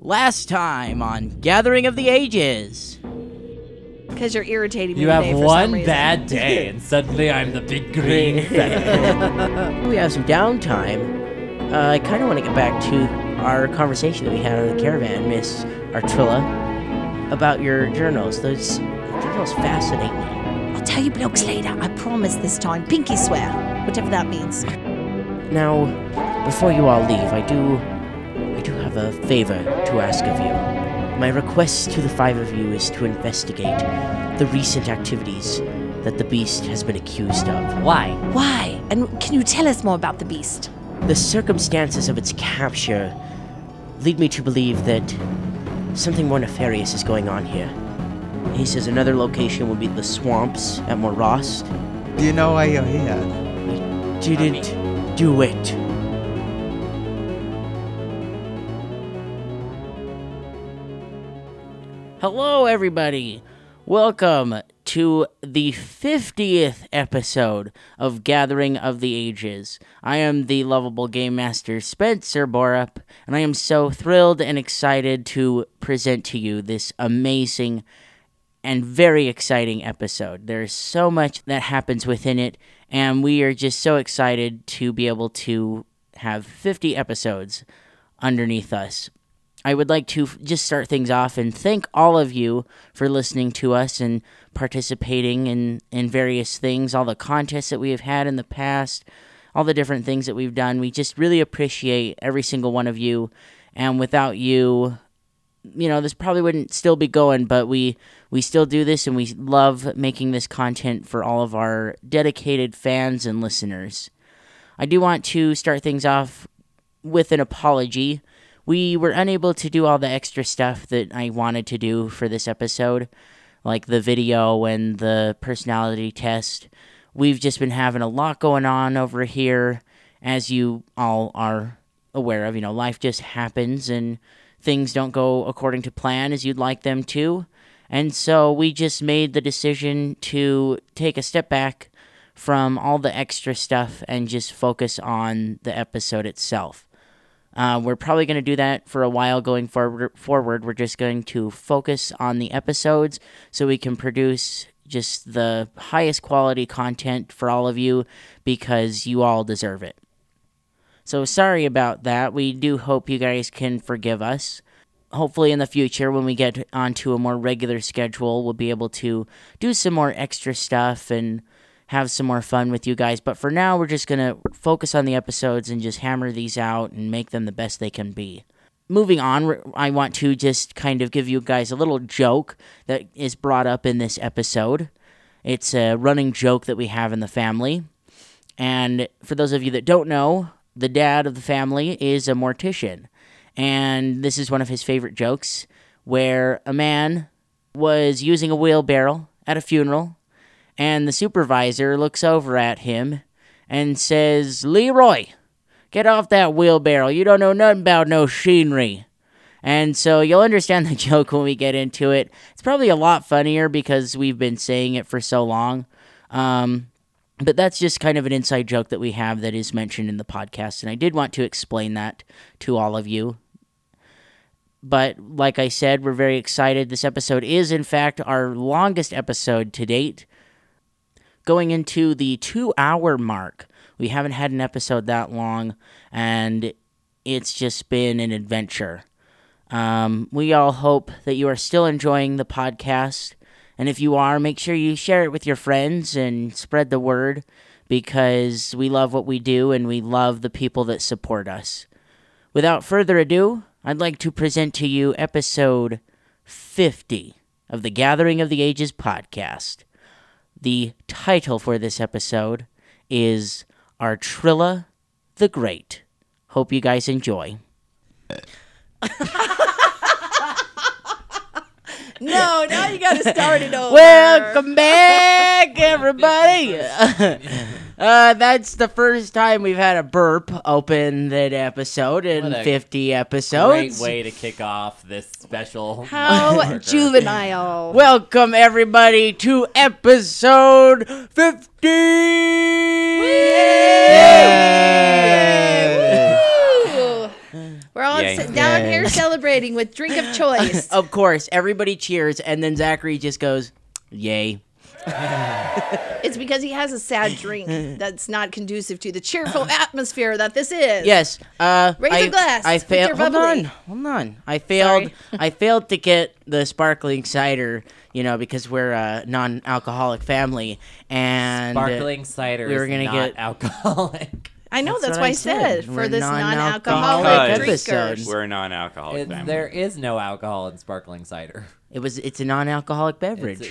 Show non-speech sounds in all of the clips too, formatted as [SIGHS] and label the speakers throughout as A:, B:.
A: Last time on Gathering of the Ages.
B: Because you're irritating me.
C: You
B: today
C: have
B: for some
C: one
B: reason.
C: bad day, and suddenly I'm the big
B: [LAUGHS]
C: green feather.
A: We have some downtime. Uh, I kind of want to get back to our conversation that we had on the caravan, Miss Artrilla, about your journals. Those journals fascinate me.
B: I'll tell you blokes later. I promise this time. Pinky swear, whatever that means.
A: Now, before you all leave, I do, I do have a favor to ask of you. My request to the five of you is to investigate the recent activities that the beast has been accused of.
C: Why?
B: Why? And can you tell us more about the beast?
A: The circumstances of its capture lead me to believe that something more nefarious is going on here. He says another location would be the swamps at Morost.
D: Do you know uh, why you're here?
A: Didn't do it. Hello, everybody. Welcome to the 50th episode of Gathering of the Ages. I am the lovable game master Spencer Borup, and I am so thrilled and excited to present to you this amazing and very exciting episode. There's so much that happens within it, and we are just so excited to be able to have 50 episodes underneath us. I would like to f- just start things off and thank all of you for listening to us and participating in, in various things, all the contests that we have had in the past, all the different things that we've done. We just really appreciate every single one of you. And without you, you know this probably wouldn't still be going but we we still do this and we love making this content for all of our dedicated fans and listeners i do want to start things off with an apology we were unable to do all the extra stuff that i wanted to do for this episode like the video and the personality test we've just been having a lot going on over here as you all are aware of you know life just happens and things don't go according to plan as you'd like them to. And so we just made the decision to take a step back from all the extra stuff and just focus on the episode itself. Uh, we're probably going to do that for a while going forward. Forward, we're just going to focus on the episodes so we can produce just the highest quality content for all of you because you all deserve it. So sorry about that. We do hope you guys can forgive us. Hopefully, in the future, when we get onto a more regular schedule, we'll be able to do some more extra stuff and have some more fun with you guys. But for now, we're just going to focus on the episodes and just hammer these out and make them the best they can be. Moving on, we're- I want to just kind of give you guys a little joke that is brought up in this episode. It's a running joke that we have in the family. And for those of you that don't know, the dad of the family is a mortician. And this is one of his favorite jokes where a man was using a wheelbarrow at a funeral, and the supervisor looks over at him and says, Leroy, get off that wheelbarrow. You don't know nothing about no machinery. And so you'll understand the [LAUGHS] joke when we get into it. It's probably a lot funnier because we've been saying it for so long. Um, but that's just kind of an inside joke that we have that is mentioned in the podcast and i did want to explain that to all of you but like i said we're very excited this episode is in fact our longest episode to date going into the two hour mark we haven't had an episode that long and it's just been an adventure um, we all hope that you are still enjoying the podcast. And if you are, make sure you share it with your friends and spread the word because we love what we do and we love the people that support us. Without further ado, I'd like to present to you episode 50 of the Gathering of the Ages podcast. The title for this episode is Artrilla the Great. Hope you guys enjoy.
B: No, now you gotta start [LAUGHS] it over.
C: [LAUGHS]
A: Welcome back, everybody. uh, that's the first time we've had a burp open that episode in
C: What a
A: 50
C: Great
A: episodes.
C: way to kick off this special. [LAUGHS]
B: How
E: [LAUGHS]
C: marker.
B: juvenile.
A: Welcome, everybody, to episode 50. Yay!
B: Woo! We're all
C: Yay.
B: sit down out here celebrating with drink
C: [LAUGHS]
B: of choice.
C: Oh.
A: Of course, everybody cheers, and then Zachary just goes, "Yay!"
B: It's because he has a sad drink that's not conducive to the cheerful atmosphere that this is.
A: Yes. Uh,
B: Raise
A: I,
B: a glass
A: I
B: with
A: failed.
B: your
A: Hold
B: bubbly.
A: on. Hold on. I failed. I failed to get the sparkling cider. You know, because we're a non-alcoholic family, and
E: Sparkling cider
A: we were
E: is
A: gonna
E: not
A: get-
E: alcoholic. [LAUGHS]
B: I know that's,
A: what
B: why
A: I
B: I said,
A: said.
B: for
A: We're
B: this
A: non-alcoholic
B: non-alcoholic
F: Because-
B: drinkers.
F: We're a non-alcoholic
E: It's-
F: family.
E: there is no alcohol in sparkling cider.
A: it was. It's a non-alcoholic
E: It's-
A: beverage.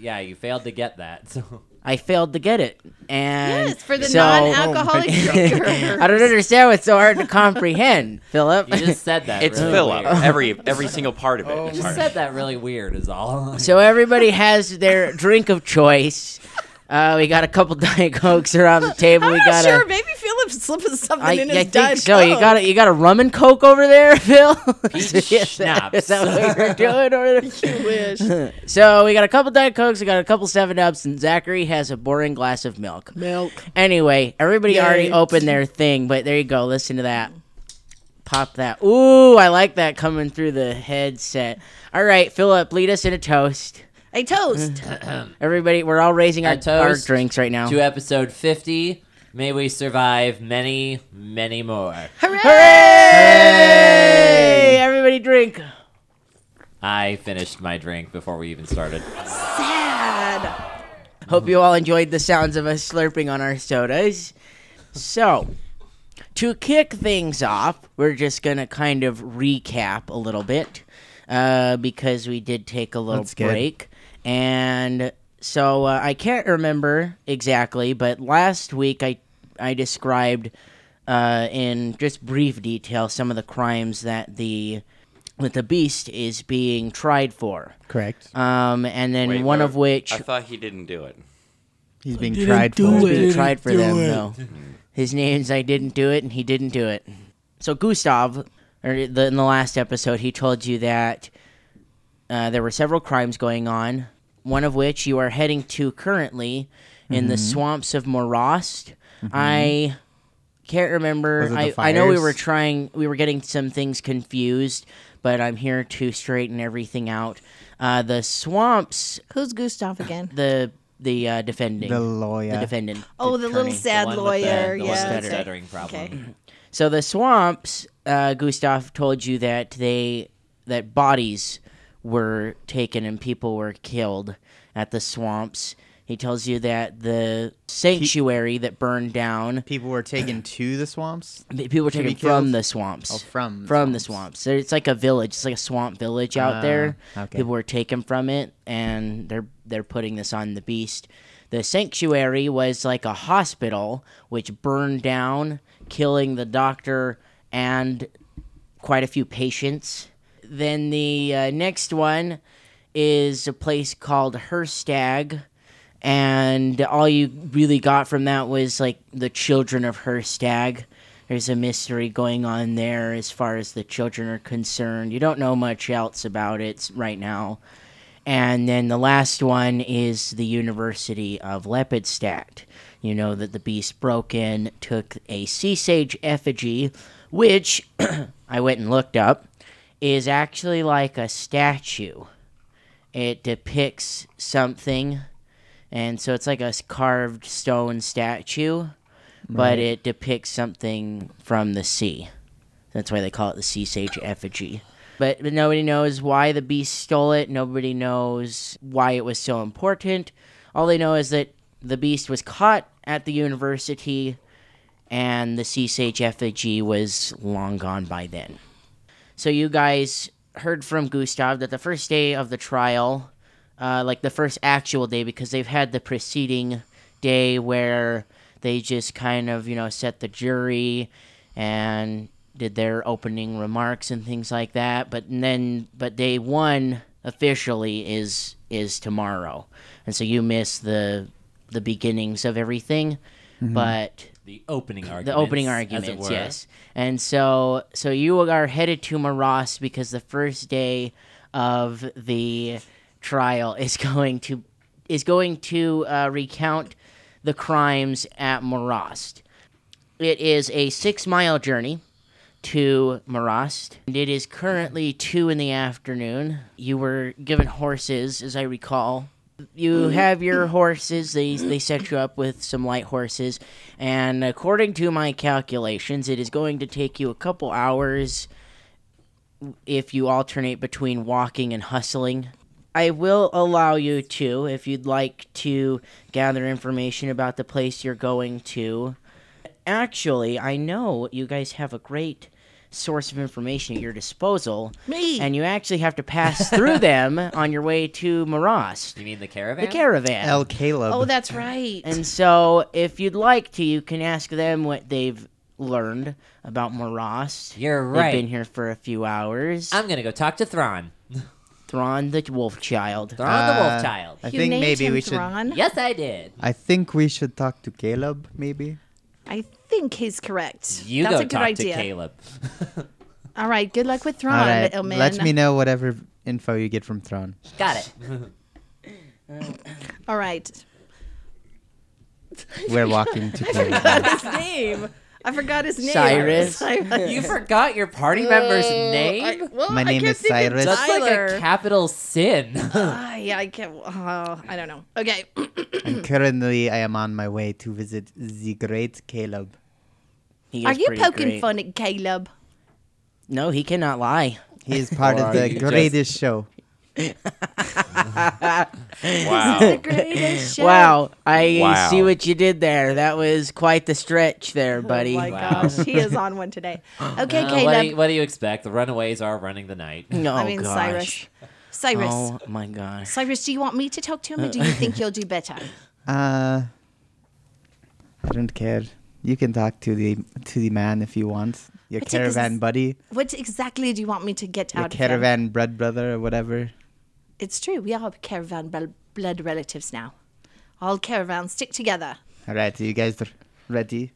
E: yeah, you failed to get that. [LAUGHS] So
A: I failed to get it, and
B: Yes, for the
A: so- [LAUGHS]
B: non-alcoholic drinkers.
A: I don't understand what's so hard to comprehend, Philip. [LAUGHS]
E: you just said that.
F: It's
E: really
F: Philip.
E: weird.
F: Every every single part of it.
B: Oh,
F: is
E: [LAUGHS] You
F: hard.
E: said that really weird is all. [LAUGHS]
A: So everybody has their drink of choice. Uh, we got a couple [LAUGHS] diet cokes around the table.
B: I'm
A: we
B: not
A: got
B: sure.
A: a.
B: Maybe [LAUGHS] Philip's slipping something
A: I,
B: in
A: I
B: his Oh,
A: think
B: diet
A: so. You
B: Coke.
A: got a, you got a rum and coke over there, [LAUGHS] Phil. Peach
E: schnapps.
A: Is that what you're doing over
B: [LAUGHS]
A: there?
B: You wish.
A: So we got a couple diet cokes. We got a couple seven ups, and Zachary has a boring glass of milk.
B: Milk.
A: Anyway, everybody
B: Yay.
A: already opened their thing, but there you go. Listen to that. Pop that. Ooh, I like that coming through the headset. All right, Philip, lead us in a toast.
B: A toast.
A: Everybody, we're all raising our,
E: A
A: our
E: toast
A: drinks right now.
E: to episode 50. May we survive many, many more.
B: Hooray!
A: [LAUGHS] Hey, everybody drink.
E: I finished my drink before we even started.
B: Sad.
A: Hope you all enjoyed the sounds of us slurping on our sodas. So, to kick things off, we're just going to kind of recap a little bit uh, because we did take a little
D: That's good.
A: break. And so uh, I can't remember exactly, but last week I, I described uh, in just brief detail some of the crimes that the that the beast is being tried for.
D: Correct.
A: Um, and then
F: Wait,
A: one
F: wait,
A: of which
F: I thought he didn't do
B: [LAUGHS]
F: it.
D: He's being tried for.
A: He's being tried for them, though. His name's I didn't do it, and he didn't do it. So Gustav, or the, in the last episode, he told you that uh, there were several crimes going on, one of which you are heading to currently in
D: Mm-hmm.
A: the swamps of Morost. I can't remember.
D: Was it the
A: I, I know we
D: fires?
A: were trying, we were getting some things confused, but I'm here to straighten everything out. Uh, the swamps,
B: Who's Gustav again?
A: the the uh, defending,
D: The
A: the
D: lawyer.
A: defendant.
B: Oh, the little
A: attorney.
B: sad
E: one with the-
B: lawyer. yeah.
E: the one with the
B: okay.
E: stuttering problem.
B: Okay.
A: So the swamps, uh, Gustav told you that they that bodies were taken and people were killed at the swamps. He tells you that the sanctuary that burned down,
D: People were taken to the swamps.
A: that people were
D: be
A: taken from
D: killed?
A: the swamps.
D: Oh, from the
A: from the
D: swamps.
A: swamps. There- It's like a village. It's like a swamp village out
D: Ah,
A: there.
D: okay.
A: People were taken from it, and they're they're putting this on the beast. The sanctuary was like a hospital, which burned down, killing the doctor and quite a few patients. Then the uh, next one is a place called Herstag. And all you really got from that was like the children of Herstag. There's a mystery going on there as far as the children are concerned. You don't know much else about it right now. And then the last one is the University of Lepidstadt. You know that the beast broke in, took a sea sage effigy, which [CLEARS THROAT] I went and looked up, is actually like a statue. It depicts something, and so it's like a s- carved stone statue, but it depicts something from the sea. That's why they call it the sea sage effigy. But, but nobody knows why the beast stole it. Nobody knows why it was so important. All they know is that the beast was caught at the university, and the sea sage effigy was long gone by then. So you guys heard from Gustav that the first day of the trial, uh, like the first actual day, because they've had the preceding day where they just kind of you know set the jury and did their opening remarks and things like that. But then, but day one officially is is tomorrow, and so you miss the the beginnings of everything. But
E: The opening argument.
A: the opening
E: as it
A: arguments,
E: were.
A: yes. And so, so you are headed to Maras because the first day of the trial is [LAUGHS] going to is going to uh, recount the crimes at Maras. It is a six mile journey to Marast. And It is currently two in the afternoon. You were given horses, as I recall. You have your horses. They they set you up with some light horses, and according to my calculations, it is going to take you a couple hours if you alternate between walking and hustling. I will allow you to, if you'd like to gather information about the place you're going to. Actually, I know you guys have a great source of information at your disposal.
B: Me.
A: And you actually have to pass through them on your way to Marast,
E: You mean the caravan?
A: the caravan.
D: El Caleb.
B: Oh, that's right.
A: And so, if you'd like to, you can ask them what they've learned about Marast.
E: You're
A: They've
E: right.
A: been here for a few hours.
E: I'm gonna go talk to Thrawn.
A: Thrawn the wolf child.
E: Thrawn the
D: Uh,
E: wolf child.
D: I
B: you
D: think
B: named
D: maybe
B: him
D: we should.
B: Thrawn.
E: Yes, I did.
D: I think we should talk to Caleb. Maybe.
B: I think he's correct.
E: You
B: That's
E: go
B: a good
E: talk
B: idea.
E: to Caleb.
B: All right. Good luck with Thrawn,
D: All right.
B: Illman.
D: Let me know whatever info you get from Thrawn.
E: Got it.
B: [LAUGHS] All right.
D: We're walking to Caleb.
B: His name. I forgot his name.
A: Cyrus.
B: [LAUGHS]
G: [LAUGHS]
B: Cyrus.
E: You forgot your party member's
B: I,
E: name.
B: well,
D: My
B: I
D: name
B: can't
D: is
B: think of
D: Cyrus.
E: That's like
B: Tyler.
E: a capital sin. [LAUGHS] Uh,
B: Ah, yeah, I can't. Oh, I don't know. Okay.
D: and currently, I am on my way to visit the great Caleb.
A: He
B: Are
A: is
B: you
A: pretty
B: poking
A: great.
B: fun at Caleb?
A: No, he cannot lie.
D: He is part
E: Or
D: of
E: are
D: the
E: you just-
D: greatest show.
F: Wow.
A: [LAUGHS]
B: Greatest Oh show.
A: Oh. Wow, I
F: Wow.
A: see what you did there. That was quite the stretch there, buddy.
B: Oh my
E: Wow.
B: gosh, he is on one today. Okay,
E: Uh, what, do you,
B: Caleb.
E: what do you expect? The runaways are running the night.
A: No,
B: I mean,
A: Oh, gosh.
B: Cyrus. Cyrus.
A: Oh my gosh.
B: Cyrus, do you want me to talk to him, or do
A: [LAUGHS]
B: you think you'll do better?
D: Uh, I don't care. You can talk to the to the man if you want. Your
B: But it is-
D: caravan buddy,
B: What exactly do you want me to get
D: your
B: out of him?
D: caravan bread brother, or whatever.
B: It's true. We are caravan bel- blood relatives now. All caravans stick together.
D: All right, are you guys r- ready?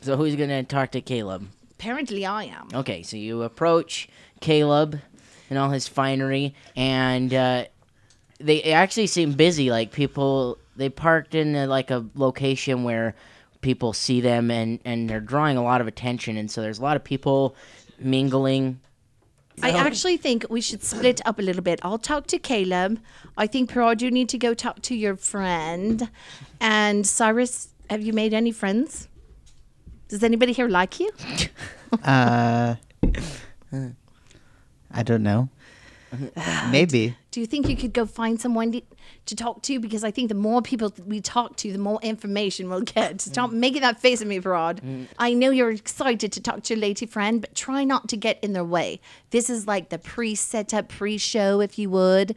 A: So who's gonna talk to Caleb?
B: Apparently, I am.
A: Okay, so you approach Caleb and all his finery, and uh, they actually seem busy. Like people, they parked in uh, like a location where people see them, and and they're drawing a lot of attention, and so there's a lot of people mingling.
B: I actually think we should split up a little bit. I'll talk to Caleb. I think Parod, you need to go talk to your friend. And Cyrus, have you made any friends? Does anybody here like you?
D: Uh, I
B: [SIGHS]
D: don't know. Maybe.
B: Do you think you could go find someone to- to talk to? Because I think the more people that we talk to, the more information we'll get. Stop making that face at me, Parod. I know you're excited to talk to your lady friend, but try not to get in their way. This is like the pre-setup, pre-show, if you would.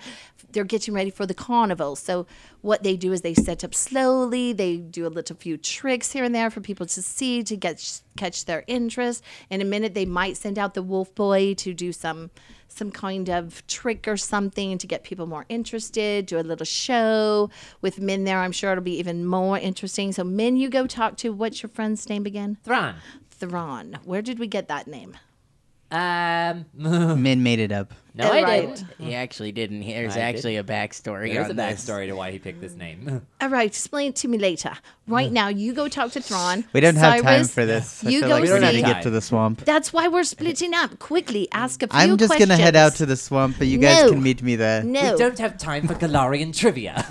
B: They're getting ready for the carnival. So what they do is they set up slowly. They do a little few tricks here and there for people to see to get catch their interest. In a minute, they might send out the wolf boy to do some some kind of trick or something to get people more interested, do a little show with men there. I'm sure it'll be even more interesting. So, men you go talk to, what's your friend's name again?
E: Thrawn.
B: Thrawn. Where did we get that name?
E: Um, no,
D: Min made it up.
E: I
B: Right.
E: didn't.
A: He actually didn't. There's
E: I did.
A: actually a backstory.
E: There's a
A: on this.
E: backstory to why he picked this name. [LAUGHS]
B: All right, explain it to me later. Right now, you go talk to Thrawn.
D: Mm. We don't have time
B: Cyrus,
D: for this. I
B: you
D: feel
B: go
D: like we need
B: see-
D: to get to the swamp.
B: That's why we're splitting up. Quickly, ask a few
D: I'm just
B: questions.
D: gonna head out to the swamp, but you guys
B: No.
D: can meet me there.
B: No.
E: We don't have time for Galarian trivia.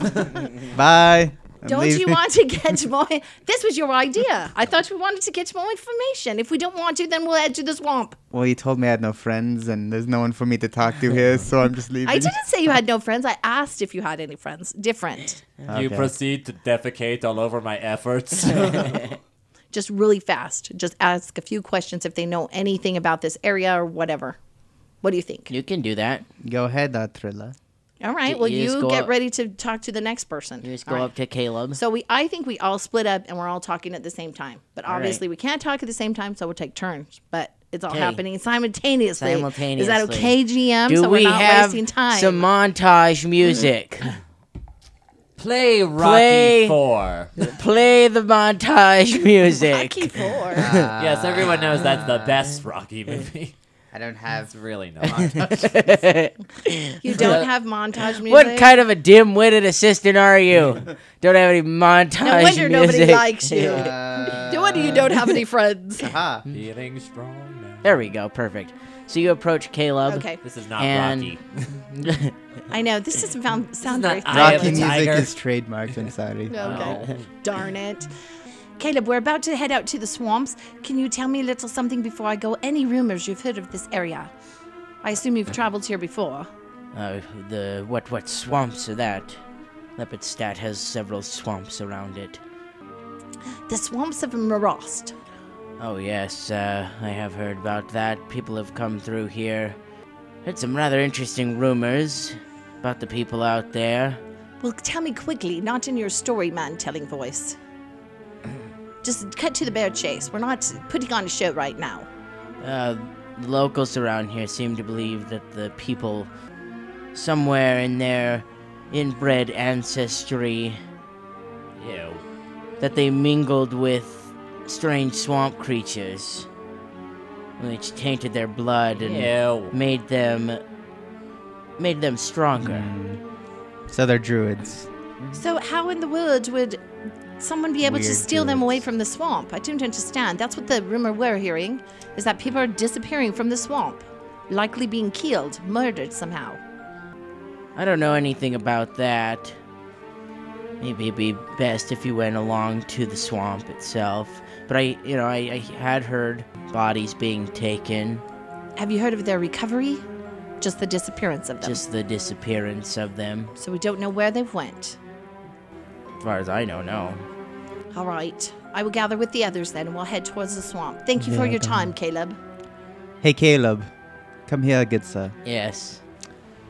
D: Bye. I'm
B: Don't you
D: leaving.
B: want
D: [LAUGHS]
B: to get more? This was your idea. I thought we wanted to get more information. If we don't want to, then we'll head to the swamp.
D: Well, you told me I had no friends, and there's no one for me to talk to here, so I'm just leaving.
B: I didn't say you had no friends. I asked if you had any friends. Different.
E: You
D: Okay.
E: proceed to defecate all over my [LAUGHS] efforts.
B: Just really fast. Just ask a few questions if they know anything about this area or whatever. What do you think?
A: You can do that.
D: Go ahead,
E: [LAUGHS]
D: Atrilla.
B: All right. Well,
A: you just
B: you,
A: go
B: get
A: up-
B: ready to talk to the next person.
A: You just
B: All
A: go
B: right.
A: up to Caleb.
B: So we, I think we all split up and we're all talking at the same time. But
A: right.
B: obviously, we can't talk at the same time, so we'll take turns. But it's all
A: Okay.
B: happening simultaneously. Is that
A: Simultaneously.
B: okay, GM?
A: do
B: so
A: we
B: we're not
A: have
B: wasting time.
A: some montage
B: [LAUGHS]
A: music?
E: Play Rocky
A: Play-
E: 4.
A: Play the montage music. [LAUGHS]
B: [LAUGHS] Rocky Four.
D: [LAUGHS]
E: yes, everyone knows that's the best Rocky movie.
D: Uh, I don't have.
E: It's really not.
A: [LAUGHS]
B: You don't have montage music.
A: What kind of a dim-witted assistant are you? Don't have any montage
B: No wonder nobody
A: music.
B: likes you.
D: Uh,
B: [LAUGHS] No wonder you don't have any friends.
D: ah,
E: [LAUGHS] Feeling strong now.
A: [LAUGHS] There we go. Perfect. So you approach Caleb.
B: Okay,
E: This is not
A: And-
E: Rocky.
B: I know this doesn't found, sound
E: not
B: very.
E: I am
D: Rocky
E: a
D: music
E: tiger.
D: is trademarked. I'm sorry.
B: Okay. Darn it. Caleb, we're about to head out to the swamps. Can you tell me a little something before I go? Any rumors you've heard of this area? I assume you've traveled here before.
A: Uh, the what what swamps are that? Leopardstadt has several swamps around it.
B: The swamps of Marost.
A: Oh yes, uh, I have heard about that. People have come through here. Heard some rather interesting rumors about the people out there.
B: Well, tell me quickly, not in your story man telling voice. Just cut to the bear chase. We're not putting on a show right now.
A: Uh, locals around here seem to believe that the people, somewhere in their inbred ancestry,
E: Ew.
A: that they mingled with strange swamp creatures, which tainted their blood and
E: Ew.
A: made them made them stronger.
D: So they're druids.
B: So, how in the world would someone be able to
D: Weird
B: steal them away
D: druids.
B: from the swamp? I don't understand. That's what the rumor we're hearing is that people are disappearing from the swamp, likely being killed, murdered somehow.
A: I don't know anything about that. Maybe it'd be best if you went along to the swamp itself. But I, you know, I, I had heard bodies being taken,
B: Have you heard of their recovery? Just the disappearance of them.
A: just the disappearance of them.
B: so we don't know where they went.
A: As far as I know, no.
B: All right. I will gather with the others then and we'll head towards the swamp. Thank you for
D: Yeah,
B: your
D: done.
B: time, Caleb.
D: Hey, Caleb, come here, good sir.
A: Yes.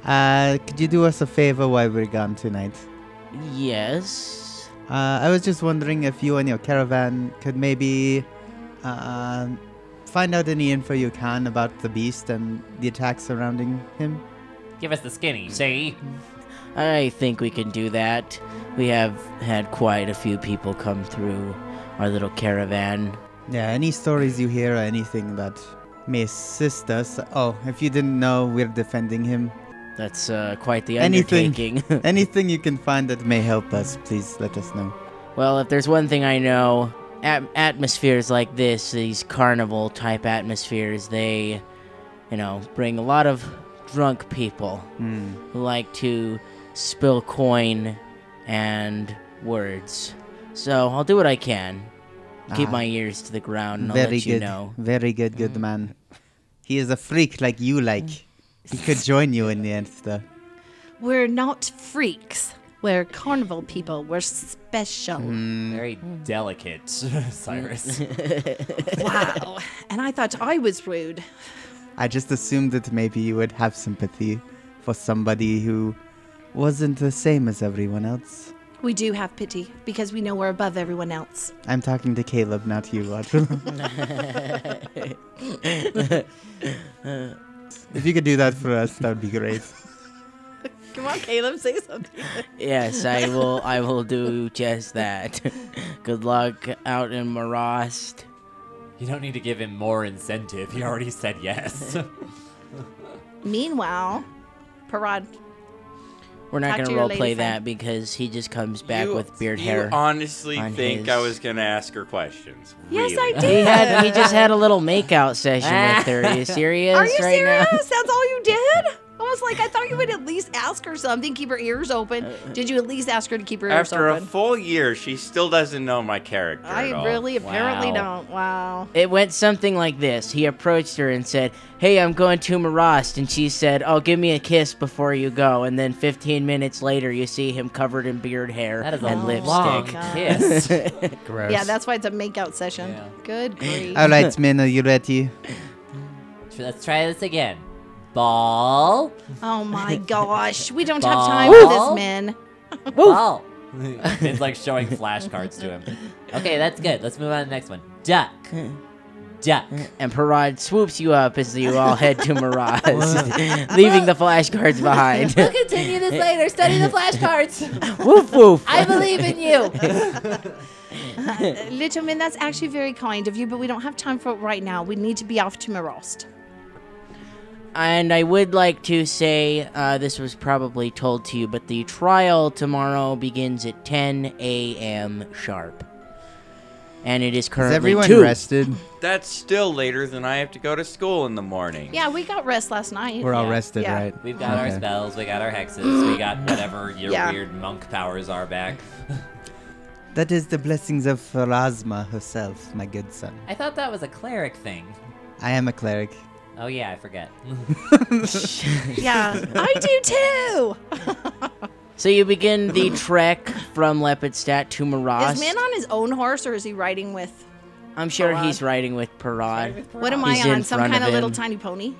D: Uh, could you do us a favor while we're gone tonight?
A: Yes.
D: Uh, I was just wondering if you and your caravan could maybe uh, find out any info you can about the beast and the attacks surrounding him.
E: Give us the skinny, see?
A: I think we can do that. We have had quite a few people come through our little caravan.
D: Yeah, any stories you hear or anything that may assist us. Oh, if you didn't know, we're defending him.
A: That's uh, quite the
D: Anything.
A: undertaking. [LAUGHS]
D: Anything you can find that may help us, please let us know.
A: Well, if there's one thing I know, at- atmospheres like this, these carnival type atmospheres, they, you know, bring a lot of drunk people
D: Hmm.
A: who like to spill coin and words. So I'll do what I can. Keep
D: Ah.
A: my ears to the ground and I'll
D: Very
A: let you
D: good.
A: know. Mm.
D: Very good, good man. He is a freak like you like.
A: [LAUGHS]
D: He could join you in the end, though.
B: We're not freaks. We're carnival people. We're special.
D: Hmm.
E: Mm. Very delicate, [LAUGHS] Cyrus.
B: Wow. And I thought I was rude.
D: I just assumed that maybe you would have sympathy for somebody who wasn't the same as everyone else.
B: We do have pity because we know we're above everyone else.
D: I'm talking to Caleb, not you, Roger.
A: [LAUGHS]
D: if you could do that for us, that would be
A: [LAUGHS]
D: great.
B: Come on, Caleb, say something.
A: Yes, I will. I will do just that. [LAUGHS] good luck out in Marost.
E: you don't need to give him more incentive. He already said yes. [LAUGHS]
B: Meanwhile, Parad,
A: We're not
B: Talk
A: going
B: to
A: to
B: your
A: role
B: lady
A: play
B: friend.
A: that because he just comes back
F: You-
A: with beard
F: you
A: hair.
F: honestly
A: on
F: think
A: his-
F: I was gonna ask her questions.
B: Yes, I
F: really.
A: He
B: did.
A: had he just had a little makeout session with her.
E: [LAUGHS]
A: Are you serious
B: [LAUGHS] Are you
A: right
B: serious?
A: now?
B: That's all you did? I was like, I thought you would at least ask her something, keep her ears open. Did you at least ask her to keep her ears
F: After a
B: open?
F: full year, she still doesn't know my character.
B: I
F: at all.
B: really apparently
E: Wow.
B: don't. Wow.
A: It went something like this. He approached her and said, "Hey, I'm going to Marast," and she said, "Oh, give me a kiss before you go." And then 15 minutes later, you see him covered in beard hair
E: That is a
A: and
E: long
A: [LAUGHS] lipstick.
B: God.
E: kiss.
D: Gross.
B: Yeah, that's why it's a makeout session.
E: Yeah.
B: Good grief.
D: All right, men, are you ready?
E: Let's try this again. Ball.
B: Oh my gosh. We don't have
E: Ball.
B: time for this,
E: Woo.
B: man.
E: Ball. it's like showing flashcards to him. Okay, that's good. Let's move on to the next one. Duck. Duck.
A: And Parad swoops you up as you all head to
E: [LAUGHS]
A: Maraz, leaving the flashcards behind.
E: We'll continue this later.
A: [LAUGHS]
E: Study the flashcards.
A: woof woof.
E: I believe in you.
B: Little man, that's actually very kind of you, but we don't have time for it right now. We need to be off to Marost.
A: And I would like to say uh, this was probably told to you, but the trial tomorrow begins at 10 a.m. sharp. And it is
D: Is
A: currently
D: everyone
A: 2.
D: rested?
F: That's still later than I have to go to school in the morning.
B: Yeah, we got rest last night.
D: We're all
E: Yeah.
D: rested,
B: Yeah.
D: right?
E: We've got our
D: Okay.
E: spells, we got our hexes, we got whatever your
B: Yeah.
E: weird monk powers are back.
D: That is the blessings of Pharasma herself, my good son.
E: I thought that was a cleric thing.
D: I am a cleric.
E: Oh yeah, I forget.
A: [LAUGHS]
B: yeah, I do too.
A: So you begin the trek from Lepidstadt to
B: Is
A: Maras.
B: man on his own horse or is he riding with?
A: I'm sure
B: Parad?
A: he's riding with Parad.
B: What am
A: He's
B: I
A: in
B: on? Some
A: front
B: kind
A: of
B: of little
A: him. [LAUGHS]
B: tiny pony?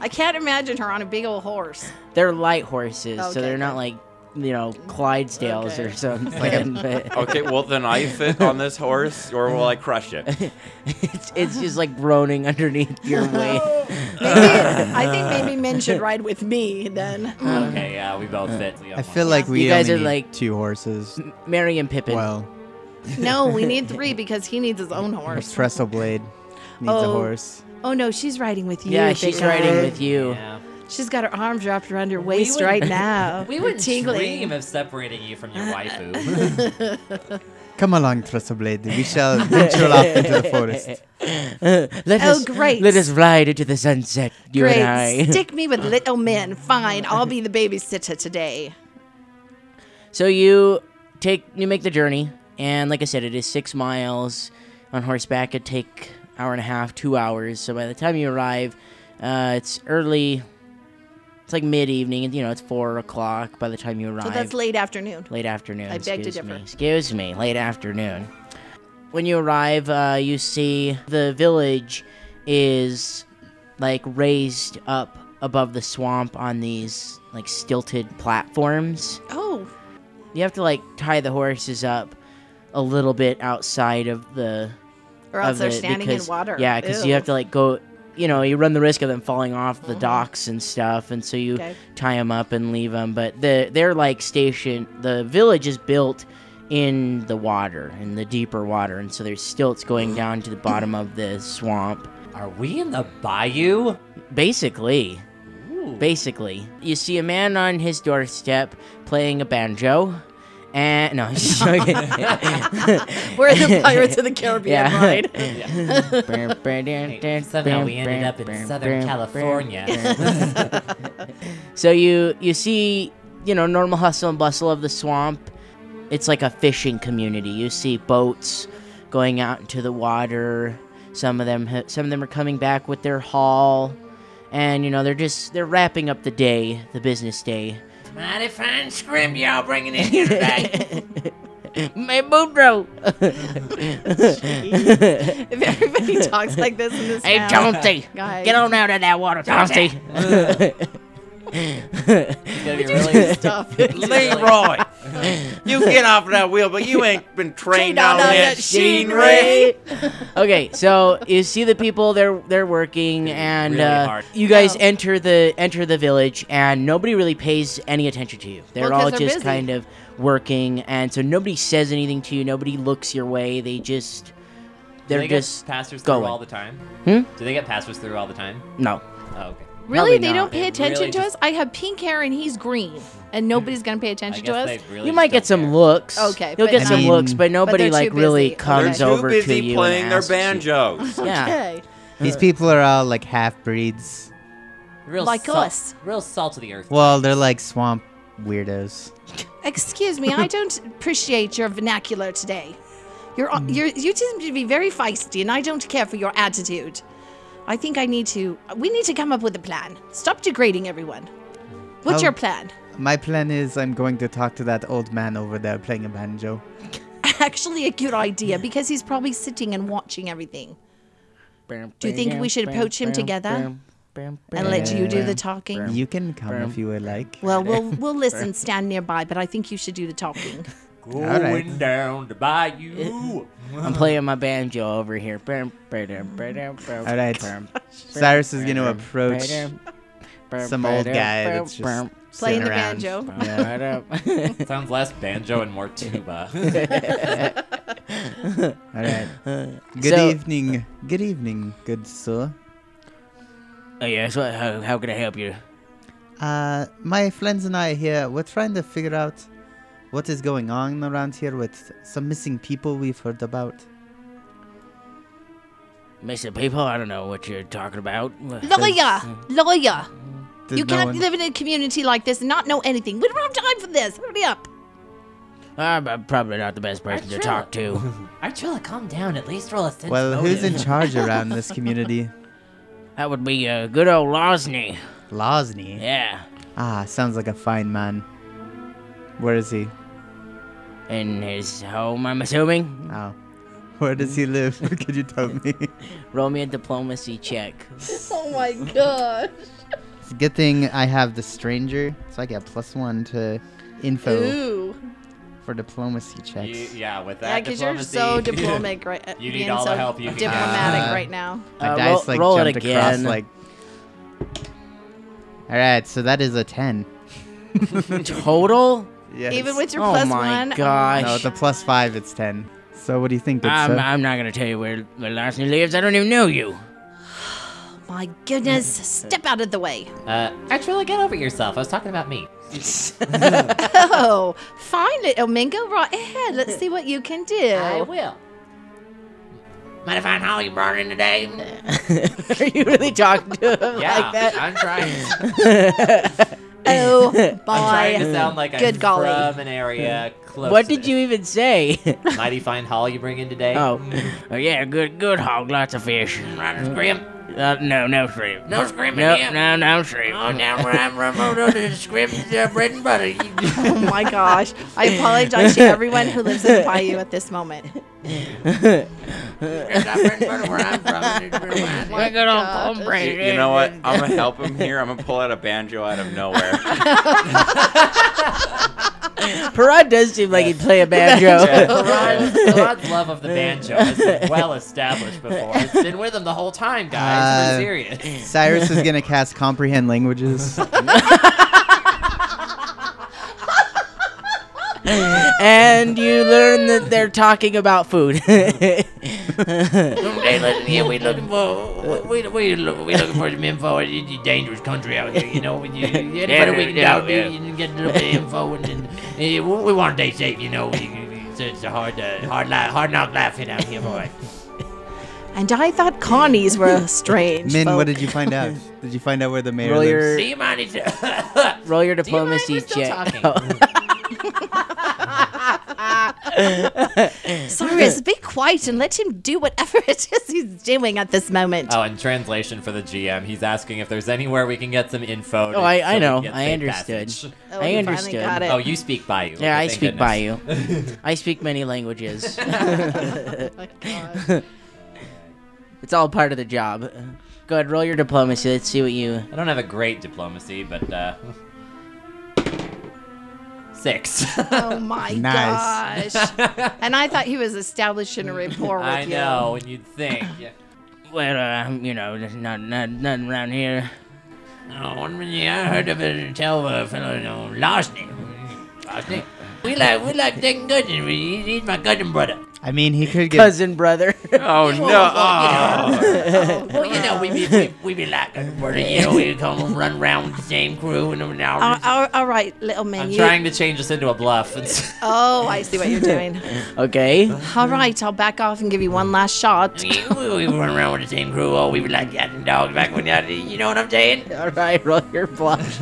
B: I can't imagine her on a big old horse.
A: They're light horses, so
B: Okay,
A: they're not
B: good.
A: like, you know, Clydesdales or
B: Okay.
A: something. [LAUGHS] but
F: Okay, well then I fit on this horse, or will I crush it?
A: it's, it's just like groaning [LAUGHS] underneath your weight.
B: Maybe, I think maybe men should ride with me then.
A: [LAUGHS]
E: okay, yeah, we both fit. We
D: I
E: got one.
D: feel like we
A: Oh You guys
D: only
A: are
D: need
A: like-
D: two horses.
A: Mary and Pippin.
D: Well,
B: No, we need three because he needs his own horse.
D: Trestle Blade needs a
B: Oh.
D: horse.
B: Oh no, she's riding with you.
A: yeah, she's
B: big guy.
A: riding with you.
E: Yeah.
B: She's got her arms wrapped around her waist
E: would- [LAUGHS]
B: right now.
E: We wouldn't
B: Uh, Tingling.
E: dream of separating you from your waifu.
D: Come along, Trestle Blade. We
A: [LAUGHS]
D: shall venture off into the forest.
A: Let
B: Oh,
A: us,
B: great.
A: Let us ride into the sunset, you and I. [LAUGHS]
B: Great. Stick me with little men. Fine, I'll be the babysitter today.
A: so you take you make the journey, and like I said, it is six miles on horseback. It take hour and a half, two hours. So by the time you arrive, uh, it's early. It's like mid evening, and you know it's four o'clock by the time you arrive.
B: So that's late afternoon.
A: Late afternoon.
B: I beg to
A: excuse
B: differ.
A: Me. Excuse me. Late afternoon. When you arrive, uh, you see the village is like raised up above the swamp on these like stilted platforms.
B: Oh,
A: You have to like tie the horses up a little bit outside of the
B: or else
A: of
B: they're
A: it
B: standing
A: because,
B: in water.
A: Yeah, because
B: Ew.
A: you have to like go. You know, you run the risk of them falling off the docks and stuff, and so you tie
B: Okay.
A: 'em tie them up and leave them. But the they're like stationed. The village is built in the water, in the deeper water, and so there's stilts going down to the bottom of the swamp.
E: [LAUGHS] Are we in the bayou?
A: Basically,
E: Ooh.
A: basically, you see a man on his doorstep playing a banjo, and no, I'm just joking.
B: We're
A: [LAUGHS]
B: the Pirates of the Caribbean
A: Yeah.
B: ride.
A: [LAUGHS]
E: somehow we ended up in Southern [LAUGHS] California.
A: so you you see, you know, normal hustle and bustle of the swamp. It's like a fishing community. You see boats going out into the water. Some of them ha- some of them are coming back with their haul. And you know, they're just they're wrapping up the day, the business day.
E: Mighty fine scrim y'all bringing in here today.
A: [LAUGHS] My boot row.
B: If everybody talks like this in this
A: Hey,
B: town. [LAUGHS]
A: Chauncey,
B: Guys.
A: get on out of that water, Chauncey.
E: It's gonna be really
A: [LAUGHS]
B: Stop [LAUGHS] it.
F: Leroy, you get off that wheel, but you ain't been trained on, that scenery.
A: [LAUGHS] okay, so you see the people they're they're working and
E: really
A: uh,
E: hard.
A: you guys
B: Oh.
A: enter the enter the village and nobody really pays any attention to you. They're
B: Well, 'cause
A: all
B: they're
A: just
B: busy.
A: kind of working and so nobody says anything to you, nobody looks your way. They just
E: Do
A: they're
E: they
A: just
E: get passers
A: going.
E: through all the time.
A: Hmm?
E: Do they get passers through all the time?
A: no.
E: Oh, okay.
B: Really?
A: Probably
B: They
A: not.
B: don't pay
E: It
B: attention
E: really
B: to
E: just-
B: us? I have pink hair and he's green. And nobody's going to pay
E: I
B: attention to
E: guess
B: us?
E: they
A: you
E: really just
A: might get
E: don't
A: some
E: care.
A: looks.
B: Okay,
A: You'll
B: but
A: get
B: not-
A: some
D: I mean-
A: looks, but nobody
B: they're too
A: like really
B: busy.
A: comes
B: Okay.
F: They're too
A: over
F: busy
A: to you
F: playing
A: and
F: their
A: asks you- [LAUGHS]
F: banjos.
A: Yeah.
B: [LAUGHS] Okay.
D: These people are all like half breeds.
E: Real
B: Like
E: salt,
B: us.
E: Real salt of the earth.
D: Well, they're like swamp weirdos.
B: Excuse
A: [LAUGHS]
B: me, I don't appreciate your vernacular today. You're,
A: Hmm.
B: you're, you seem to be very feisty, and I don't care for your attitude. I think I need to. We need to come up with a plan. Stop degrading everyone. What's
D: Oh.
B: your plan?
D: My plan is I'm going to talk to that old man over there playing a banjo.
B: Actually, a good idea because he's probably sitting and watching everything.
A: Do
B: you think we should approach him together? And let you do the talking.
D: You can come if you would like.
B: Well,
D: [LAUGHS]
B: we'll we'll listen, stand nearby, but I think you should do the talking.
E: Going
D: right.
E: down to bayou.
D: Eh.
G: [LAUGHS]
A: I'm playing my banjo over here. All right.
D: Cyrus is going to approach some old guy that's just
B: Playing
D: sitting
B: the
D: around.
B: banjo.
D: Yeah. [LAUGHS]
E: Sounds less banjo and more tuba.
D: All right. Good
A: [LAUGHS] So-
D: evening. Good evening, good sir.
A: Oh, yes. What, how, how can I help you?
D: Uh, my friends and I here, we're trying to figure out what is going on around here with some missing people we've heard about.
A: Missing people? I don't know what you're talking about.
B: Lawyer, lawyer.
D: There's
B: you
D: no
B: can't
D: one-
B: live in a community like this and not know anything. We don't have time for this. Hurry up.
A: I'm, uh, probably not the best person to
G: true.
A: talk to.
G: Artrilla, calm down. At least roll a sense
D: Well, who's in
G: motive.
D: charge around this community?
A: That would be uh, good old Losney.
D: Losny.
A: Yeah.
D: Ah, sounds like a fine man. Where is he?
A: In his home, I'm assuming.
D: Oh. Where does he live? [LAUGHS] Could you tell me?
A: Roll me a diplomacy [LAUGHS] check.
B: Oh my god.
D: [LAUGHS] It's a good thing I have the stranger, so I get plus one to info
B: Ooh.
D: for diplomacy checks.
G: You- yeah, with that
B: Yeah, because you're so
G: [LAUGHS]
B: diplomatic right. uh,
G: You need
B: being
G: all the
B: so
G: help you can get.
B: Diplomatic
D: Uh,
B: right now.
D: My
A: Uh,
D: dice
A: roll-
D: like
A: roll it
D: jumped across
A: again.
D: like. All right, so that is a ten.
A: Total?
D: Yes.
B: Even with your
A: Oh
B: plus
A: my
B: one.
A: gosh.
D: no,
A: No,
D: the plus five, it's ten. So what do you think? Good
A: I'm,
D: sir?
A: I'm not gonna tell you where, where Larson lives. I don't even know you.
B: Oh my
D: [LAUGHS]
B: goodness. Step out of the way. [LAUGHS]
G: Uh, Artrilla, get over yourself. I was talking about me.
B: Oh, fine, little Mingo. Right ahead. Let's see what you can
G: I
B: do.
G: will. Mind if I haul you brought in today?
A: [LAUGHS] Are you really talking to him
G: Yeah,
A: like that?
B: [LAUGHS]
G: I'm trying.
B: Oh,
G: I'm trying to
B: boy.
G: sound like
B: Good
G: I'm
B: golly.
G: from an area
D: Hmm.
G: close.
A: What
G: to
A: did
B: [LAUGHS]
G: this.
A: you even say?
G: [LAUGHS]
A: [LAUGHS]
G: Mighty fine haul you bring in today.
A: oh. [LAUGHS] oh, yeah, good, good hog, lots of fish.
G: Run and scream.
A: Uh, no, no shrimp.
G: No shrimp
A: No,
G: again.
A: no, no shrimp.
G: Oh, now I'm
D: [LAUGHS]
G: Ramona to scream uh, bread and butter. You-
B: Oh my gosh. I apologize to everyone who lives in Bayou at this moment.
G: It's not bread and butter where I'm from. It's really nice.
A: My good old
G: Oh,
B: God.
A: cornbread.
F: You, you know what? I'm gonna help him here. I'm gonna pull out a banjo out
B: [LAUGHS]
F: of nowhere.
A: Parad does seem like he'd play
F: [LAUGHS]
A: a banjo.
G: Rod's, [LAUGHS] Rod's love of the banjo is well established before. It's been with him the whole time,
D: Uh,
G: guys. We're serious.
A: [LAUGHS]
D: Cyrus is gonna cast comprehend languages.
A: [LAUGHS] and you learn that they're talking about food. [LAUGHS]
G: [LAUGHS] Hey, listen, yeah, we looking for we we, we looking for some info. It's a dangerous country out here, you know. When [LAUGHS] you, anybody we can talk to, you can get a little bit of info, and, [LAUGHS] then eh, we, we want to stay safe, you know. It's, it's a hard, uh, hard, li- hard knock laughing out here, [LAUGHS] boy.
B: And I thought Connie's were strange.
D: Min,
B: folk.
D: what did you find out? Did you find out where the mayor
A: Roll your-
D: lives?
G: Do you [LAUGHS] mind? It's,
A: Roll your
G: Do you mind?
A: diplomacy
G: We're still
A: check.
G: talking.
A: [LAUGHS] Oh,
B: Cyrus, be quiet and let him do whatever [LAUGHS] it is he's doing at this moment.
G: Oh, and translation for the GM. He's asking if there's anywhere we can get some info. to-
A: Oh,
G: so
A: I, I
G: we
A: know.
G: get
A: I
G: safe
A: understood.
G: passage.
B: Oh,
A: I
B: you finally
A: understood.
B: got it.
G: Oh,
B: [LAUGHS]
G: you speak Bayou.
A: Yeah,
G: Okay,
A: I
G: thank
A: speak
G: goodness.
A: Bayou.
F: [LAUGHS]
A: I speak many languages.
B: Oh
A: it's all part of the job. Go ahead, roll your diplomacy. Let's see what you.
G: I don't have a great diplomacy, but uh, [LAUGHS] six. [LAUGHS]
B: Oh my
D: Nice.
B: gosh. and I thought he was establishing a rapport with
G: I
B: you.
G: know, and you'd
A: [LAUGHS]
G: think. Yeah.
A: Well, uh, you know, there's not, not, nothing around here.
G: Oh, one minute I heard of a tell a fellow named Larceny. Larceny. We like we like taking goods, and we, he's my cousin brother.
D: I mean, he could get.
A: Cousin, brother. [LAUGHS]
F: Oh
A: Oh.
F: no!
G: Well, you know, we be we, we be like cousin brother. You know, we come run around with the same crew, and we're now.
B: All- all- Uh, all right, little man.
G: I'm
B: you-
G: trying to change this into a bluff.
B: Oh, I see what you're doing.
A: Okay. [LAUGHS]
B: All right, I'll back off and give you one last shot.
G: we, we run around with the same crew. Oh, we were like cats and dogs back when y'all, you know what I'm saying?
A: All right, roll your bluff.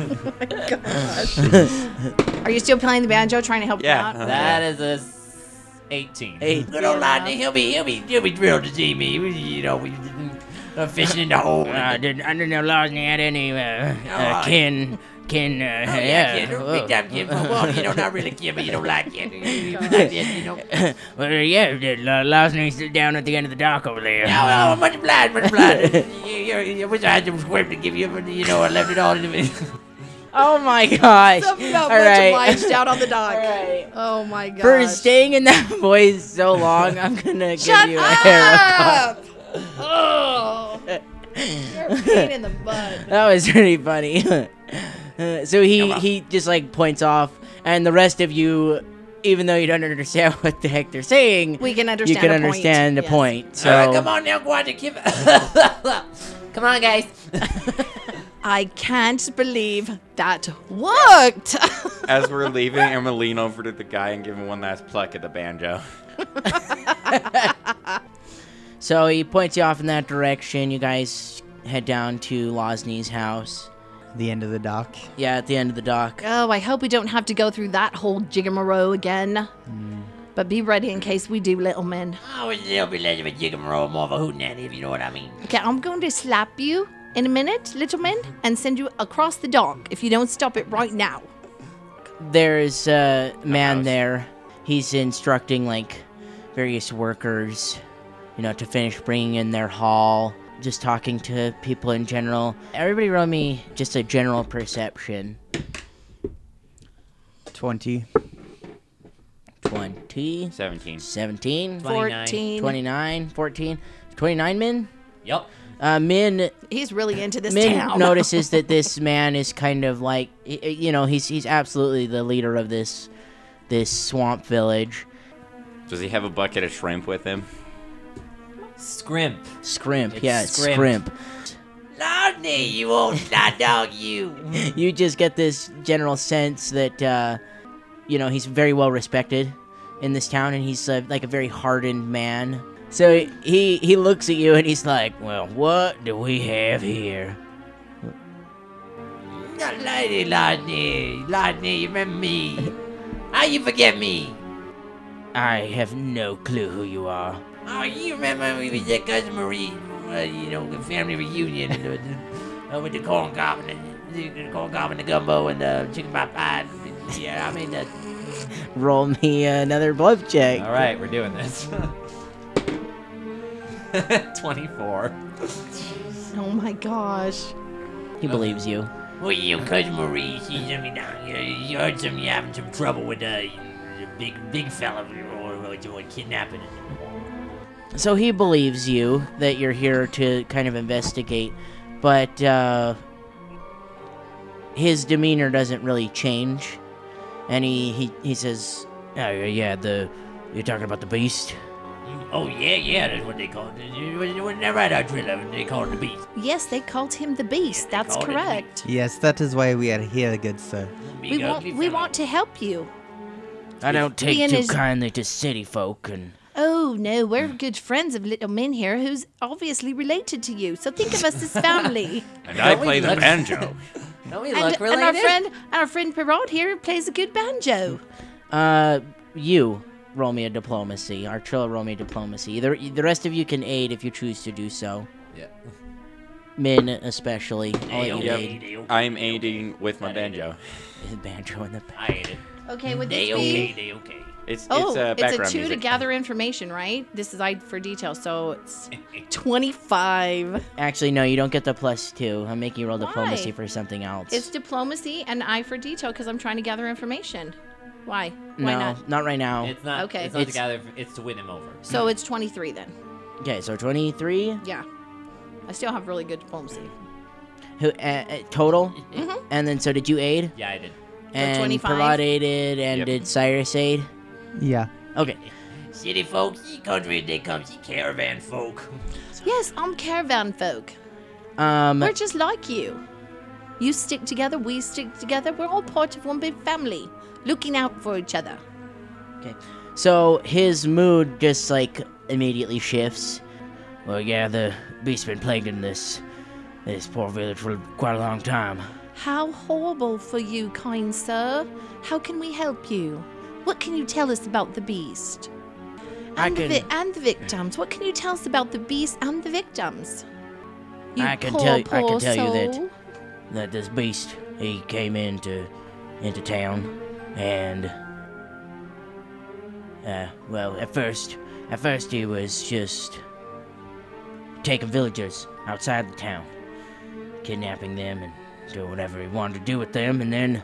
B: Are you still playing the banjo, trying to help
F: Yeah.
B: him out?
G: [LAUGHS] That is a s- 18.
A: Eight.
G: Good old Lightning, he'll be, he'll be, he'll be thrilled to see me. We- You know, we uh, fishing in the hole.
A: Uh, I didn't, I didn't know Losney had any uh, uh,
G: I-
A: kin, kin. Uh,
G: Oh, yeah,
A: yeah.
G: kid,
A: whoa.
G: big time kid. Well, well, you know, not really kid, but you don't like it. You like it, you know.
A: [LAUGHS] well, yeah, the- Lo- Losney's down at the end of the dock over there.
G: Oh, oh, much obliged, much
A: [LAUGHS]
G: obliged. You- you- you- I wish I had some squib to give you, but you know, I left it all in the
A: Oh my gosh!
B: So,
A: [LAUGHS]
B: no,
A: All
B: much
A: right. [LAUGHS]
B: obliged out on the dock.
A: right.
B: Oh my gosh.
A: For staying in that [LAUGHS] voice so long, I'm gonna
B: Shut
A: give you a haircut.
B: up! [LAUGHS] Oh, you're a pain in the butt.
A: [LAUGHS] That was pretty funny. [LAUGHS] Uh, so he he just like points off, and the rest of you, even though you don't understand [LAUGHS] what the heck they're saying,
B: We can understand.
A: you can
B: a
A: understand
B: point.
A: the
B: Yes.
A: point. So
G: [LAUGHS] All right, come on now, go out and give
E: Come on, guys.
B: I can't believe that worked. [LAUGHS]
F: As we're leaving, I'm gonna lean over to the guy and give him one last pluck at the banjo.
A: So he points you off in that direction. You guys head down to Lozny's house.
D: The end of the dock.
A: Yeah, at the end of the dock.
B: oh, I hope we don't have to go through that whole jigamarow again.
A: Hmm.
B: But be ready in case we do, little man.
E: Oh, it's a little bit less of a jigamarow, more of a hootenanny, if you know what I mean.
B: Okay, I'm going to slap you in a minute, little man, and send you across the dock if you don't stop it right now.
A: There's a man there. He's instructing like various workers, you know, to finish bringing in their haul. Just talking to people in general. Everybody, roll me just a general perception.
D: 20.
A: 20,
F: 17.
A: 17,
C: 29.
B: 14.
A: 29, 14, 29 men.
C: Yep.
A: Uh, Min
B: He's really into this
A: Min
B: [LAUGHS] town.
A: notices that this man is kind of like y- y- you know he's he's absolutely the leader of this this swamp village.
F: Does he have a bucket of shrimp with him?
C: Scrimp.
A: Scrimp,
C: It's
A: yeah, it's
C: scrimp.
A: scrimp.
E: Lodney, you old slide dog, you.
A: You just get this general sense that uh, you know he's very well respected in this town, and he's uh, like a very hardened man. So he he looks at you and he's like, "Well, what do we have here?"
E: Not Lady Lodney. Lodney, you remember me? How you forget me?
A: I have no clue who you are.
E: Oh, you remember when we was at Cousin Marie, well, you know, the family reunion and, uh, with the corn goblin, and the the corn goblin, the gumbo, and the chicken pot pie. and- Yeah, I mean, uh,
A: Roll me another bluff check.
C: All right, we're doing
G: [LAUGHS]
C: this. 24.
B: [LAUGHS] oh my gosh.
A: He believes you.
E: well, you know, Cousin Marie, she's, I mean, uh, you, you heard some, you having some trouble with uh, the big, big fella or, or doing kidnapping.
A: So he believes you that you're here to kind of investigate, but uh, his demeanor doesn't really change. And he, he, he says, oh, Yeah, the you're talking about the beast?
E: Oh, yeah, yeah, that's what they called it. It was- it was never at our trailer, they called it the beast.
B: Yes, they called him the Beast. That's
E: called him the
B: correct.
D: Yes, that is why we are here, good sir.
E: Big
B: We want
E: ugly
B: we
E: fella.
B: want to help you.
A: I don't take
B: Being
A: too
B: his-
A: kindly to city folk. And
B: Oh no, we're good friends of little Min here, who's obviously related to you. So think of us as family.
F: And I
C: we
F: play the
C: look-
B: [LAUGHS]
F: banjo.
C: Don't we
B: and,
C: look related?
B: and our friend, our friend Perrault here plays a good banjo.
A: uh, you roll me a diplomacy. Archilla, roll me a diplomacy. The, the rest of you can aid if you choose to do so.
C: Yeah.
A: Min, especially.
G: Oh,
A: I'll let you
E: Yep.
A: aid. [LAUGHS]
F: I'm aiding with my banjo.
A: Banjo in the back.
E: I hate it.
B: Okay, would this
E: They okay,
B: be?
E: they okay.
F: It's
B: Oh,
F: it's, uh,
B: it's
F: background
B: a two
F: music.
B: to gather information, right? This is I for detail, so it's twenty-five.
A: Actually, no, you don't get the plus two. I'm making you roll diplomacy
B: Why?
A: for something else.
B: It's diplomacy and I for detail because I'm trying to gather information. Why?
A: no,
B: Why not?
A: right
E: Oh.
A: now.
C: It's not.
B: Okay.
C: It's not
A: It's-
C: to gather. It's to win him over.
B: So it's twenty-three then.
A: okay, so 23
B: Yeah, I still have really good diplomacy.
A: who, uh, uh, total. And then, so did you aid?
C: Yeah, I did.
A: and
B: 25.
A: Parrot aided, and
F: Yep.
A: did Cyrus aid?
D: Yeah.
A: Okay.
E: City folk, ye country, they come, ye caravan folk.
B: Yes, I'm caravan folk.
A: Um,
B: We're just like you. You stick together, we stick together. We're all part of one big family, looking out for each other.
A: okay. So his mood just like immediately shifts. Well, yeah, the beast's been plaguing this this poor village for quite a long time.
B: How horrible for you, kind sir. How can we help you? What can you tell us about the beast? And,
A: I
B: the,
A: can-
B: vi- and the victims. What can you tell us about the beast and the victims? You
A: I can
B: poor,
A: tell- I can
B: poor
A: tell you that-
B: soul.
A: that this beast he came into into town and uh well at first at first he was just taking villagers outside the town kidnapping them and doing whatever he wanted to do with them and then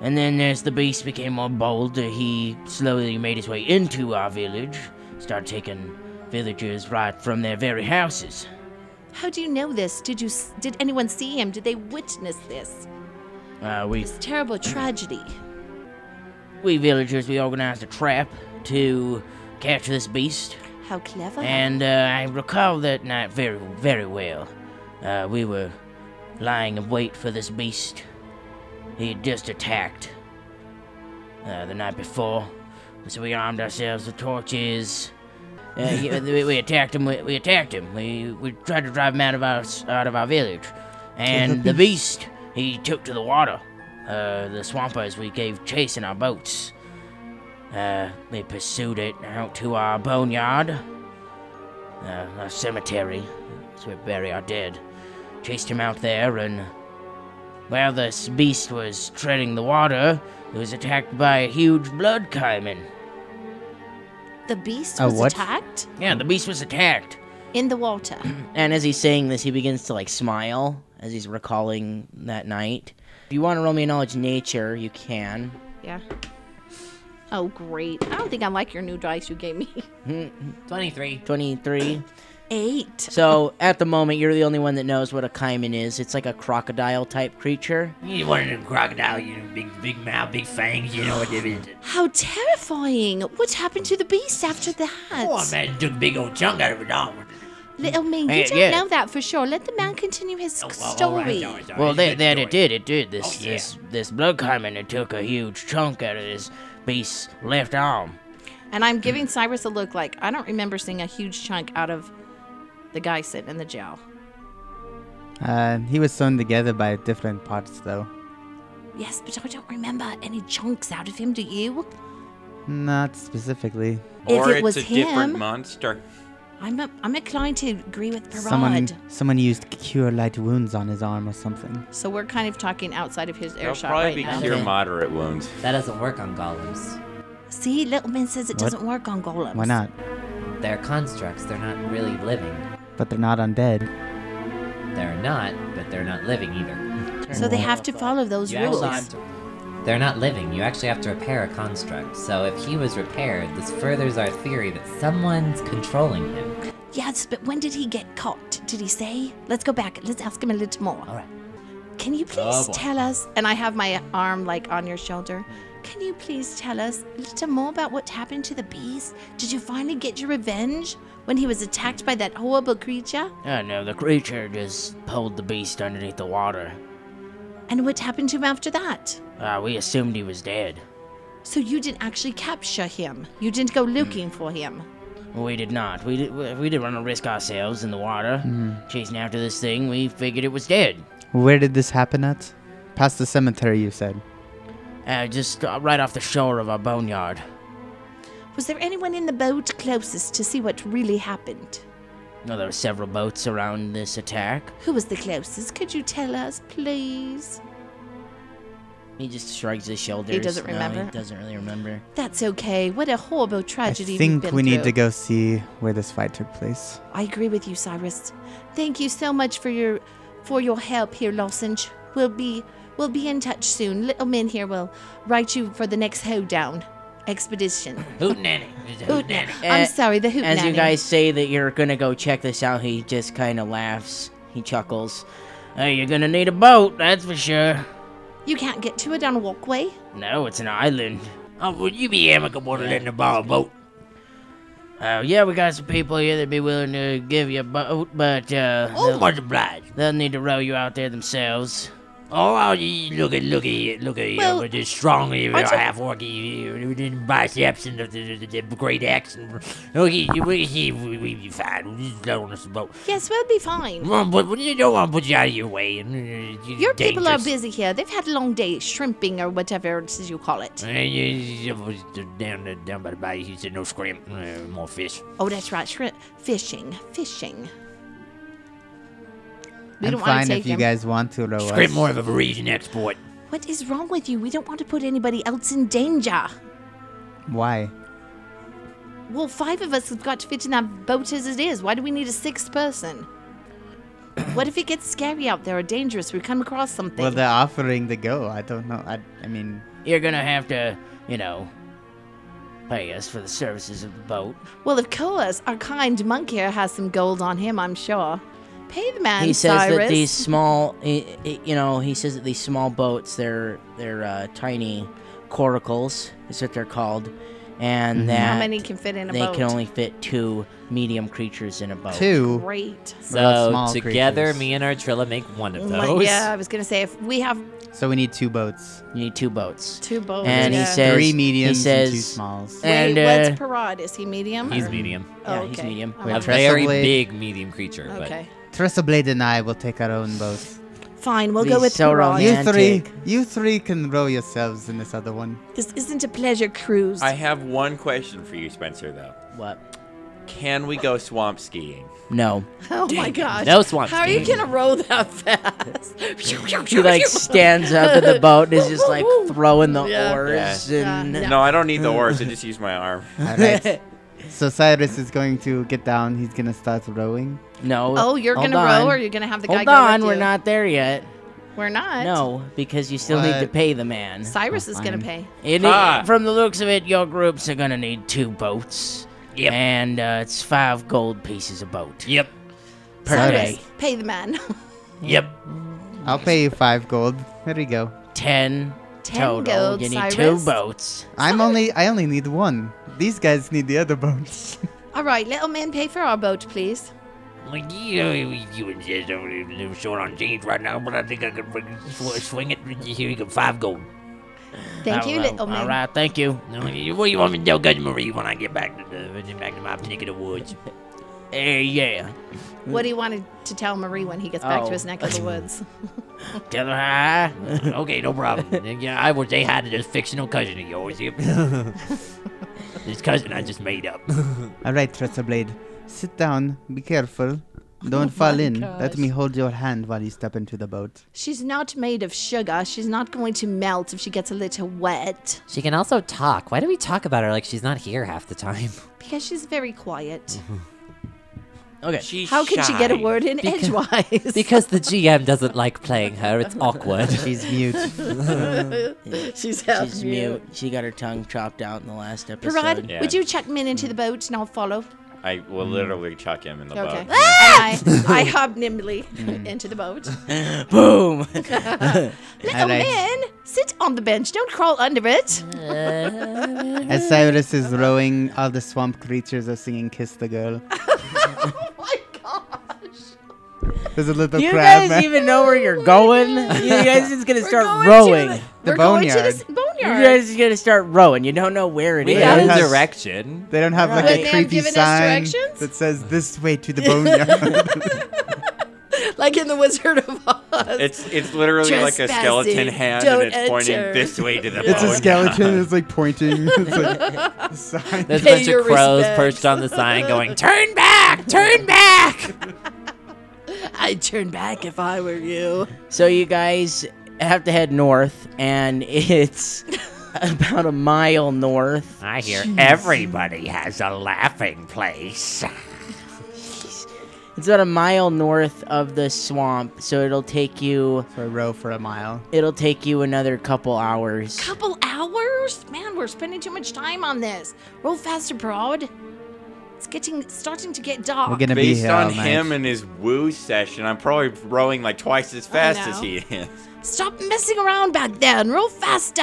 A: and then as the beast became more bold he slowly made his way into our village started taking villagers right from their very houses
B: How do you know this? Did you? s- Did anyone see him? Did they witness this?
A: uh, we
B: This terrible tragedy.
A: We villagers, we organized a trap to catch this beast,
B: How clever.
A: and uh, I recall that night very, very well. Uh, we were lying in wait for this beast. He had just attacked uh, the night before, so we armed ourselves with torches. Uh, yeah, we, we attacked him. We, we attacked him. We, we tried to drive him out of our s- out of our village, and the beast he took to the water. Uh, the swampers we gave chase in our boats. Uh, we pursued it out to our boneyard, uh, our cemetery, so we bury our dead. Chased him out there, and while this beast was treading the water, it was attacked by a huge blood caiman.
B: The beast
D: A
B: was
D: what?
B: attacked
A: Yeah, the beast was attacked.
B: in the
D: [CLEARS THROAT]
B: water.
A: And as he's saying this, he begins to like smile as he's recalling that night. If you want to roll me a knowledge nature, you can.
B: yeah. Oh, great. I don't think I like your new dice you gave me. [LAUGHS]
E: 23.
A: 23.
B: Eight.
A: So at the moment, you're the only one that knows what a caiman is. It's like a crocodile type creature.
E: You one of them crocodile, you know, big, big mouth, big fangs, you know what they mean.
B: How terrifying. What happened to the beast after that?
E: Oh, I imagine took a big old chunk out of it Oh, all.
B: Little man, you
A: Hey,
B: don't
A: yeah.
B: know that for sure. Let the man continue
D: Oh,
B: his story.
A: Well, that, that it did. It did. This
E: Oh, yeah.
A: this this blood caiman. It took a huge chunk out of this beast's left arm.
B: and I'm giving Cyrus a look like I don't remember seeing a huge chunk out of the guy sitting in the jail.
D: Uh, he was sewn together by different parts, though.
B: Yes, but I don't remember any chunks out of him, do you?
D: Not specifically.
B: if
F: Or
B: it
F: it's
B: was
F: a
B: him,
F: different monster.
B: I'm a, I'm inclined to agree with Parad.
D: Someone, someone used cure light wounds on his arm or something.
B: So we're kind of talking outside of his
F: It'll
B: airshot
F: probably
B: right
F: be
B: now.
F: cure
G: Okay.
F: moderate wounds.
G: That doesn't work on golems.
B: See, Little Man says it
D: What?
B: doesn't work on golems.
D: Why not?
G: They're constructs. They're not really living.
D: But they're not undead.
G: They're not, but they're not living either.
B: So they have to follow those
G: You
B: rules.
G: actually have to- They're not living. You actually have to repair a construct. So if he was repaired, this furthers our theory that someone's controlling him.
B: Yes, but when did he get caught? Did he say? Let's go back. Let's ask him a little more.
G: All right.
B: Can you please
G: boy.
B: tell us? And I have my arm like on your shoulder. Can you please tell us a little more about what happened to the beast? Did you finally get your revenge when he was attacked by that horrible creature?
A: Oh no, the creature just pulled the beast underneath the water.
B: And what happened to him after that?
A: Uh, we assumed he was dead.
B: So you didn't actually capture him. You didn't go looking for him.
A: We did not. We did, we we didn't want to risk ourselves in the water chasing after this thing. We figured it was dead.
D: Where did this happen at? Past the cemetery, you said.
A: Uh, just uh, right off the shore of our boneyard.
B: Was there anyone in the boat closest to see what really happened?
A: Well, there were several boats around this attack.
B: Who was the closest? Could you tell us, please?
A: He just shrugs his shoulders.
B: doesn't
A: No,
B: remember.
A: he doesn't really remember.
B: That's okay. What a horrible
D: I
B: tragedy. we've
D: think
B: been
D: we need
B: through.
D: to go see where this fight took place.
B: I agree with you, Cyrus. Thank you so much for your for your help here, Lozenge. We'll be we'll be in touch soon. Little Min here will write you for the next hoedown expedition.
E: Hootenanny. It's a hootenanny.
B: I'm
A: Uh,
B: sorry, the hoot
A: As you guys say that you're gonna go check this out, he just kind of laughs. He chuckles. Hey, you're gonna need a boat, that's for sure.
B: You can't get to it on a walkway.
A: No, it's an island.
E: Oh, would you be amicable to letting the ball boat?
A: Uh, yeah, we got some people here that'd be willing to give you a boat, but uh,
E: Oh,
A: they'll,
E: much obliged.
A: they'll need to row you out there themselves.
E: Oh, oh, you look at, look at, look
B: Well,
E: at, well, with this strong, you know,
B: aren't you-
E: half orc, you- you- you didn't biceps and the, the, the, the great axe. And, okay, you- we, we, we be fine. We'll just let on this boat.
B: Yes, we'll be fine.
E: Well, but you don't want to put you out of your way. And, uh, you're
B: Your people are
E: dangerous.
B: busy here. They've had a long day shrimping or whatever it is you call it.
E: Uh, you- you- you- Down, down by the bay, he said, no scream, uh, more fish.
B: Oh, that's right, shrimp fishing, fishing. We
D: I'm
B: don't want
D: fine
B: to take
D: if you
B: them.
D: guys want to row
E: Scream
D: us.
E: more of a Parisian export.
B: What is wrong with you? We don't want to put anybody else in danger.
D: Why?
B: Well, five of us have got to fit in that boat as it is. Why do we need a
A: [CLEARS THROAT]
B: sixth person? what if it gets scary out there or dangerous? We come across something.
D: Well, they're offering to go. I don't know. I, I mean,
A: You're gonna have to, you know, pay us for the services of the boat.
B: well, of course, our kind monk here has some gold on him, I'm sure. Pay the man,
A: he says
B: Cyrus.
A: that these small, i- i- you know, he says that these small boats, they're they're uh, tiny coracles, is what they're called, and that
B: How many can fit in a
A: they
B: boat?
A: can only fit two medium creatures in a boat.
D: Two.
B: Great.
D: about
G: So
D: small
G: together,
D: creatures?
G: me and Artrilla make one [LAUGHS] of
B: Like,
G: those.
B: yeah, I was gonna say if we have
D: So we need two boats.
A: You need two boats.
B: two boats,
A: And he
B: yeah.
A: said- Says-
D: Three
A: he
D: mediums and two
A: says-
D: smalls.
B: Wait,
A: and, uh,
B: what's Parad? Is he medium?
G: He's
B: or-
G: medium.
B: Oh,
A: Yeah, he's
B: okay.
A: medium.
B: Oh,
D: Wait,
G: A
D: Trestle
G: very
D: blade.
G: big medium creature.
B: okay.
D: Trestleblade and I will take our own boats.
B: Fine, we'll
A: Please,
B: go with
A: so
B: Parad.
A: wrong.
D: You three,
A: Romantic.
D: you three can row yourselves in this other one.
B: This isn't a pleasure cruise.
F: I have one question for you, Spencer, though.
A: What?
F: Can we go swamp skiing?
A: No.
B: oh my gosh.
G: No swamp
B: How are you
G: skiing.
B: gonna row that fast? [LAUGHS]
A: He like stands up in the boat and is just like throwing the
B: Yeah.
A: oars
B: Yeah.
A: and
B: Yeah.
F: No, I don't need
B: [LAUGHS]
F: the oars. I just use my arm.
D: All
A: [LAUGHS]
D: right. so Cyrus is going to get down. He's gonna start rowing.
A: no.
B: Oh, you're
A: hold
B: gonna
A: on.
B: row, or you're gonna have the guy
A: Hold
B: go
A: on,
B: with
A: we're
B: you?
A: not there yet.
B: We're not.
A: No, because you still need to
D: What?
A: pay the man.
B: Cyrus is gonna
D: fine.
B: pay.
A: It,
F: Ah.
A: From the looks of it, your groups are gonna need two boats.
E: Yep.
A: And uh, it's five gold pieces a boat
E: Yep.
A: per
B: Cyrus,
A: day.
B: pay the man. [LAUGHS]
E: Yep.
D: I'll pay you five gold. There you go.
A: Ten,
B: Ten
A: total.
B: gold,
A: you need
B: Cyrus.
A: two boats.
D: I'm only. I only need one. These guys need the other boat.
B: All right, little man, pay for our boat, please.
E: Like, you know, you you insist on a little short on change right now, but I think I could freaking sw- swing it. Here you go, five gold.
B: Thank you,
A: Oh,
B: little
A: All
B: man.
A: right, thank you.
E: No, you- What do you want me to tell Cousin Marie when I get back to the get back to my neck of the woods?
A: Hey, yeah.
B: What do you want to tell Marie when he gets back
A: Oh.
B: to his neck of the woods?
A: Tell her hi.
E: okay, no problem. Then, yeah, I will say hi to this fictional cousin of yours. Yep. this cousin I just made up.
D: All right, Trestleblade, sit down. Be
B: [LAUGHS]
D: careful.
B: Oh
D: Don't fall in. Let me hold your hand while you step into the boat.
B: She's not made of sugar. She's not going to melt if she gets a little wet
G: She can also talk. Why do we talk about her like she's not here half the time?
B: because she's very quiet.
A: Okay.
F: She's
B: How can she get a
F: shy.
B: word in edgewise?
G: [LAUGHS] Because the GM doesn't like playing her. It's [LAUGHS] awkward.
D: She's
B: [LAUGHS]
D: mute.
B: [LAUGHS] she's half
A: She's mute. She got her tongue chopped out in the last episode.
B: Parad,
F: Yeah.
B: would you chuck Min into the boat and I'll follow?
F: I will literally chuck him in the
B: Mm.
F: [LAUGHS]
B: Okay.
F: boat.
B: I, I hob nimbly into the boat.
A: Boom. [LAUGHS]
B: Little
D: right.
B: man, sit on the bench. Don't crawl under it.
D: As Cyrus is rowing, all the swamp creatures are singing "Kiss the Girl."
B: [LAUGHS] Oh my gosh.
D: There's
B: [LAUGHS]
D: a little
A: Do you
D: crab.
A: guys even know where you're going? You guys just gonna start rowing.
D: The
B: we're going to the
D: boneyard.
B: s-
A: You
B: boneyard.
A: [LAUGHS] guys just gonna start rowing. You don't know where it
D: We
A: is.
D: got
G: a
D: has-
G: direction.
D: They don't have like
B: Wouldn't
D: a
B: they have
D: creepy
B: given us
D: sign
B: directions? Oh
D: that says "This
B: [LAUGHS]
D: way to the boneyard."
B: like in the Wizard of Oz.
F: It's it's literally like a
B: Trespassing.
F: skeleton hand
B: Don't
F: and it's pointing
B: enter.
F: this way to the
D: [LAUGHS] it's a
F: boat.
D: skeleton. It's like pointing. [LAUGHS] It's
B: [LAUGHS]
D: like a sign.
G: There's a
B: Pay
G: bunch
B: your
G: of crows
B: respects.
G: perched on the [LAUGHS] sign going, Turn back! Turn back!
B: [LAUGHS] I'd turn back if I were you.
A: So you guys have to head north, and [LAUGHS] it's about a mile north.
E: I hear everybody has a laughing place.
A: It's about a mile north of the swamp, so it'll take you
D: So I row for a mile.
A: it'll take you another couple hours.
B: Couple hours? Man, we're spending too much time on this. Roll faster, Broad. It's getting starting to get dark.
D: We're gonna be
F: Based
D: here
F: on
D: all night.
F: him and his woo session, I'm probably rowing like twice as fast as
B: know.
F: he is.
B: Stop messing around back there and roll faster.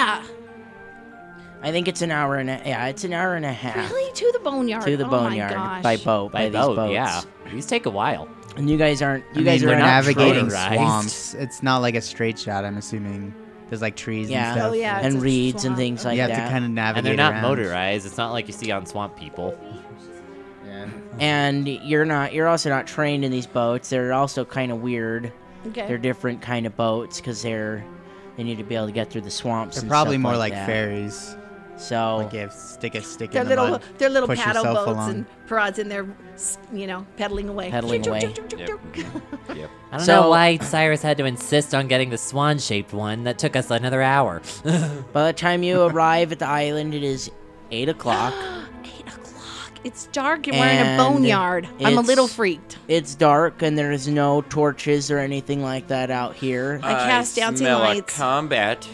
A: I think it's an hour and a yeah, it's an hour and a half
B: Really? To the boneyard.
A: to the
B: oh My
A: boneyard
B: gosh.
A: by boat by, these
G: Oh,
A: boats.
G: yeah. These take a while.
A: And you guys aren't you
D: I
A: guys
D: mean,
A: are
D: we're
A: not
D: navigating
A: trolling.
G: motorized.
D: swamps. It's not like a straight shot. I'm assuming there's like trees
A: Yeah.
D: and stuff.
B: Oh, yeah. it's
A: and
B: a
A: reeds and
B: swamp.
A: things like
D: you have
A: that.
D: to kind of navigate.
G: And they're not
D: around.
G: motorized. It's not like you see on swamp people.
A: and you're not you're also not trained in these boats. They're also kind of weird.
B: Okay.
A: They're different kind of boats because they're they need to be able to get through the swamps.
D: They're
A: and
D: probably
A: stuff
D: more
A: like,
D: like,
A: that.
D: Oh. fairies.
A: So
D: Like if stick a stick
B: Their
D: in the
B: little,
D: mud,
B: their little
D: push
B: paddle
D: yourself
B: boats
D: along.
B: and prods in there, s- you know, pedaling away.
A: Pedaling
B: Choo, choo,
A: away.
B: choo, choo, choo,
F: Yep.
B: choo.
F: Yep.
G: I don't
A: So-
G: know why Cyrus had to insist on getting the swan shaped one that took us another hour. [LAUGHS]
A: by the time
D: [LAUGHS]
A: you arrive at the island, it is eight o'clock.
B: Eight o'clock. It's dark and, we're in a
A: And
B: boneyard. I'm a little
A: it's-
B: freaked.
A: it's dark and there's no torches or anything like that out here.
B: I cast dancing
F: smell a
B: lights.
F: combat.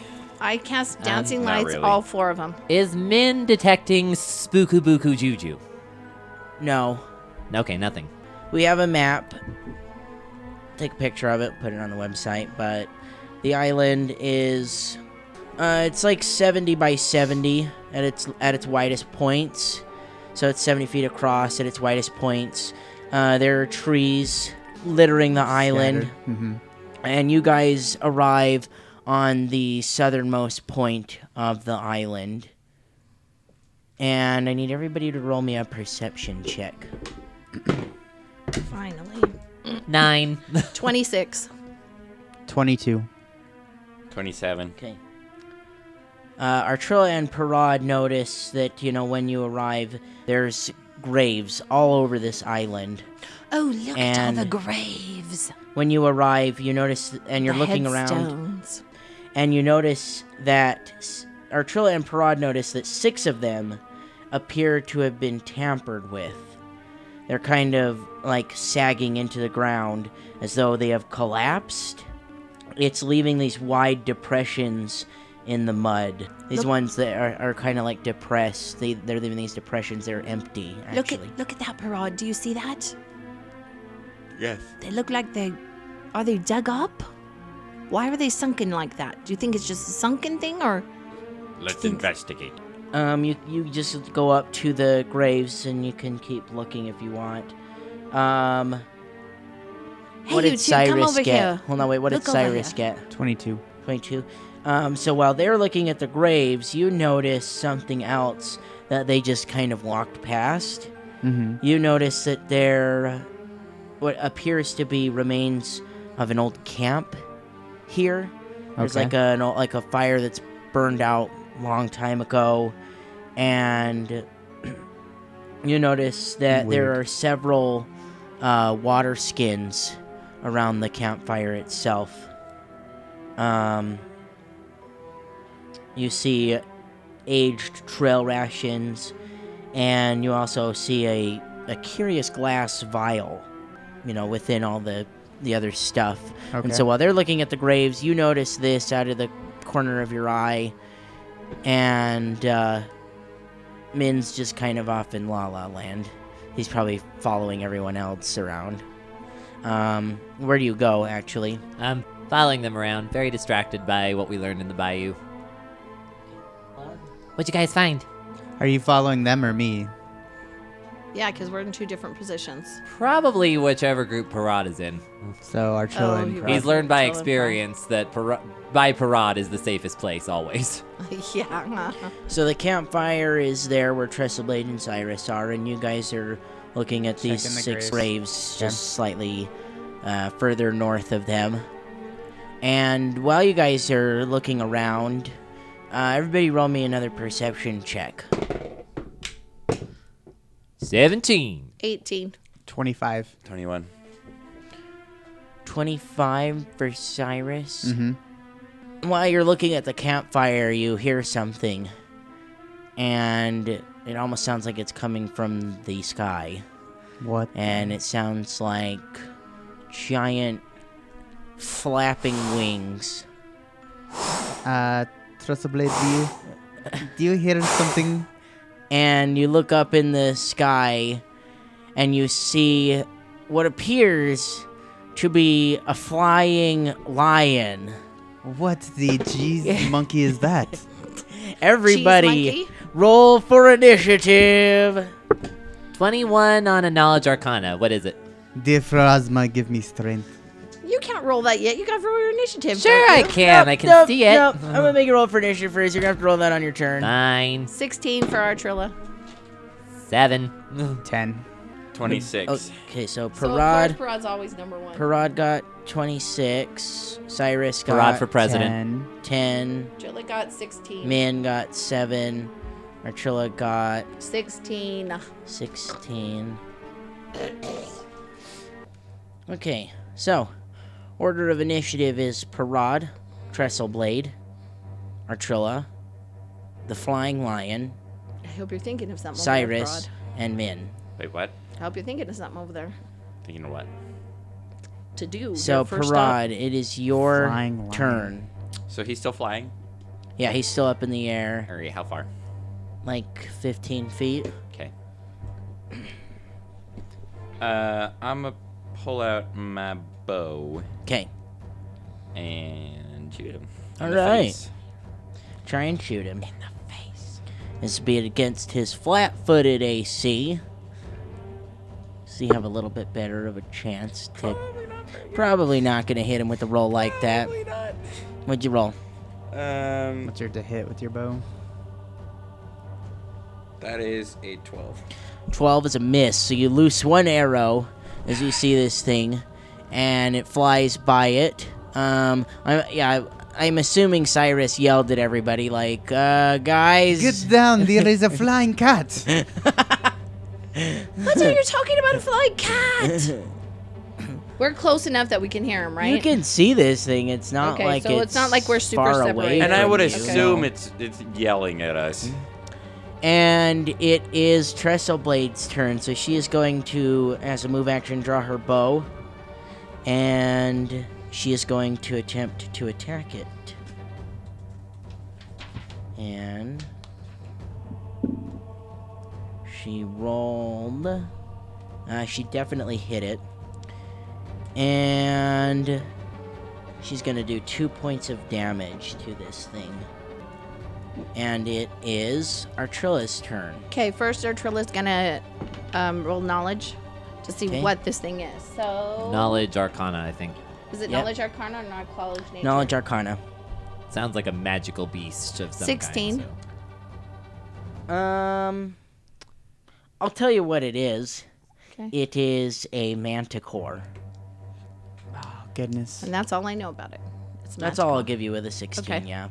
B: I
A: Um,
B: cast dancing
F: not
B: lights,
F: really.
B: all four of them.
G: Is Min detecting spookubuku juju?
A: No,
G: Okay, nothing.
A: we have a map. Take a picture of it, put it on the website. But the island is Uh, it's like 70 by 70 at its at its widest points. So it's 70 feet across at its widest points. Uh, there are trees littering the island, and you guys arrive on the southernmost point of the island. And I need everybody to roll me a perception check.
B: Finally.
G: Nine.
B: 26.
D: 22.
F: 27.
A: Okay. Uh, Artrilla and Parad notice that, you know, when you arrive, there's graves all over this island.
B: Oh, look at all the
A: And-
B: graves.
A: When you arrive, you notice, and you're
B: The
A: looking around,
B: headstones.
A: and you notice that s- Artrilla and Parad notice that six of them appear to have been tampered with. They're kind of like sagging into the ground as though they have collapsed. It's leaving these wide depressions in the mud. These ones that are, are kind of like depressed. They, they're leaving these depressions. They're empty,
B: Look
A: actually.
B: at look at that parade. Do you see that?
F: Yes.
B: They look like they are they dug up? Why are they sunken like that? Do you think it's just a sunken thing or
F: Let's
B: Think-
F: investigate.
A: Um, you you just go up to the graves and you can keep looking if you want. Um,
B: Hey
A: what
B: you
A: did
B: two,
A: Cyrus
B: come over
A: get?
B: here.
A: Hold on, wait. What
B: Look
A: did
B: over
A: Cyrus get?
D: 22.
A: Twenty-two. Um, so while they're looking at the graves, you notice something else that they just kind of walked past.
D: Mm-hmm.
A: You notice that there, what appears to be remains of an old camp here. There's
D: Okay.
A: like a an old, like a fire that's burned out long time ago, and [CLEARS THROAT] you notice that there
D: Weird.
A: are several uh, water skins around the campfire itself. Um, you see aged trail rations, and you also see a, a curious glass vial, you know, within all the, the other stuff.
D: Okay.
A: And so while they're looking at the graves, you notice this out of the corner of your eye, and uh, Min's just kind of off in La La Land. He's probably following everyone else around. Um, where do you go, actually?
G: [LAUGHS] I'm following them around, very distracted by what we learned in the bayou. What'd you guys find?
D: Are you following them or me?
B: Yeah, because we're in two different positions.
G: Probably whichever group Parad is in.
D: So Artrilla
B: Oh,
D: and
B: you-
D: Parag.
G: He's learned by
B: Tell him, huh?
G: experience that Parad, by Parad is the safest place always.
B: [LAUGHS]
G: [LAUGHS]
B: yeah.
A: So the campfire is there where Tresselblade and Cyrus are, and you guys are looking at these
D: Checking the
A: six
D: graves.
A: graves
D: Yeah.
A: just slightly uh, further north of them. And while you guys are looking around, uh, everybody roll me another perception check.
G: 17.
B: 18.
D: 25.
F: 21.
A: 25 for Cyrus.
D: Mhm.
A: While you're looking at the campfire, you hear something. And it almost sounds like it's coming from the sky.
D: What?
A: and it sounds like giant flapping wings.
D: Uh, Trustblade, do you, do you hear something?
A: And you look up in the sky and you see what appears to be a flying lion.
D: What [LAUGHS] the jeez monkey is that?
A: Everybody,
B: monkey?
A: roll for initiative.
G: 21 on a knowledge arcana. What is it?
D: [LAUGHS] Dear Phrasma, give me strength.
B: You can't roll that yet. You got to roll your initiative.
G: Sure,
B: don't
G: I
B: you?
G: can. I
A: Nope,
G: can
A: nope,
G: see it.
A: nope. I'm gonna make you roll for initiative first. You're gonna have to roll that on your turn.
G: Nine,
B: 16 for our Trilla.
G: seven.
D: 10.
B: Oh.
F: 26.
A: Okay, so Parad,
B: Parad's always number one.
A: Parad got 26. Cyrus got
G: Parad for president.
D: 10.
A: 10.
B: Trilla got 16.
A: Min got 7. Archilla got
B: 16.
A: 16. Okay, so order of initiative is Parad, Tresselblade, Archilla, the Flying Lion,
B: I hope you're thinking of something.
A: Cyrus,
B: Over there,
A: and Min.
F: Wait, what?
B: Parad. I hope you're thinking of something over there
F: Thinking of what?
B: to do.
A: So
B: your first up.
A: Parad, it is your
D: Flying Lion.
A: turn.
F: So he's still flying?
A: Yeah, he's still up in the air,
F: Or how far?
A: like 15 feet.
F: Okay. Uh, I'm gonna pull out my bow
A: Okay.
F: and shoot him. in
A: All
F: the
A: right.
F: face.
A: try and shoot him. In the face. This will be against his flat footed AC. So you have a little bit better of a chance to. Probably not, going to hit him with a roll like that. What'd you roll?
F: Um,
D: What's your to hit with your [LAUGHS] bow?
F: that is a 12.
A: 12 is a miss, so you loose one arrow as you see this thing, and it flies by it. Um, I, yeah, I, I'm assuming Cyrus yelled at everybody, like, uh, guys.
D: Get down! There is a flying cat. [LAUGHS]
B: That's
A: [LAUGHS]
B: what you're talking about, a flying cat. we're close enough that we can hear him, right?
A: You can see this thing. It's not
B: Okay,
A: like
B: so it's not like we're super
A: far
B: separated.
A: away.
F: And I
A: from
F: would
A: you.
F: assume it's it's yelling at us.
A: And it is Trestleblade's turn, so she is going to, as a move action, draw her bow, and she is going to attempt to attack it. And she rolled. Uh, she definitely hit it, and she's going to do two points of damage to this thing. And it is Artrilla's turn.
B: Okay, first Artrilla's gonna um, roll knowledge to see
A: Okay.
B: what this thing is. So
G: Knowledge Arcana, I think.
B: is it
A: Yep.
B: knowledge arcana or not knowledge nature?
A: Knowledge Arcana.
G: Sounds like a magical beast of some
B: 16.
G: kind. so-
A: Um, I'll tell you what it is.
B: 'Kay.
A: It is a manticore.
D: Oh, goodness.
B: and that's all I know about it. It's
A: That's
B: magic.
A: all I'll give you with a 16,
B: Okay.
A: yeah.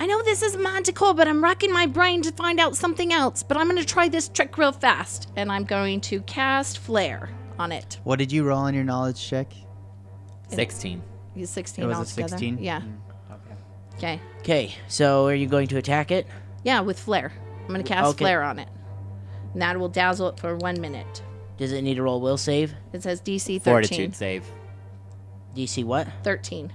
B: I know this is manticore, but I'm racking my brain to find out something else. But I'm gonna try this trick real fast, and I'm going to cast flare on it.
D: What did you roll on your knowledge check?
G: 16.
B: He's 16
D: It was a
B: altogether.
D: 16?
B: Yeah.
A: Mm.
B: okay.
A: Okay, so are you going to attack it?
B: Yeah, with flare. I'm gonna cast
A: Okay.
B: flare on it. And that will dazzle it for one minute.
A: Does it need to roll will save?
B: It says DC 13.
G: Fortitude save.
A: DC what?
B: 13.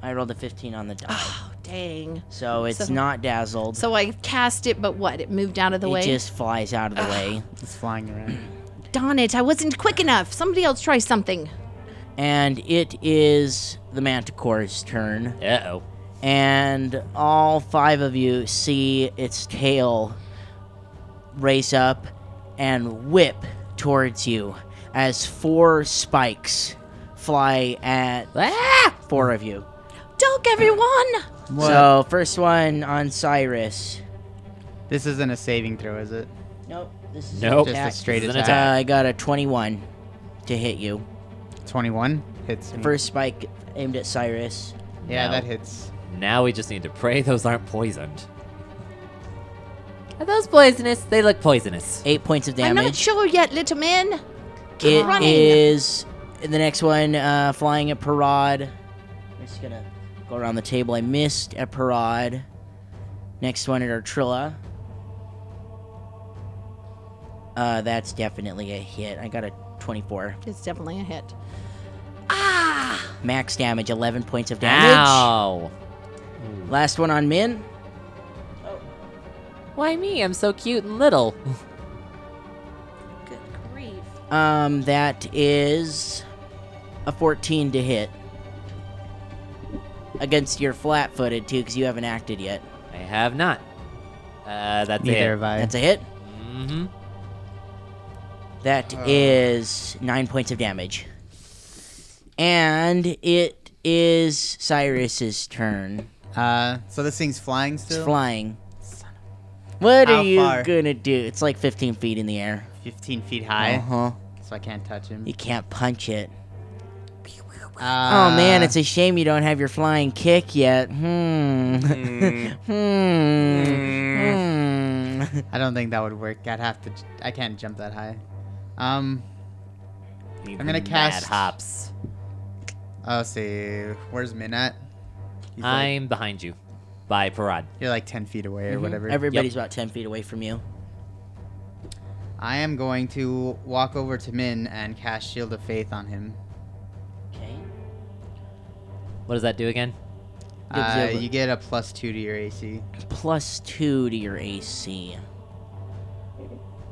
A: I rolled a 15 on the die.
B: Oh, dang.
A: so it's
B: so-
A: not dazzled.
B: So I cast it, but what? It moved out of the
A: it
B: way? Ah.
A: just flies out of the way.
D: It's flying around. [CLEARS THROAT]
B: Darn it, I wasn't quick enough. Somebody else try something.
A: And it is the manticore's turn.
G: Uh oh.
A: and all five of you see its tail race up and whip towards you as four spikes fly at four of you.
B: Dog, everyone!
A: So, first one on Cyrus.
D: This isn't a saving throw, is it?
A: Nope. This is
G: Nope.
A: an
D: Just a
A: attack.
D: straight
G: This is an
A: Uh,
D: attack.
A: I got a 21 to hit you.
D: 21 hits. me.
A: First spike aimed at Cyrus.
D: yeah,
G: No.
D: that hits.
G: Now we just need to pray those aren't poisoned. Are those poisonous? They look poisonous.
A: Eight points of
B: I'm
A: damage.
B: not sure yet, little man.
A: It is
B: running.
A: the next one uh, flying at Parad. I'm just gonna go around the table. I missed at Parad. Next one at Artrilla. Uh, that's definitely a hit. I got a 24.
B: It's definitely a hit.
A: Max damage, 11 points of damage.
G: Ow!
A: Last one on Min.
G: Why me? I'm so cute and little.
B: Good grief.
A: Um, that is a 14 to hit against your flat-footed too, because you haven't acted yet.
G: [LAUGHS] I have not. Uh, that's
D: Neither
G: it.
D: have I.
A: That's a hit.
G: Mm-hmm.
D: Uh.
A: That is nine points of damage. And it is Cyrus's turn.
D: Uh, so this thing's flying
A: It's
D: still?
A: flying. What
D: How
A: are you
D: far?
A: gonna do? It's like 15 feet in the air.
D: 15 feet
A: Uh
D: high,
A: huh.
D: so I can't touch him.
A: You can't punch it.
D: Uh,
A: oh man, it's a shame you don't have your flying kick yet. [LAUGHS] Hmm. hmm. Hmm.
D: I don't think that would work. I'd have to. j- I can't jump that high. Um. I'm gonna cast-
G: Mad hops.
D: I'll see. Where's Min at? He's like,
G: I'm behind you, by Parad.
D: you're like 10 feet away or
A: Mm-hmm.
D: whatever.
A: Everybody's about 10 feet away from you.
D: I am going to walk over to Min and cast Shield of Faith on him.
A: Okay.
G: What does that do again?
A: Gives you
D: Uh,
A: a-
D: you get a plus two to your AC.
A: plus two to your AC.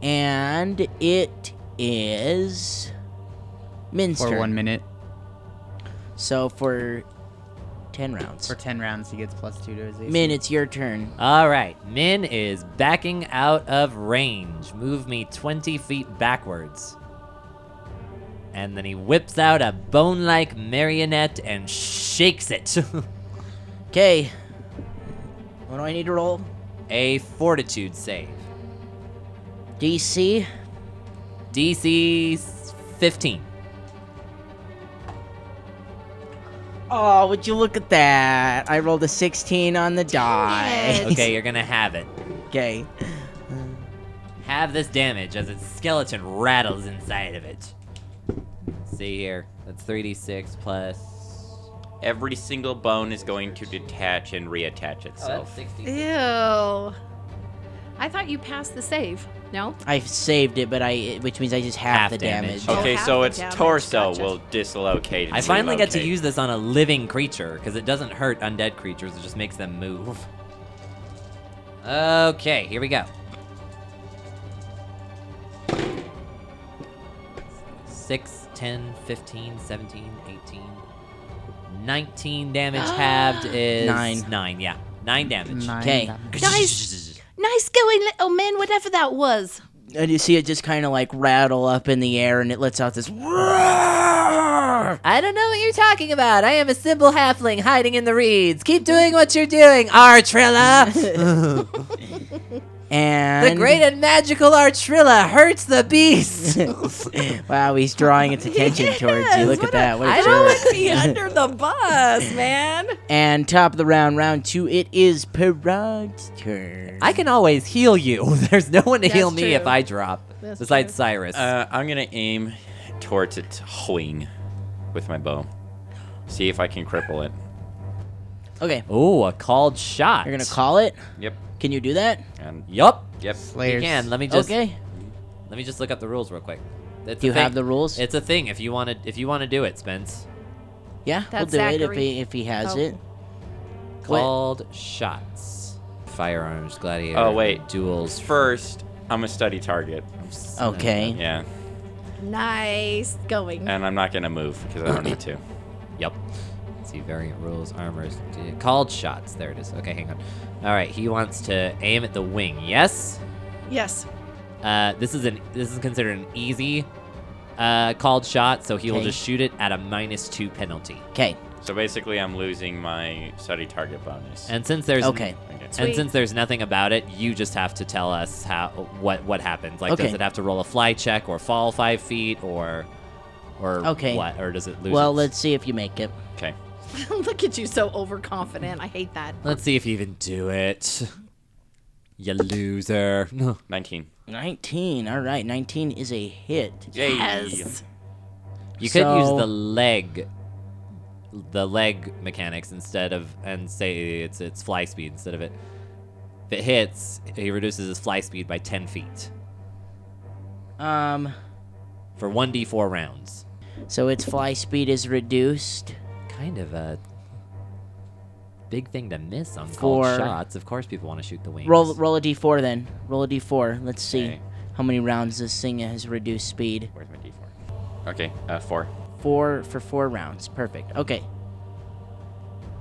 A: And it is Min's
D: For
A: turn.
D: one minute.
A: So for ten rounds.
D: For 10 rounds, he gets plus two to his AC.
A: Min, it's your turn.
G: All right, Min is backing out of range. Move me 20 feet backwards. And then he whips out a bone like marionette and shakes it. [LAUGHS]
A: Okay. What do I need to roll?
G: a fortitude save.
A: DC.
G: DC 15.
A: Oh, would you look at that? I rolled a 16 on the die.
B: Dang it.
G: Okay, you're gonna have it.
A: Okay.
G: Have this damage as its skeleton rattles inside of it. See here. That's 3d6 plus.
F: Every single bone is going to detach and reattach
A: Oh,
F: itself.
G: 60.
B: Ew. I thought you passed the save. No?
A: I saved it, but I, which means I just half,
G: Half
A: the
G: damage.
A: damage.
B: Oh,
F: okay,
B: half
F: so
B: the
F: its
B: damage,
F: torso
B: gotcha.
F: will dislocate. and
G: I finally get to
F: relocate.
G: use this on a living creature, because it doesn't hurt undead creatures, it just makes them move. Okay, here we go. Six, 10, 15, 17, 18, 19 damage [GASPS] halved is.
A: Nine.
G: Nine, yeah. Nine damage.
D: Nine
A: Okay.
D: damage.
B: Nice. Nice going, little man, whatever that was.
A: And you see it just kind of like rattle up in the air, and it lets out this. roar.
G: [LAUGHS] I don't know what you're talking about. I am a simple halfling hiding in the reeds. Keep doing what you're doing, Artrilla.
A: And [LAUGHS]
G: the great and magical Artrilla hurts the beast.
A: wow, he's drawing its
B: [LAUGHS]
A: attention towards you. Look at that. What a
G: I
A: jerk.
G: don't
B: Be under the bus, man.
A: [LAUGHS] And top of the round, round two, it is Parag's turn.
G: [LAUGHS] I can always heal you. [LAUGHS] There's no one to heal me
B: true.
G: if I drop,
B: That's
G: besides
B: true.
G: Cyrus.
F: Uh, I'm gonna aim towards its wing with my bow. See if I can cripple it.
A: Okay,
G: Ooh, a called shot.
A: you're gonna call it.
F: Yep.
A: Can you do that?
F: And
G: Yup.
F: yep.
G: You
D: Slayers.
G: can. Let me just.
A: okay.
G: Let me just look up the rules real quick. It's
A: Do
G: a
A: you have
G: thing.
A: the rules?
G: It's a thing. If you want to, if you want to do it, Spence.
A: yeah, we'll
B: That's
A: do it if
B: Zachary.
A: he if he has
B: Oh.
A: it. What-
G: Called shots. Firearms, gladiator.
F: Oh, wait.
G: Duels.
F: First, I'm a study target.
A: Okay.
F: Yeah.
B: Nice going.
F: And I'm not gonna move because I don't need to.
G: Yep. See variant rules, armors, d- called shots. There it is. Okay, hang on. All right, he wants to aim at the wing. Yes.
B: yes. [LAUGHS]
G: Uh, this is an this is considered an easy uh, called shot, so he will
A: Okay.
G: just shoot it at a minus two penalty.
A: Okay.
F: So basically, I'm losing my study target bonus.
G: And since there's
A: Okay.
F: Okay.
G: and
B: Sweet.
G: since there's nothing about it, you just have to tell us how what what happens. Like, does
A: Okay.
G: it have to roll a fly check or fall five feet or or
A: Okay.
G: what? Or does it lose?
A: Well,
G: its-
A: let's see if you make it.
F: Okay.
B: Look at you so overconfident. I hate that.
G: let's see if you even do it. [LAUGHS] You loser. [LAUGHS]
F: 19.
A: 19. All right, 19 is a hit.
F: Yay.
B: Yes.
G: You could use
A: So-
G: the leg, the leg mechanics instead of, and say it's it's fly speed instead of it. If it hits, he reduces his fly speed by ten feet
A: Um,
G: for one d four rounds.
A: so its fly speed is reduced.
G: Kind of a big thing to miss on cold
A: For-
G: shots. Of course, people want to shoot the wings.
A: Roll roll a d4 then. Roll a d4. Let's see
F: Okay.
A: how many rounds this thing has reduced speed.
F: Where's my d4? Okay. Uh, four.
A: Four for four rounds. Perfect. Okay.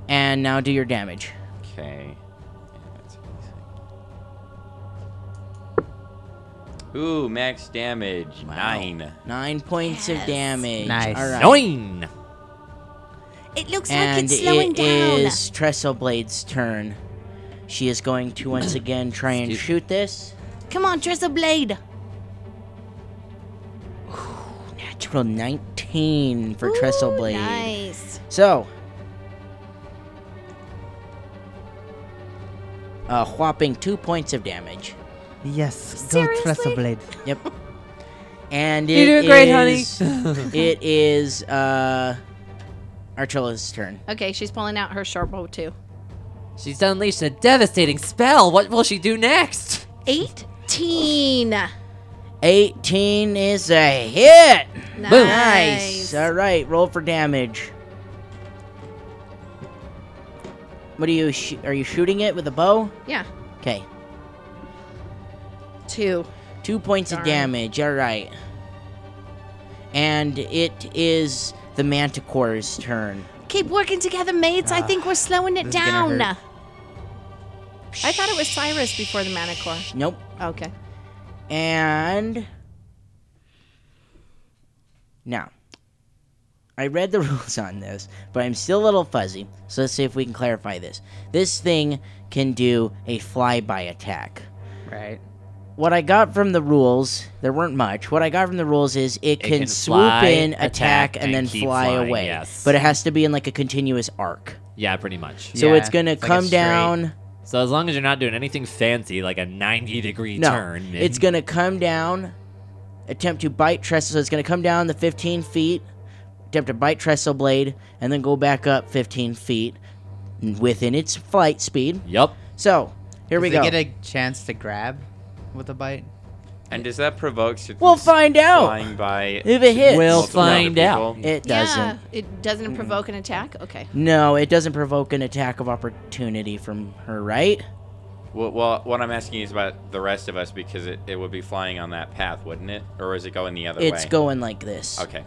A: And now do your damage.
F: Okay. Ooh, max damage nine.
A: Nine points
B: Yes.
A: of damage.
D: Nice.
A: All right.
G: Nine.
B: It looks like
A: And
B: it's slowing
A: it
B: down.
A: is Trestle Blade's turn. She is going to once again try and
G: Excuse
A: shoot this.
B: Come on, Trestle Blade.
A: Natural 19 for Trestle
B: Ooh,
A: Blade.
B: Nice.
A: So, a whopping two points of damage.
D: Yes, go
B: Seriously?
D: Trestle Blade.
A: Yep. And
G: You're
A: it
G: doing great, honey.
A: is- [LAUGHS] it is uh, Archilla's turn.
B: Okay, she's pulling out her sharp bow too.
G: She's unleashed a devastating spell. What will she do next?
B: 18. Nice.
A: 18 is a hit. Nice. All right, roll for damage. What are you? Sh- are you shooting it with a bow?
B: Yeah.
A: Okay,
B: Two.
A: two points of
B: Darn.
A: damage. All right, and it is the manticore's turn.
B: keep working together, mates. I think we're slowing it
D: this is gonna
B: down.
D: hurt.
B: I thought it was Cyrus before the Manticore.
A: Nope.
B: Okay.
A: And now, I read the [LAUGHS] rules on this, but I'm still a little fuzzy. So let's see if we can clarify this. This thing can do a flyby attack.
H: Right.
A: What I got from the rules, there weren't much. What I got from the rules is it can,
G: can
A: swoop
G: fly,
A: in,
G: attack,
A: attack, and,
G: and
A: then
G: keep
A: fly
G: flying,
A: away.
G: yes.
A: But it has to be in like a continuous arc.
G: Yeah, pretty much.
A: So
H: Yeah,
A: it's gonna
H: it's like a
A: come
H: straight-
A: down.
G: So as long as you're not doing anything fancy, like a 90 degree
A: No,
G: turn,
A: it's gonna come down, attempt to bite trestle. So it's gonna come down the 15 feet, attempt to bite trestle blade, and then go back up 15 feet within its flight speed.
G: Yup.
A: So here we
H: Does
A: go.
H: it get a chance to grab with a bite?
F: And does that provoke? you
A: We'll
F: from
A: find out.
F: Flying by.
A: if it hits,
G: We'll
F: multiple other
G: find out.
F: people?
A: it doesn't.
B: Yeah. It doesn't provoke an attack? Okay.
A: No, it doesn't provoke an attack of opportunity from her, right?
F: Well, well, what I'm asking is about the rest of us because it, it would be flying on that path, wouldn't it? Or is it going the other way?
A: It's going like this.
F: Okay.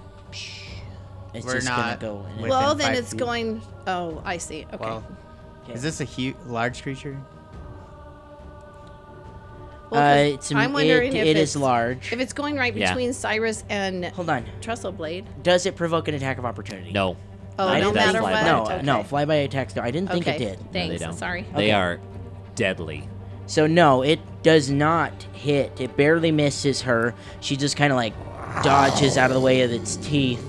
A: It's
H: We're
A: just
H: not-
A: gonna go. In.
H: we're- Within
B: Well, then
H: five
B: it's
H: feet.
B: going. Oh, I see. Okay.
H: Well,
A: Okay.
H: is this a huge, large creature?
B: Well,
A: uh,
B: 'cause
A: it's,
B: I'm wondering
A: it,
B: if
A: it
B: it's,
A: is large.
B: If it's going right
G: Yeah.
B: between Cyrus and
A: Hold on.
B: Trestle Blade.
A: Does it provoke an attack of opportunity?
G: No,
B: Oh,
G: I
B: no
G: don't think
B: matter
G: fly
B: what.
G: by
A: No,
B: okay.
A: no, flyby attacks. No, I didn't think
B: okay.
A: it did.
G: No, they
B: Thanks.
G: don't.
A: [LAUGHS]
B: Sorry.
A: Okay.
G: they are deadly.
A: So no, it does not hit. It barely misses her. She just kind of like dodges out of the way of its teeth,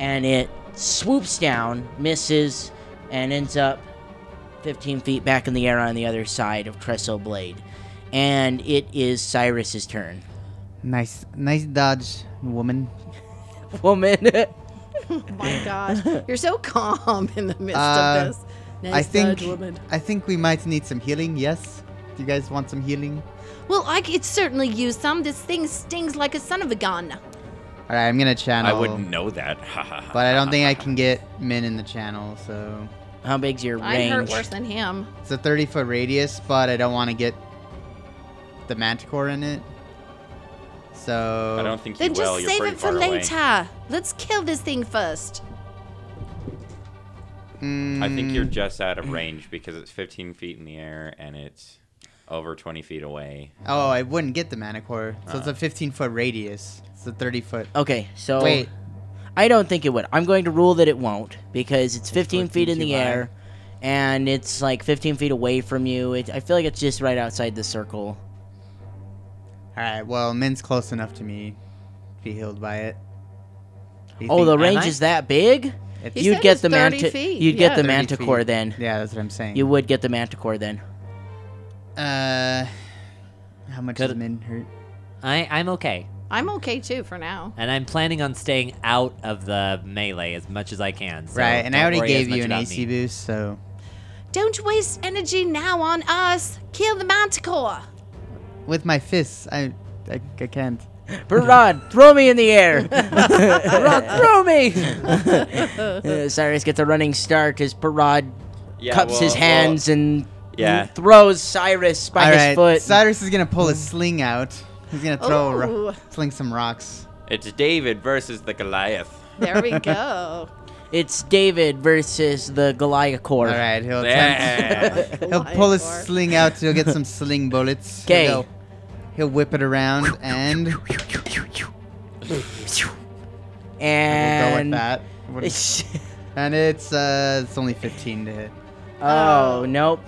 A: and it swoops down, misses, and ends up 15 feet back in the air on the other side of Trestle Blade. And it is Cyrus's turn.
D: Nice, nice dodge, woman.
A: Woman,
B: Oh My God, you're so calm in the midst
D: Uh,
B: of this.
D: I
B: Nice
D: think,
B: dodge, woman.
D: I think we might need some healing. Yes. Do you guys want some healing?
B: Well, I could certainly use some. This thing stings like a son of a gun.
D: All right, I'm gonna
F: I
D: channel.
F: wouldn't know that. [LAUGHS] Ha, ha, ha.
D: But I don't think I can get men in the channel, so
A: how big's your
B: I'm hurt
A: range?
B: worse than him.
D: it's a 30 foot radius. But I don't want to get the manticore in it. So
F: I don't think you
B: Then just
F: will. You're
B: save
F: pretty
B: it for
F: far away.
B: later. Let's kill this thing first.
F: I think you're just out of range because it's 15 feet in the air and it's over 20 feet away.
D: Oh, I wouldn't get the manticore. So
F: Uh.
D: it's a 15 foot radius. It's a 30 foot.
A: Okay, so
F: Oh.
D: Wait.
A: I don't think it would. I'm going to rule that it won't because it's 15 feet
D: 14
A: in the
D: too high.
A: air, and it's like 15 feet away from you. It, I feel like it's just right outside the circle.
D: All right. Well, Min's close enough to me to be healed by it. Do you
A: Oh,
D: think-
A: the
D: am
A: range
D: I?
A: is that big?
D: It's-
B: He
A: you'd
B: said
A: get
B: it's
A: the
B: 30
A: manti-
B: feet.
A: You'd
B: Yeah,
A: get the
D: 30
A: manticore
D: feet. Hmm.
A: then.
D: Yeah, that's what I'm saying.
A: You would get the manticore then. [LAUGHS]
D: Uh, how much
G: Could-
D: does Min hurt?
G: I, I'm okay.
B: I'm okay too for now.
G: And I'm planning on staying out of the melee as much as I can. So
D: right, and I already
G: don't worry as
D: gave
G: much
D: you an
G: about
D: AC
G: me.
D: boost, so
B: Don't waste energy now on us. Kill the manticore.
D: with my fists, I, I, I can't.
A: Barad, throw me in the
D: [LAUGHS]
A: air! Barad, throw me! Uh, Cyrus gets a running start as Parad
F: Yeah,
A: cups his
F: well-
A: hands and
F: yeah.
A: throws Cyrus by
D: All
A: his
D: right,
A: foot.
D: Cyrus is gonna pull his sling out. He's gonna throw a
B: Ooh.
D: ro- sling some rocks.
F: Well, it's David versus the Goliath.
B: There we
A: [LAUGHS]
B: go.
A: it's David versus the Goliath
D: All right, he'll attempt.
F: Yeah.
D: He'll pull his
B: Lion bar.
D: sling out. He'll
A: [LAUGHS]
D: get some sling bullets. He'll
A: 'Kay.
D: go- He'll whip it around and we'll go with
A: And
D: that. What- And it's uh, it's only 15 to hit.
A: oh nope,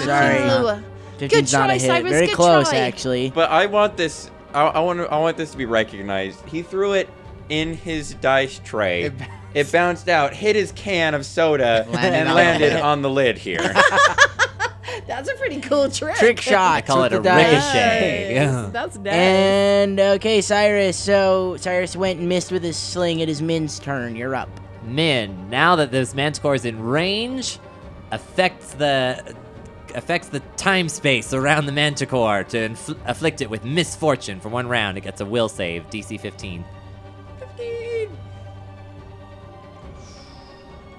A: sorry,
B: Ooh.
A: fifteen's not a
B: try,
A: hit.
B: Cyrus,
A: Very
B: good
A: close
B: try.
A: actually.
F: but I want this. I, I want. I want this to be recognized. He threw it in his dice tray.
D: It
F: It
D: bounced.
F: bounced, out, hit his can of soda,
D: Landed on
F: and
D: the
F: landed
D: lid.
F: on the lid here.
B: [LAUGHS] That's a pretty cool
A: [LAUGHS]
B: trick.
A: Trick shot.
G: I call
A: with
G: it a
A: the dice.
G: ricochet.
B: Nice. That's nice.
A: And okay, Cyrus. So Cyrus went and missed with his sling. It is Min's turn. You're up.
G: Min, now that this manticore is in range, affects the affects the time space around the manticore to infl- afflict it with misfortune for one round. It gets a will save, DC 15.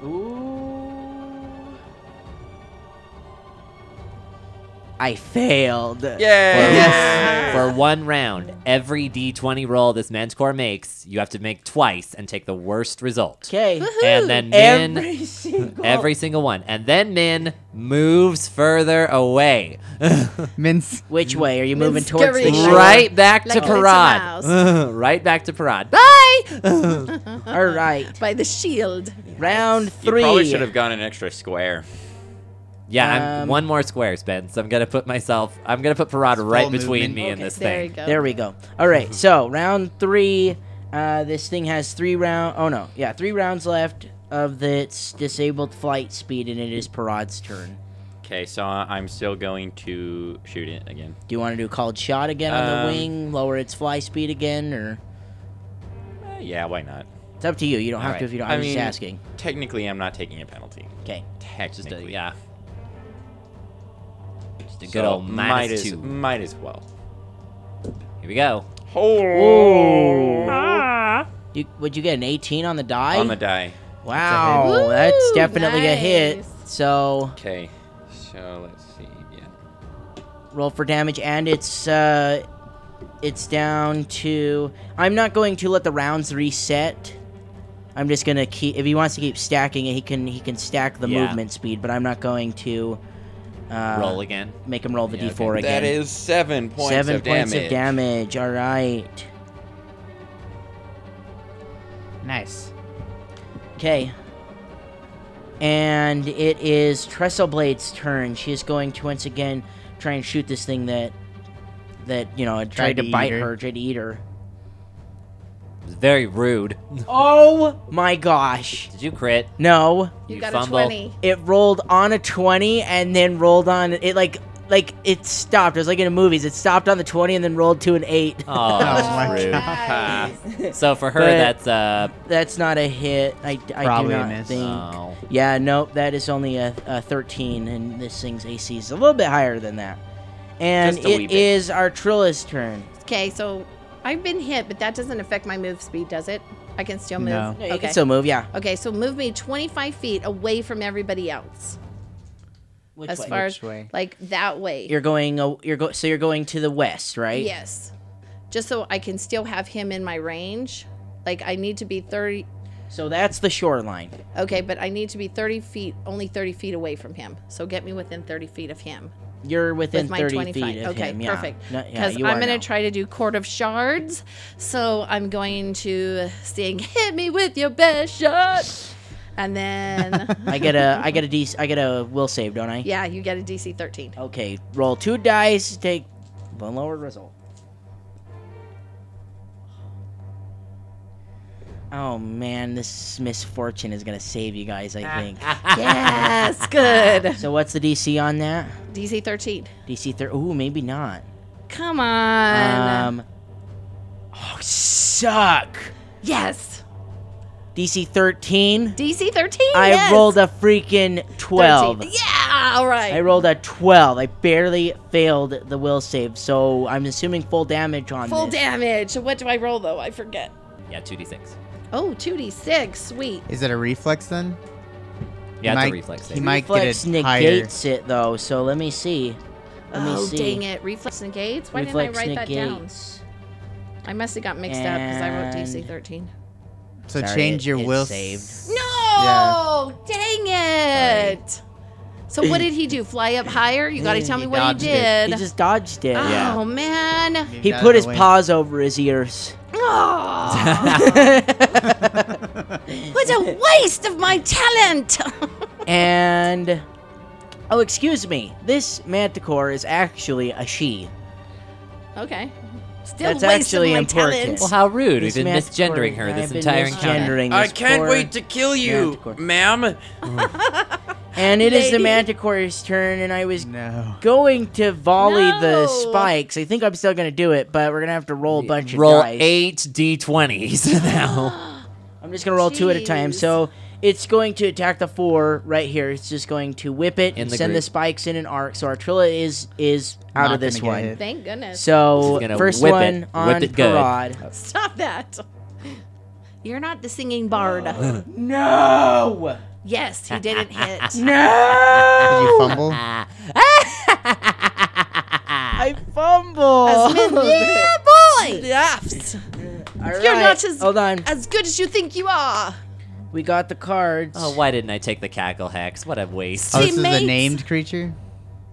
A: I I failed.
D: Yes.
G: For one round, every d20 roll this manticore makes, you have to make twice and take the worst result.
A: Okay.
G: And then Min,
A: Every single.
G: every single one. And then Min moves further away.
D: [LAUGHS] Mince.
A: Which way are you moving
B: Min's
A: towards the
B: scurrying.
A: shore?
G: right back
B: Like
G: to
B: it's a
G: Parad.
B: mouse.
G: [LAUGHS]
B: Ah!
G: right back to Parad. Bye!
A: All right.
B: [LAUGHS] by the shield.
A: Round
F: You
A: three.
F: probably should have gone an extra square.
G: yeah,
A: Um,
G: I'm one more square, Spence. I'm going to put myself, I'm going to put Parad right
H: movement.
G: between me and
B: Okay,
G: this
B: there
G: thing.
B: you go.
A: There we go. All
F: [LAUGHS]
A: right. So round three. Uh, this thing has three round. Oh no. Yeah, three rounds left of its disabled flight speed, and it is Parad's turn.
F: Okay, so I- I'm still going to shoot it again.
A: Do you want to do called shot again on the
F: Um,
A: wing, lower its fly speed again, or
F: Eh, yeah, why not?
A: it's up to you. You don't have
F: Alright.
A: to if you don't.
F: I
A: I'm just
F: mean-
A: asking.
F: Technically, I'm not taking a penalty.
A: Okay.
G: Just
F: Technically,
G: a, yeah. Just a
F: So
G: good old minus
F: might as,
G: two.
F: Might as well.
G: Here we go.
A: You, would you get an 18 on the die?
F: On the die.
A: wow,
B: Woo,
A: that's definitely a hit.
B: nice.
A: So
F: Okay, so let's see. Yeah.
A: roll for damage, and it's uh, it's down to. I'm not going to let the rounds reset. I'm just gonna keep. If he wants to keep stacking it, he can. He can stack the
G: Yeah.
A: movement speed, but I'm not going to uh,
G: Roll again.
A: Make him roll the
G: Yeah, okay.
A: d4 again.
F: That is seven points
A: Seven
F: of
A: points
F: damage.
A: of damage. All right.
H: Nice.
A: Okay. And it is Trestleblade's turn. She is going to once again try and shoot this thing that that you know tried,
H: Tried
A: to,
H: to eat
A: bite
H: her.
A: her, tried to eat her.
G: It was very rude.
A: Oh my gosh!
G: Did you crit?
A: No,
B: You,
G: You
B: got
G: fumble.
B: a 20.
A: it rolled on a twenty and then rolled on it like like it stopped. It was like in the movies. It stopped on the twenty and then rolled to an eight.
B: [LAUGHS]
G: Oh,
H: my
G: that's rude. So for her,
A: But-
G: that's uh.
A: [LAUGHS] That's not a hit. I, I do
H: Probably a
A: not
H: miss.
A: think.
G: Oh,
A: Yeah, nope, that is only a, a 13, and this thing's AC is a little bit higher than that. And
F: Just a wee
A: it
F: bit.
A: is our Trilla's turn.
B: Okay, so I've been hit, but that doesn't affect my move speed, does it? I can still move.
H: No.
A: No, you
B: okay.
A: can still move, yeah.
B: okay, so move me 25 feet away from everybody else.
A: Which
B: As
A: way?
B: far as
H: Which way?
B: like that way.
A: you're going, uh, you're go- so you're going to the west, right?
B: Yes. Just so I can still have him in my range. Like I need to be 30
A: So that's the shoreline.
B: Okay, but I need to be 30 feet, only 30 feet away from him. So get me within 30 feet of him.
A: You're within
B: With my
A: 30
B: 25.
A: feet of
B: okay,
A: him. yeah.
B: perfect.
A: No- yeah,
B: Because
A: you
B: I'm
A: are
B: going
A: now.
B: to try to do Court of Shards. So I'm going to sing, hit me with your best shot. And then,
A: [LAUGHS] [LAUGHS] I get a, I get a D, I get a will save, don't I?
B: [LAUGHS] yeah, you get a DC
A: [LAUGHS]
B: 13.
A: Okay, roll two dice, take the lower result. Oh man, this misfortune is gonna save you guys, I
B: [LAUGHS]
A: think.
B: yes, good.
A: so what's the DC on that?
B: DC 13.
A: DC thir Ooh, maybe not.
B: Come on.
A: Um. Oh, suck.
B: yes.
A: DC 13.
B: DC 13.
A: I
B: yes.
A: rolled a freaking 12.
B: 13. Yeah, all right.
A: I rolled a 12. I barely failed the will save, so I'm assuming full damage on
B: Full
A: this.
B: damage. So what do I roll, though? I forget.
G: yeah, two d six.
B: Oh, 2d6. Sweet.
D: Is it a reflex then?
G: Yeah, it's
D: Might-
G: a reflex
D: He
G: save.
D: might
A: Reflex
D: get it higher.
A: negates it though, so let me see. Let me
B: oh,
A: see.
B: dang it. Reflex negates? Why
A: Reflex
B: didn't I write
A: negates.
B: that down? I must have got mixed up because I wrote DC
A: And-
B: 13.
D: So
A: Sorry,
D: change
A: it-
D: your
A: it
D: will.
A: saved.
D: s-
B: No! Dang it! So what did he do? Fly up higher? You gotta tell me
H: He
B: what
H: dodged
B: he
H: it.
B: did.
A: He just dodged it.
B: oh, [GASPS]
G: Yeah.
A: [LAUGHS]
B: man.
A: He
D: Got out
A: put
D: of
A: his
D: the way.
A: paws over his ears.
B: Oh, what a waste of my
A: [LAUGHS]
B: talent!
A: and oh, excuse me. This manticore is actually a she.
B: okay. Still
A: That's
B: waste
A: actually
B: of my
A: important.
B: talent.
G: Well, how rude! We've
A: This
G: been
A: manticore-
G: misgendering her this
A: I've been
G: entire encounter.
A: misgendering
E: I
A: this
E: can't
A: poor-
E: wait to kill you,
A: manticore.
E: ma'am.
A: And it is the
B: Lady.
A: manticore's turn, and I was [LAUGHS]
D: No.
A: going to volley the
B: No.
A: spikes. I think I'm still gonna do it, but we're gonna have to roll a bunch
G: Roll
A: of dice.
G: eight [LAUGHS] d20s now.
A: I'm just gonna roll two at a time.
B: Jeez.
A: So it's going to attack the four right here. It's just going to whip it
G: In
A: and
G: the
A: send the
G: group.
A: spikes in an arc. So Artrilla is is out
D: Not
A: of this
D: gonna get
A: one.
D: hit.
B: Thank goodness.
A: So
G: She's gonna
A: first
G: whip it.
A: one
G: Whip
A: on
G: it good.
A: Parad.
B: Stop that. You're not the singing bard.
A: Oh. No, [LAUGHS]
B: yes, he didn't hit.
A: no.
D: Did you fumble?
A: boy.
B: Ah. As
A: [LAUGHS]
B: men, yeah, boy. Yes. You're
A: Alright,
B: not as-
A: Hold on.
B: As good as you think you are.
A: Oh, We got the cards.
G: Oh, why didn't I take the cackle hex? What a waste.
B: Oh,
D: Oh, this is
B: Teammates.
D: a named creature,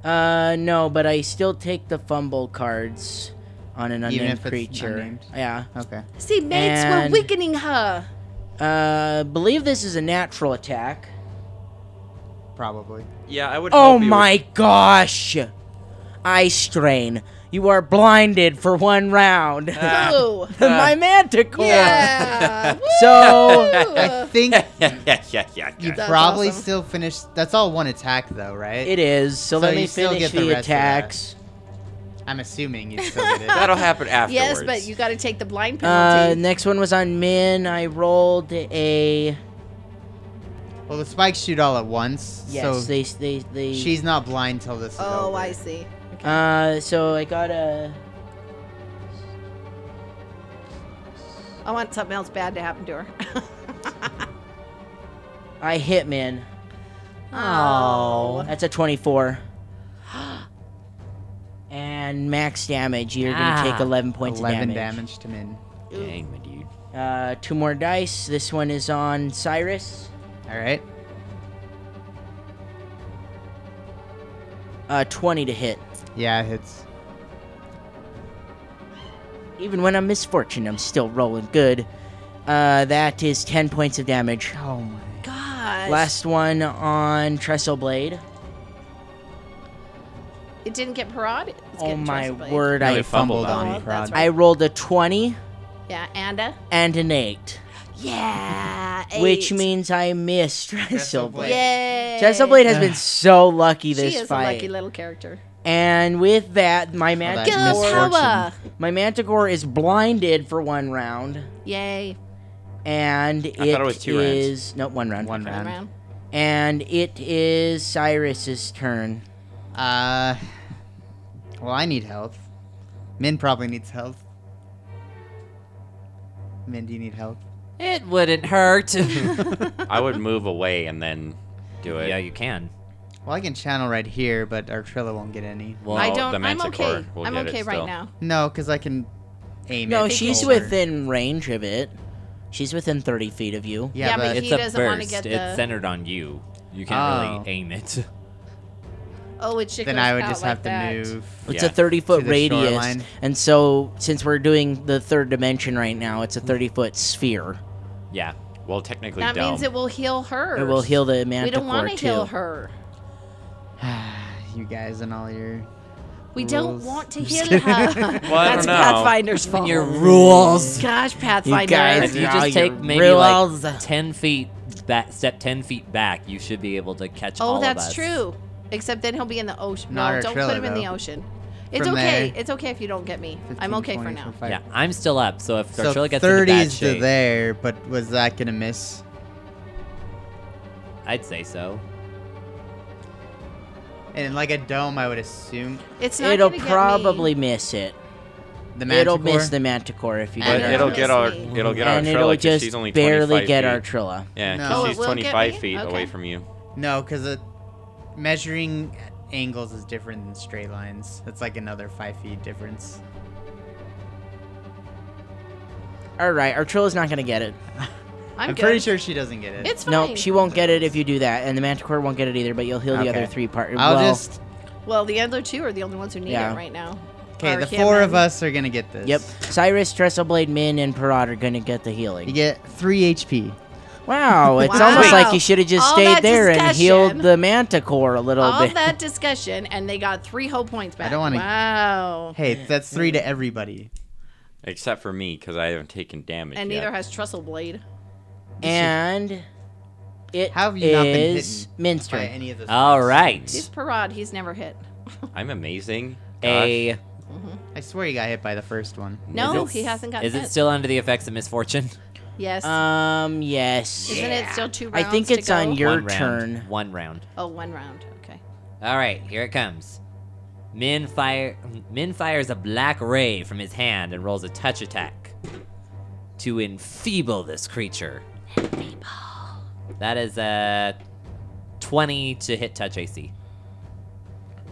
A: Uh, no, but I still take the fumble cards on an unnamed
D: Even if it's
A: creature.
D: unnamed?
A: Yeah.
D: okay.
B: See, mates
A: And-
B: were
A: [LAUGHS]
B: weakening her.
A: Uh, believe this is a natural attack.
D: Probably.
F: Yeah, I would.
A: Oh
F: hope you
A: my gosh! Eye strain. You are blinded for one round.
D: Ah.
B: Ooh.
A: [LAUGHS] my manticore.
B: [LAUGHS] Yeah.
A: [LAUGHS] So
D: I think
F: Would... [LAUGHS] yeah, yeah, yeah,
D: you
F: yeah.
B: That's
D: probably
B: awesome.
D: still finish. That's all one attack though, right?
A: it is. So,
D: So
A: let
D: you
A: me
D: still
A: finish
D: get the
A: the,
D: rest of that.
A: attacks.
D: I'm assuming you
A: [LAUGHS]
D: still did it.
F: That'll happen afterwards.
B: yes, but you got to take the blind
A: Uh,
B: penalty.
A: next one was on Min. I rolled a
D: Well, the spikes shoot all at once,
A: yes.
D: so
A: they they they.
D: she's not blind till this is
B: oh,
D: over.
B: I see.
A: Uh, so I got a.
B: I want something else bad to happen to her.
A: I hit Min.
B: Oh.
A: That's a twenty-four. [GASPS] And max damage. You're gonna
G: Ah,
A: take eleven points. of
D: 11 damage to min.
F: Dang, my dude.
A: Uh, two more dice. This one is on Cyrus.
D: All right.
A: Uh, 20 to hit.
D: Yeah, it hits.
A: Even when I'm misfortune, I'm still rolling good. Uh, that is 10 points of damage.
D: Oh my.
B: Gosh.
A: Last one on Trestle Blade.
B: It didn't get parod. It's
A: Oh
B: getting
A: my
B: Trustblade.
A: word,
F: No,
A: I
F: you
A: fumbled.
F: fumbled.
B: Oh,
D: on me,
B: that's
D: Parod.
B: right.
A: I rolled a 20
B: yeah, Anda.
A: and an 8,
B: Yeah.
A: which
B: eight.
A: means I missed [LAUGHS] Trestle Blade.
B: Yay.
A: Trestle Blade has been so lucky this
B: She is
A: fight.
B: a lucky little character.
A: and with that, my,
D: that
A: mantic-
D: Get
B: Girl
D: misfortune.
B: power.
A: my Manticore is blinded for one round.
B: Yay.
A: And
F: I thought it was two rounds.
A: is- no, one round.
D: One
B: Turn
D: round.
B: around.
A: And it is Cyrus's turn.
D: Uh, well, I need health. Min probably needs health. Min, do you need health?
G: It wouldn't hurt.
F: I would move away and then do it.
G: yeah, you can.
D: Well, I can channel right here, but Artrilla won't get any.
F: Well,
B: I don't.
F: The
B: I'm
F: Manticore
B: okay.
F: Will
B: I'm
F: get
B: okay
F: it
B: right
F: still.
B: now.
D: No, because I can aim.
A: No,
D: it
A: she's
D: over.
A: within range of it. She's within 30 feet of you.
D: Yeah,
B: Yeah, but
D: but
B: He
G: It's a
B: doesn't wanna
G: burst.
B: get the-
G: It's centered on you. You can't really
D: Oh.
G: aim it.
B: Oh, it should
D: then
B: goes
D: I would
B: out
D: just
B: like
D: have to
B: that.
D: move. [SIGHS]
A: It's
F: Yeah.
A: a 30 foot
D: To the
A: radius.
D: shoreline.
A: And so, since we're doing the third dimension right now, it's a 30 foot sphere.
G: Yeah.
F: [LAUGHS] Well, technically,
B: That
F: dumb.
B: means it will heal her.
A: It will heal the
B: We don't
A: manticore
B: want to
A: too.
B: heal her.
D: you guys and all your.
B: We don't
D: Rules.
B: want to
D: Just
B: heal
D: kidding.
B: her.
F: [LAUGHS] Well, I
B: That's
F: don't know.
B: Pathfinder's fault.
G: Your rules.
B: Gosh,
A: You
B: Pathfinder.
A: guys,
G: If you
A: are all
G: just take
A: Ah, your
G: maybe
A: rules.
G: like ten feet back, step ten feet back, you should be able to catch all
B: Oh,
G: of
B: that's
G: us.
B: true. Except then he'll be in the ocean.
D: Not
B: No,
D: our
B: don't
D: trailer,
B: put him in the
D: though.
B: ocean. It's
D: From
B: okay.
D: there.
B: It's okay if you don't get me.
D: 15,
B: I'm okay for
D: 20,
B: now.
D: 25.
G: Yeah, I'm still up. So if
D: So
G: Artrilla gets into bad
D: 30s to
G: shape,
D: there, but was that gonna miss?
G: I'd say so.
D: And like a dome, I would assume
B: It's not
A: It'll
B: gonna get me.
A: probably miss it.
D: the
A: It'll
D: manticore.
A: miss the manticore if you do
F: But
D: Yeah.
A: that.
F: it'll get our
B: Miss
F: it'll get our
A: and it'll
F: Trilla 'cause
A: just
F: she's only
A: barely
F: 25
A: get
F: feet.
A: our Trilla.
F: Yeah, 'cause
D: No. Oh,
F: she's
B: it will get
F: 25
B: me?
F: feet
B: Okay.
F: away from you.
D: No, because measuring angles is different than straight lines. That's like another five feet difference.
A: All right, our Trilla's not going to get it.
B: I'm,
D: I'm,
B: good.
D: pretty sure she doesn't get it.
B: It's fine.
A: Nope, she won't get it if you do that, and the manticore won't get it either, but you'll heal the
D: Okay.
A: other three part.
D: I'll
A: well,
D: just
B: Well, the other two are the only ones who need
A: Yeah.
B: it right now.
D: okay.
B: Or
D: The
B: him
D: four
B: and-
D: of us are gonna get this.
A: Yep. Cyrus, Tresselblade, Min, and Parad are gonna get the
D: You
A: healing.
D: get three HP. [LAUGHS]
A: Wow, it's
B: Wow.
A: almost like you should have just
B: All
A: stayed
B: that
A: there and healed
B: discussion.
A: the manticore a little
B: All
A: bit.
B: that discussion, and they got three whole points back.
D: don't wanna-
B: Wow.
D: Hey, that's three to everybody.
F: Except for me, because I haven't taken damage
B: And
F: yet.
B: neither has Trestle Blade.
A: and it
D: How have you not been
A: is
D: hidden
A: Min's
D: By
A: turn.
D: any of this.
G: All right.
B: He's Parad. He's never hit.
F: I'm amazing.
G: A
F: Gosh.
D: I swear you got hit by the first one.
B: No,
F: Oh,
G: it-
B: he hasn't gotten
G: is
B: hit.
G: it still under the effects of misfortune?
B: Yes.
A: Um, yes.
B: Isn't it still two
A: I
B: rounds?
A: think
B: to
A: it's on
B: go?
A: Your
G: One round.
A: turn.
G: One round.
B: Oh, one round. Okay.
G: All right, here it comes. Min fire Min fires a black ray from his hand and rolls a touch attack to enfeeble this creature. Enfeeble. That is a 20 to hit touch AC.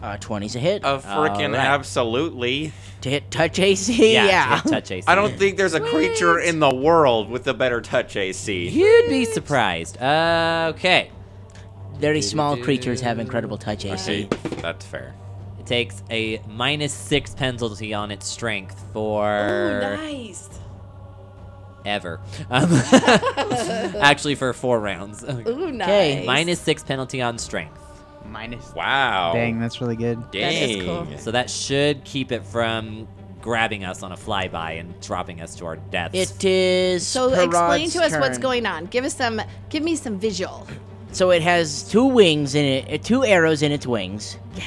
A: Uh, 20's a hit.
D: Oh.
F: Uh, freaking
G: Alright.
F: absolutely.
A: to hit touch AC? [LAUGHS] Yeah.
G: to hit touch AC.
F: I
I: [LAUGHS]
F: don't think there's a creature in the world with a better touch AC.
G: You'd be surprised. Uh, okay.
A: Very small creatures have incredible touch AC.
F: See, that's fair.
G: It takes a minus six penalty on its strength for
I: nice.
G: ever. Um, [LAUGHS]
I: [LAUGHS]
G: actually, for four rounds.
I: Ooh, nice.
A: Okay,
G: Minus six penalty on strength.
H: Minus.
F: Wow.
D: Dang, that's really good.
I: is
F: Dang.
I: cool.
G: So that should keep it from grabbing us on a flyby and dropping us to our deaths.
A: It is.
B: So explain
A: Perod's
B: to us what's
A: turn.
B: going on. Give us some. Give me some visual.
A: So it has two wings in it, uh, two arrows in its wings. Yeah.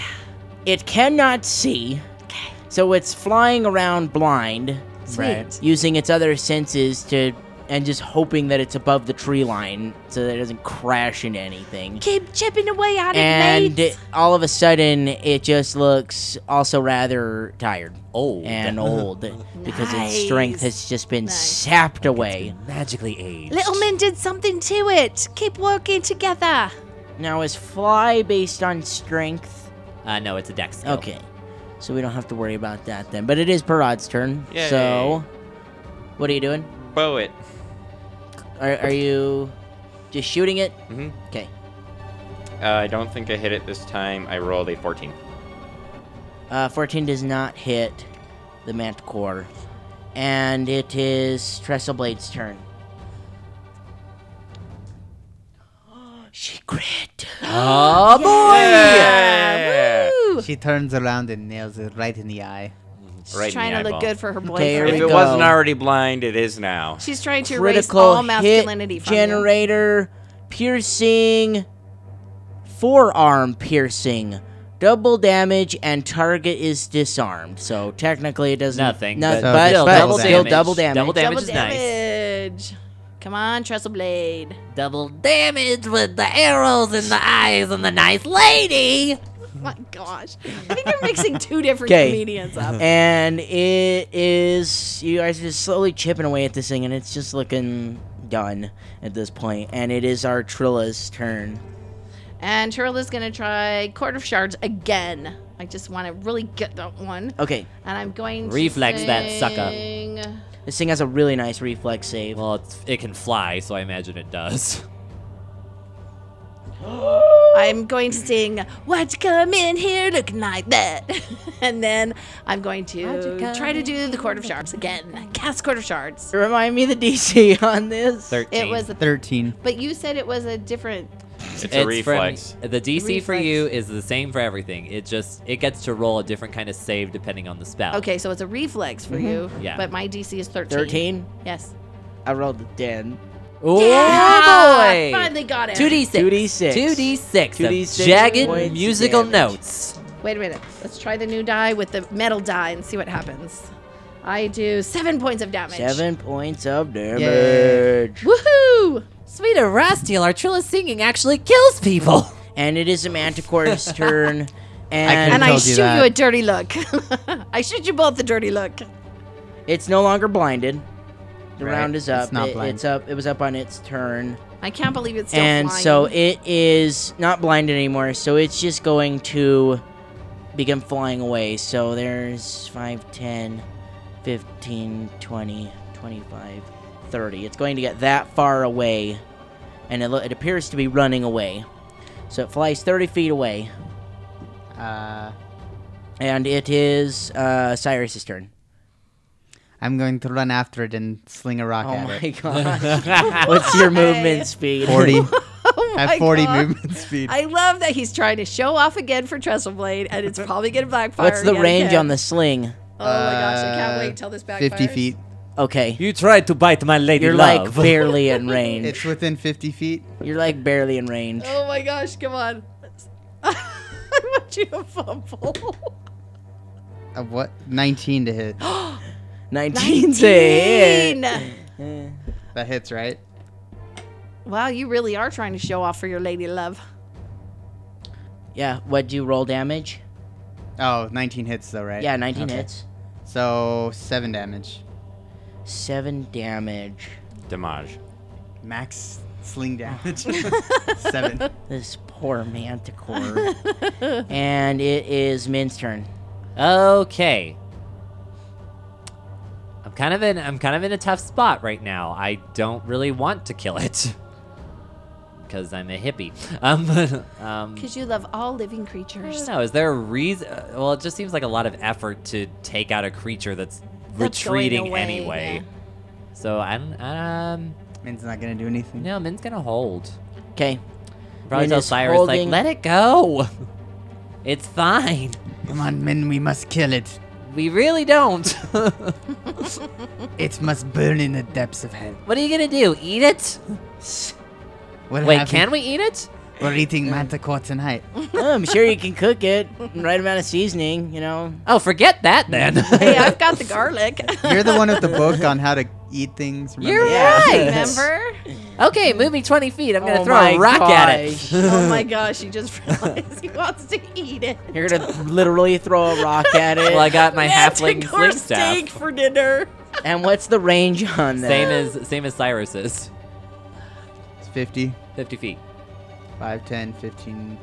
A: It cannot see. Okay. So it's flying around blind,
B: Sweet.
H: Right.
A: using its other senses to, and just hoping that it's above the tree line so that it doesn't crash into anything.
B: Keep chipping away at it,
A: And
B: mate.
A: all of a sudden, it just looks also rather tired
G: old
A: and old because its strength has just been
B: Nice.
A: sapped away.
G: magically aged.
B: Little Min did something to it. Keep working together.
A: Now, is fly based on strength?
G: Uh, no, it's a dex skill.
A: Okay. So we don't have to worry about that then. But it is Parad's turn. So what are you doing?
F: Bow it.
A: Are, are you just shooting it?
F: Mhm.
A: Okay.
F: Uh, I don't think I hit it this time. I rolled a 14.
A: Uh, 14 does not hit the Manticore. And it is Trestle Blade's turn. She crit.
G: Oh boy!
F: Yeah.
B: Woo.
H: She turns around and nails it right in the eye.
B: She's
F: Right in
B: trying
F: the
B: to look
F: eyeball.
B: good for her
A: There
F: If
A: we
B: boyfriend.
F: it
A: go.
F: wasn't already blind, it is now.
B: She's trying to erase
A: Critical
B: all
A: hit
B: masculinity from you.
A: generator, piercing, forearm piercing, double damage, and target is disarmed. So technically, it doesn't
G: Nothing,
A: Not,
G: but
A: but,
G: still
A: but
G: double
A: still
G: damage.
A: double damage.
G: Double damage.
B: Double
G: is nice.
B: damage. Come on, Trestle Blade.
G: Double damage with the arrows in the eyes and the nice lady.
B: My gosh. I think you're mixing two different
A: 'Kay.
B: comedians
G: [LAUGHS]
B: up.
A: And it is you guys are just slowly chipping away at this thing, and it's just looking done at this point. And it is our Trilla's turn.
B: And Turla's going to try Court of Shards again. I just want to really get that one.
A: Okay,
B: And I'm going to.
G: Reflex that sucker.
B: sing-
A: this thing has a really nice reflex save.
G: Well, it's, it can fly, so I imagine it does. [LAUGHS]
B: I'm going to sing "What Come In Here Looking Like That," [LAUGHS] and then I'm going to try to do the Court of Shards again. Cast Court of Shards.
A: Remind me the DC [LAUGHS] on this.
B: It was, a,
D: 13.
B: but you said it was a different.
F: It's,
G: It's
F: a
G: from-
F: reflex.
G: the DC for
B: Reflex.
G: you is the same for everything. It just it gets to roll a different kind of save depending on the spell.
B: Okay, so it's a reflex for you.
G: Yeah.
B: But my DC is thirteen.
A: Thirteen.
B: Yes.
A: I rolled a ten.
G: Oh
B: I
G: boy!
B: finally got it.
G: Two D six.
A: 2d6.
G: Two D six.
A: 2d6
G: Jagged
A: points
G: musical
A: damage.
G: notes.
B: Wait a minute. Let's try the new die with the metal die and see what happens. I do seven points of damage.
A: Seven points of damage.
B: Woohoo!
G: Sweet Rastiel, our Trilla singing actually kills people. [LAUGHS]
A: And it is
H: [LAUGHS]
A: a manticore's turn.
H: I
A: And,
B: And I
H: told you
B: shoot you,
H: that.
B: a dirty look. [LAUGHS] I shoot you both a dirty look.
A: it's no longer blinded. The
H: Right,
A: round is up.
H: it's not
A: It-
H: blind.
A: it's up. It was up on its turn.
B: I can't believe it's still
A: and
B: flying.
A: so it is not blinded anymore. So it's just going to begin flying away. So there's 5, 10, 15, 20, 25, 30. It's going to get that far away. And it, lo- it appears to be running away. So it flies 30 feet away.
H: Uh,
A: And it is uh, Cyrus's turn.
H: I'm going to run after it and sling a rock
A: Oh
H: at
D: [LAUGHS]
A: my
H: it.
A: god. What's your
H: [LAUGHS]
A: movement speed?
H: 40. I
B: Oh my
H: have 40
B: God.
H: movement speed.
B: I love that he's trying to show off again for Trestle Blade, and it's probably going to backfire.
A: What's the
B: again.
A: range on the sling?
B: Oh my gosh, I can't
H: Uh,
B: wait till this backfires.
H: 50 feet.
A: Okay.
G: You tried to bite my lady
A: You're like barely in range.
H: It's within 50 feet.
A: You're like barely in range.
B: Oh my gosh, come on. [LAUGHS] I want you
A: [LAUGHS]
B: to fumble.
H: Uh, what? 19 to hit.
A: 19 to hit. Eh.
H: That hits, right?
B: Wow, you really are trying to show off for your lady love.
A: Yeah, what'd you roll damage?
H: Oh, 19 hits though, right?
A: Yeah, 19
H: Okay.
A: hits.
H: So, 7 damage.
A: 7 damage.
F: Damage.
H: Max sling damage. 7.
A: This Poor Manticore. and it is Min's turn.
G: [LAUGHS] Okay. I'm kind of in I'm kind of in a tough spot right now. I don't really want to kill it. [LAUGHS] Cuz I'm a hippie. Um [LAUGHS] um
B: Because you love all living
G: I
A: [LAUGHS]
B: creatures.
G: don't know. Is there a reason? Well, it just seems like a lot of effort to take out a creature that's,
B: That's going
G: retreating
B: away,
G: anyway.
B: yeah.
G: So I'm um
D: Min's not gonna do anything.
G: no, Min's gonna hold.
A: Okay.
G: Probably
A: Min
G: tell
A: is
G: Cyrus
A: holding-
G: like, let it go. [LAUGHS] It's fine.
H: Come on, men, we must kill it.
G: We really don't. [LAUGHS] what
H: It must burn in the depths of hell.
G: are you gonna do? Eat it?
H: We'll
G: Wait,
H: have
G: can
H: it.
G: we eat it?
H: We're eating manticore tonight.
A: Oh, I'm sure you can cook it. Right amount of seasoning, you know.
G: Oh, forget that then.
B: hey, I've got the garlic. [LAUGHS]
D: You're the one with the book on how to eat things. Remember?
G: You're
A: Yeah.
G: right.
B: Remember?
A: [LAUGHS]
G: [LAUGHS] Okay, move me 20 feet. I'm gonna
A: Oh
G: throw a
A: my
G: rock at it.
A: gosh.
B: oh my gosh, he just [LAUGHS] realized he wants to eat it.
A: You're gonna literally throw a rock at it.
G: [LAUGHS] [LAUGHS] Well, I
B: [LAUGHS]
G: got my halfling
B: Manticore
G: sling
B: steak
G: staff.
B: for dinner.
A: and what's the range on that?
G: Same as same as Cyrus's.
D: It's 50,
G: 50 feet.
D: 5, 10, 15,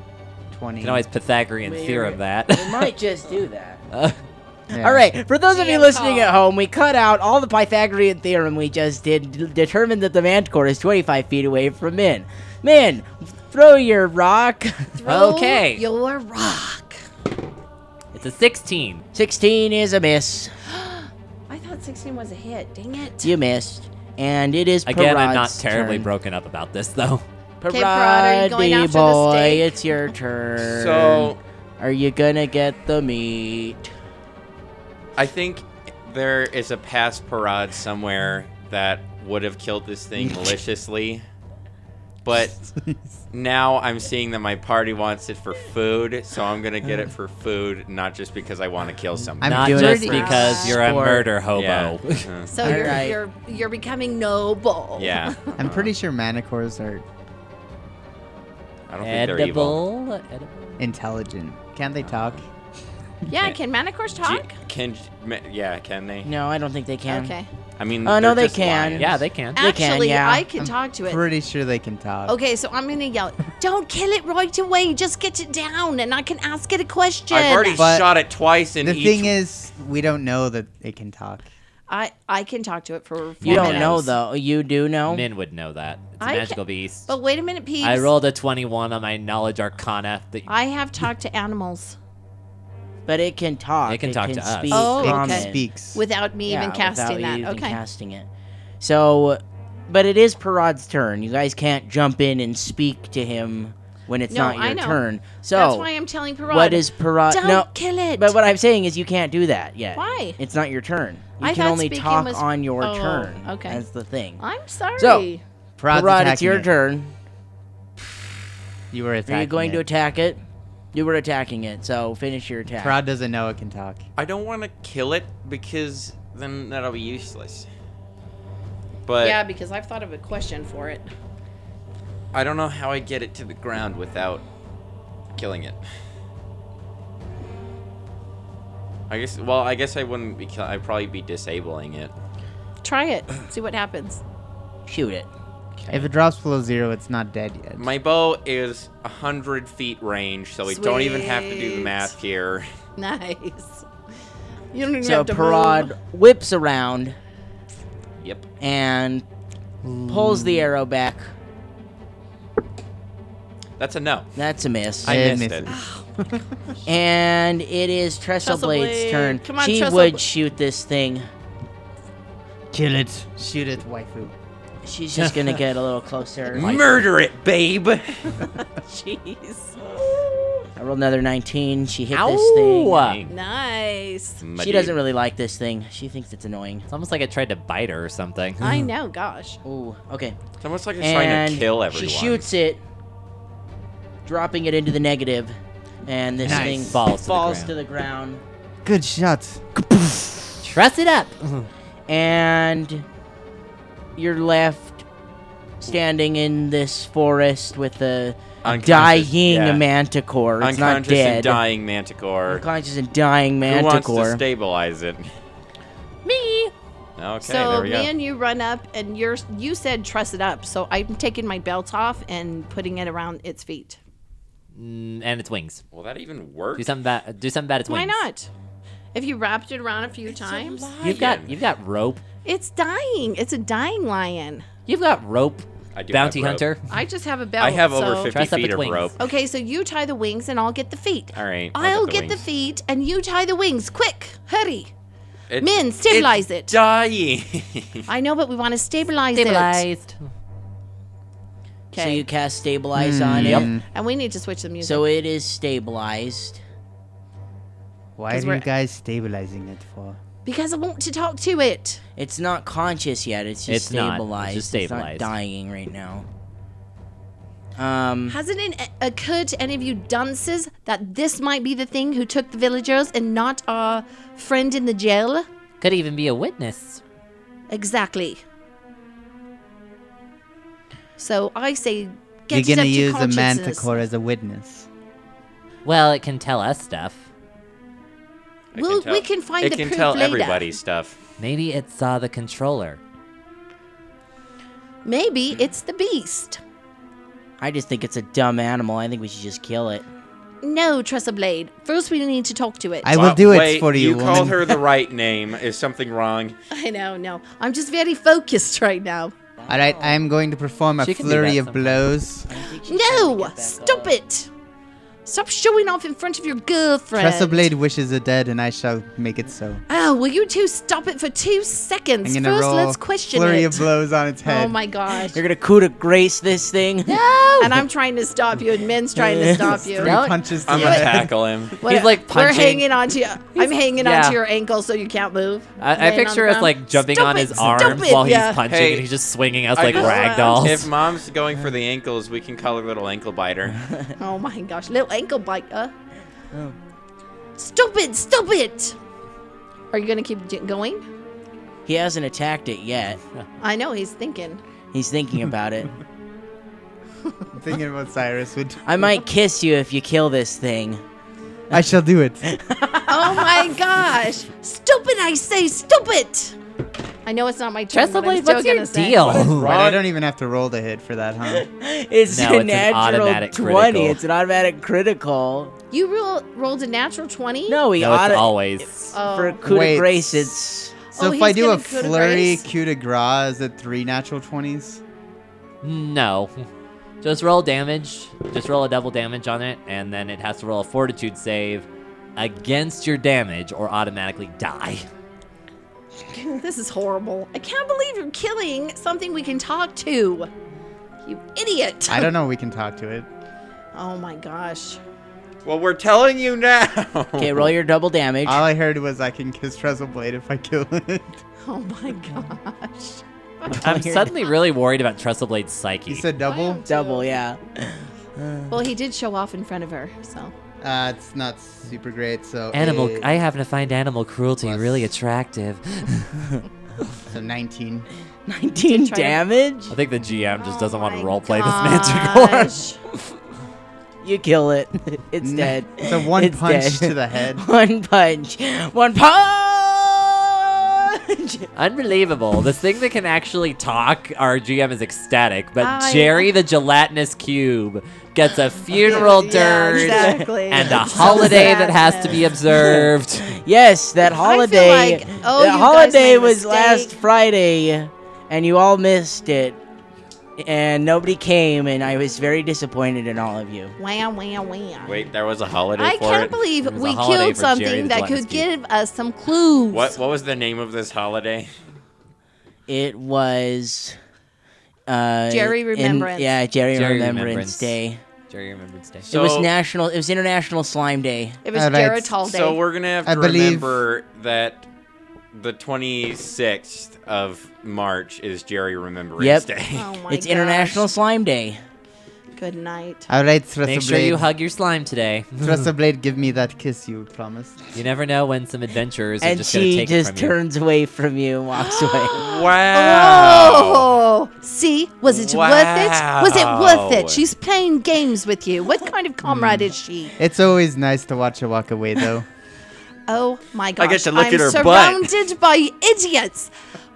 D: 20.
G: You can always Pythagorean
A: Weird.
G: theorem that.
A: We might just do that.
G: [LAUGHS] Uh,
D: Yeah.
A: All right, for those of you
B: Damn
A: listening
B: call.
A: at home, we cut out all the Pythagorean theorem we just did, d- determined that the manticore is 25 feet away from Min. Min, throw your rock. [LAUGHS]
B: Throw
G: Okay.
B: Your rock.
G: it's a 16.
A: 16 is a miss.
B: I thought 16 was a hit. Dang it.
A: You missed. And it is
G: Again, I'm not
A: Parad's
G: terribly
A: turn.
G: broken up about this though.
B: Okay, Parad, are you going
A: Parady
B: after the
A: boy,
B: steak?
A: it's your turn.
F: So
A: are you gonna get the meat?
F: I think there is a past parade somewhere that would have killed this thing maliciously. But now I'm seeing that my party wants it for food, so I'm gonna get it for food, not just because I want to kill something.
D: I'm
G: Not
D: doing
G: just
D: it for
G: because you're a
D: sport.
G: murder hobo. [LAUGHS]
F: yeah. Uh,
B: So you're,
A: Alright.
B: you're you're becoming noble. [LAUGHS]
F: yeah.
D: I'm pretty sure manticores are
F: I don't think they're evil.
G: Edible, edible.
D: intelligent. Can they talk?
B: Yeah, can manticores
F: Do you-
B: talk?
F: Can ma- yeah? Can they?
A: No, I don't think they can.
B: Okay.
F: I mean,
A: Oh, no, they
F: they're just
A: can.
F: lions.
G: Yeah, they can.
A: They can,
B: Actually,
A: yeah.
B: I can talk to it.
D: Pretty sure they can talk.
B: Okay, so I'm gonna yell, "Don't kill it right away. Just get it down, and I can ask it a question."
F: I've already
D: But
F: shot it twice, and
D: The
F: each
D: thing is, we don't know that it can talk.
B: I I can talk to it for.
A: You
G: Yeah,
A: don't
G: Min
A: know
G: knows.
A: though. You do know.
G: Min would know that. It's a
B: I
G: magical
B: ca-
G: beast.
B: But wait a minute, Pete.
G: I rolled a 21 on my knowledge arcana. That
B: I have talked to animals
A: But it can talk.
G: It can talk to us.
A: speak.
B: Oh,
A: Ramen.
B: okay.
D: It speaks.
B: without me
A: Yeah,
B: even
A: without
B: casting
A: you
B: that.
A: even
B: okay.
A: casting it. So, but it is Parad's turn. You guys can't jump in and speak to him when it's
B: No,
A: not your
B: I know.
A: turn. So
B: That's why I'm telling Parad.
A: what is
F: Uh,
A: Parad?
B: Don't
A: no,
B: kill it.
A: but what I'm saying is you can't do that yet.
B: Why?
A: It's not your turn. You
B: I
A: can
B: thought
A: only
B: speaking
A: talk
B: was-
A: on your
B: Oh,
A: turn.
B: okay. Uh,
A: that's the thing.
B: I'm sorry.
A: Parad,
D: Parad's
A: it's
D: attacking
A: your
D: it.
A: turn.
D: You were
A: Are
D: attacking
A: you going
D: it.
A: to attack it? You were attacking it, so finish your attack.
D: Parad doesn't know it can talk.
F: I don't want to kill it because then that'll be useless. But
B: yeah, because I've thought of a question for it.
F: I don't know how I get it to the ground without killing it. I guess. Well, I guess I wouldn't be. Kill- I'd probably be disabling it.
B: Try it. See what happens.
A: Shoot it.
D: If it drops below zero, it's not dead yet.
F: My bow is a hundred feet range, so we don't even have to do the
B: Sweet.
F: math here.
B: [LAUGHS] Nice. You don't even
A: So
B: have to
A: Parad
B: move.
A: whips around
F: Yep.
A: and pulls the arrow back.
F: That's a no.
A: That's a miss.
F: I
D: It
F: missed it.
A: and it is Trestle,
B: Trestle
A: Blade's
B: Blade.
A: turn.
B: Come on,
A: she
B: Trestle
A: would
B: Bla-
A: shoot this thing.
D: Kill it. [GASPS] Shoot it, waifu.
A: She's just
G: [LAUGHS]
A: gonna get a little closer.
F: Murder it,
B: [LAUGHS]
F: babe.
B: Jeez.
A: I rolled another 19. She hit
G: Ow!
A: this
B: Nice.
A: thing. She doesn't really like this thing. She thinks it's annoying.
G: It's almost like it tried to bite her or something.
F: Mm.
B: I know. Gosh.
A: Ooh, okay.
F: It's almost like it's trying
A: and
F: to kill everyone.
A: she shoots it, dropping it into the negative, and this
G: Nice.
A: thing
G: Falls to the
A: falls
G: ground.
A: to the ground.
D: Good shot.
G: Trust it up.
F: Mm-hmm.
A: and you're left standing in this forest with a
F: Unconscious,
A: dying
F: yeah.
A: manticore. It's not
F: unconscious
A: dead.
F: and dying manticore.
A: Unconscious and dying
F: Who wants to
A: manticore.
F: stabilize it? [LAUGHS]
B: Me.
F: Okay,
B: so
F: there
B: me
F: we go.
B: and you run up, and you're you said truss it up. So I'm taking my belt off and putting it around its feet.
G: Mm, and its wings.
F: Will that even work?
G: Do something bad. Do something bad. Its
B: Why
G: wings.
B: not? If you wrapped it around a few times,
G: You've got you've got rope.
B: it's dying. It's a dying lion.
G: You've got rope.
F: I do
G: Bounty
F: have rope.
G: hunter.
B: I just have a belt.
F: I have over
B: so-
F: 50
G: Dress up
F: feet
G: its
F: of
G: wings.
F: rope.
B: Okay, so you tie the wings and I'll get the feet.
F: All right,
B: I'll
F: I'll get the
B: get the
F: wings.
B: feet and you tie the wings. Quick, hurry.
F: It-
B: Min, stabilize it.
F: it's [LAUGHS] Dying.
B: I know, but we want to stabilize, it.
G: Stabilized.
A: So
B: Okay.
A: you cast stabilize
F: Hmm.
A: on
D: Mm.
A: it.
B: and we need to switch the music.
A: So it is stabilized.
H: Why
B: 'Cause
H: are
B: we're-
H: you guys stabilizing it for?
B: because I want to talk to it.
A: It's not conscious yet. It's just
G: It's not. It's
A: stabilized.
G: just stabilized.
A: It's not dying right now. Um.
B: Hasn't it uh, occurred to any of you dunces that this might be the thing who took the villagers and not our friend in the jail?
G: Could even be a witness.
B: Exactly. So I say get it
D: You're
B: up
D: gonna
B: to
D: use a
B: consciousness.
D: manticore as a witness.
G: Well, it can tell us stuff.
B: We'll-
F: tell-
B: we can find
F: it
B: the
F: can
B: proof
F: tell
B: later.
F: everybody stuff.
G: Maybe it saw the controller.
B: Maybe it's the beast.
A: I just think it's a dumb animal. I think we should just kill it.
B: No, Tressa Blade. First, we need to talk to it.
D: I will do it
F: Wait,
D: for you.
F: You called
D: woman.
F: her the right name. Is
B: [LAUGHS]
F: something wrong?
B: [LAUGHS] I know, no. I'm just very focused [LAUGHS] right now.
D: All right,
B: Oh.
D: I am going to perform a
G: She can do
D: flurry
G: that
D: of
G: sometime.
D: blows.
B: No! Stop it! Stop showing off in front of your girlfriend.
D: Tressa Blade wishes it dead, and I shall make it so.
B: Oh, will you two stop it for two
D: I'm
B: seconds?
D: gonna
B: First,
D: roll
B: let's question
D: flurry
B: it.
D: of blows on its head.
B: oh my gosh.
A: You're gonna coup de grace this thing.
D: [LAUGHS]
B: and I'm trying to stop you, and Men's trying to stop you.
D: Three punches to
F: I'm
D: the
F: gonna
D: head.
F: tackle him.
B: What-
G: He's, like,
B: We're
G: punching-
B: hanging onto you. I'm hanging
G: Yeah.
B: onto your ankle so you can't move.
G: I, I
B: Laying on
G: picture
B: the
G: us
B: ground.
G: like jumping
B: Stop
G: on
B: it,
G: his
B: stop
G: arms
B: it,
G: while he's
B: yeah.
G: punching
F: Hey,
G: and he's just swinging us
F: I
G: like
F: just-
G: rag dolls.
F: If mom's going for the ankles, we can call her little ankle biter.
B: Oh my gosh, little ankle biter. Stop it! Stop it! Are you gonna keep j- going?
A: He hasn't attacked it yet.
B: I know he's thinking.
A: He's [LAUGHS] thinking about it.
B: [LAUGHS]
D: I'm thinking about Cyrus. Would
A: I might kiss you if you kill this [LAUGHS] thing.
D: I shall
B: [LAUGHS]
D: do it.
B: Oh
G: [LAUGHS]
B: my gosh! Stop it! I say, stop it! I know it's not my turn.
G: Tressa
B: but I'm
G: Blade,
B: still
G: what's
B: gonna
G: your
B: say. [LAUGHS]
G: deal?
D: Right, I don't even have to roll to hit for that, huh?
B: Oh,
A: It's
G: No,
A: a
G: it's an
A: natural
G: automatic
A: 20.
G: critical.
A: It's an automatic critical.
B: You roll, rolled a natural twenty.
A: No, he
G: [LAUGHS] no, it's
A: auto-
G: always.
B: Oh.
A: for coup de
D: Wait.
A: grace. It's
D: So
B: Oh,
D: if I
B: he's
D: do
B: gonna
D: a
B: coup de
D: flurry
B: grace?
D: coup de grace, is it three natural twenties?
G: No. [LAUGHS] Just roll damage. Just roll a double damage on it, and then it has to roll a fortitude save against your damage or automatically die.
B: [LAUGHS] This is horrible. I can't believe you're killing something we can talk to. You idiot!
D: I don't know. We can talk to it.
B: Oh my gosh. [LAUGHS]
F: Well, we're telling you now.
A: okay. Roll your double damage.
D: All I heard was I can kiss Tressa Blade if I kill it. [LAUGHS]
B: Oh my gosh.
G: I'm suddenly really worried about Trestle Blade's psyche.
D: You said double.
A: double, yeah.
B: Well, he did show off in front of her, so.
D: Uh, it's not super great. So
G: Animal.
D: eight,
G: I happen to find animal cruelty
D: Plus-
G: really attractive.
D: so nineteen.
A: 19
B: try to-
A: damage.
G: I think the GM just doesn't want to
B: Oh My
G: roleplay this
B: gosh.
A: You kill it. [LAUGHS] It's
D: [LAUGHS]
A: dead.
D: So one
A: It's
D: punch
A: dead.
D: to the head.
A: [LAUGHS] One punch. One punch.
G: magical. [LAUGHS] Unbelievable. This thing that can actually talk, our GM is ecstatic, but
B: I-
G: Jerry the gelatinous cube
B: [LAUGHS]
G: gets a funeral
B: Yeah,
G: dirge
B: exactly.
A: [LAUGHS]
G: and
B: [LAUGHS]
G: a
B: So
G: holiday that
B: sad.
G: has to be observed.
A: Yes, that holiday.
B: like, oh,
A: that
B: you guys made
A: holiday
B: a
A: was last
B: mistake.
A: Friday, and you all missed it, and nobody came, and I was very disappointed in all of you.
B: Wow, wow, wow.
F: Wait, there was a holiday
B: I
F: for
B: can't
F: it.
B: believe
G: There's a
B: we
G: holiday
B: killed
G: for Jerry
B: something
G: the
B: that
G: Gelatinous
B: could
G: Cube.
B: give us some clues.
F: What what was the name of this holiday?
A: It was. Uh,
B: Jerry
A: in-
B: Remembrance.
A: yeah, Jerry,
G: Jerry
A: Remembrance,
G: Remembrance.
A: Day.
G: Jerry remembered today.
A: it was
F: So-
A: national. It was International Slime Day.
B: It was
D: All right,
B: Geritol Day.
F: So we're gonna have to
D: I believe-
F: remember that the 26th of March is Jerry Remembrance
A: Yep.
F: Day.
B: oh
G: [LAUGHS]
B: my
A: it's
B: gosh.
A: International Slime Day.
B: Good night.
D: All right, Tressa
G: Make
D: Blade.
G: sure you hug your
D: [LAUGHS]
G: slime today.
D: Tressa Blade, give me that kiss you promised.
G: You never know when some adventurers are
A: and
G: just
A: she
G: going to take
A: just
G: it from
A: turns away from you and
B: [GASPS]
A: walks away.
F: [LAUGHS] Wow.
B: Oh, see, was it worth it? Was it worth it? She's playing games with you. What kind of comrade is she?
D: It's always nice to watch her walk away, though.
B: Oh my gosh!
F: get to look
B: I'm
F: at her butt.
B: surrounded by idiots.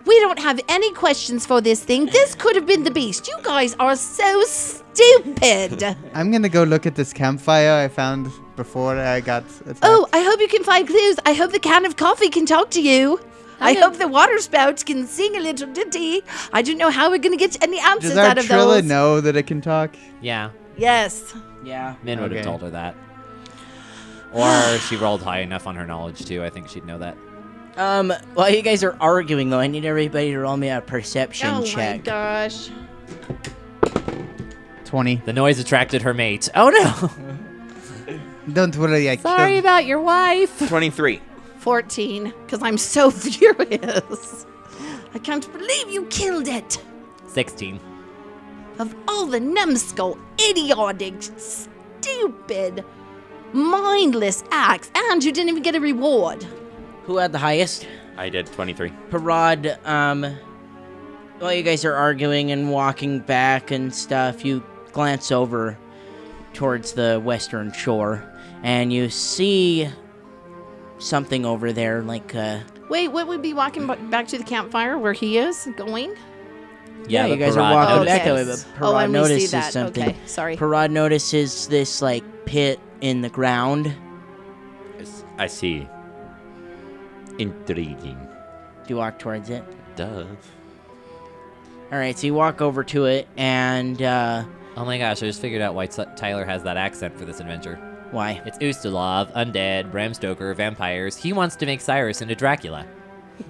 B: We don't have any questions for this thing. This could have been the beast. You guys are so
F: [LAUGHS]
B: stupid.
D: I'm gonna go look at this campfire I found before I got attacked.
B: Oh, I hope you can find clues. I hope the can of coffee can talk to you. I hope the water spouts can sing a little ditty. I don't know how we're going to get any answers
D: Does
B: out
D: our
B: of
D: Trilla
B: those.
D: know that it can talk?
G: Yeah,
B: Yes.
A: Yeah.
G: Min would
D: Okay.
G: have told her that. Or [LAUGHS] she rolled high enough on her knowledge too. I think she'd know that.
A: Um, while you guys are arguing, though, I need everybody to roll me a perception
B: oh my
A: check.
B: gosh.
D: 20.
G: The noise attracted her mate. Oh no! [LAUGHS]
D: Don't worry, I
G: Sorry
D: killed.
G: about your
D: Oh!
F: [LAUGHS]
G: wife.
F: 23.
B: 14, because I'm so [LAUGHS] furious. I can't believe you killed it.
G: Sixteen.
B: Of all the numbskull, idiotic, stupid, mindless acts, and you didn't even get a reward.
A: Who had the highest?
F: I did 23.
A: Parad, um, while you guys are arguing and walking back and stuff, you glance over towards the western shore and you see something over there, like, uh,
B: Wait, what would be walking b- back to the campfire where he is going?
A: yeah,
G: but
A: you guys are
G: Parag
A: walking
G: noticed
A: back that way,
G: this.
A: but
B: Oh,
A: Parad
B: and we see
A: notices
B: that.
A: something.
B: Okay, sorry.
A: Parad notices this, like, pit in the ground.
F: I see. Intriguing.
A: You walk towards it.
F: Duh.
A: All right, so you walk over to it, and uh,
G: Oh my gosh! I just figured out why T- Tyler has that accent for this adventure. [LAUGHS]
A: why? [LAUGHS]
G: It's Ustalav, undead, Bram Stoker, vampires. He wants to make Cyrus into Dracula.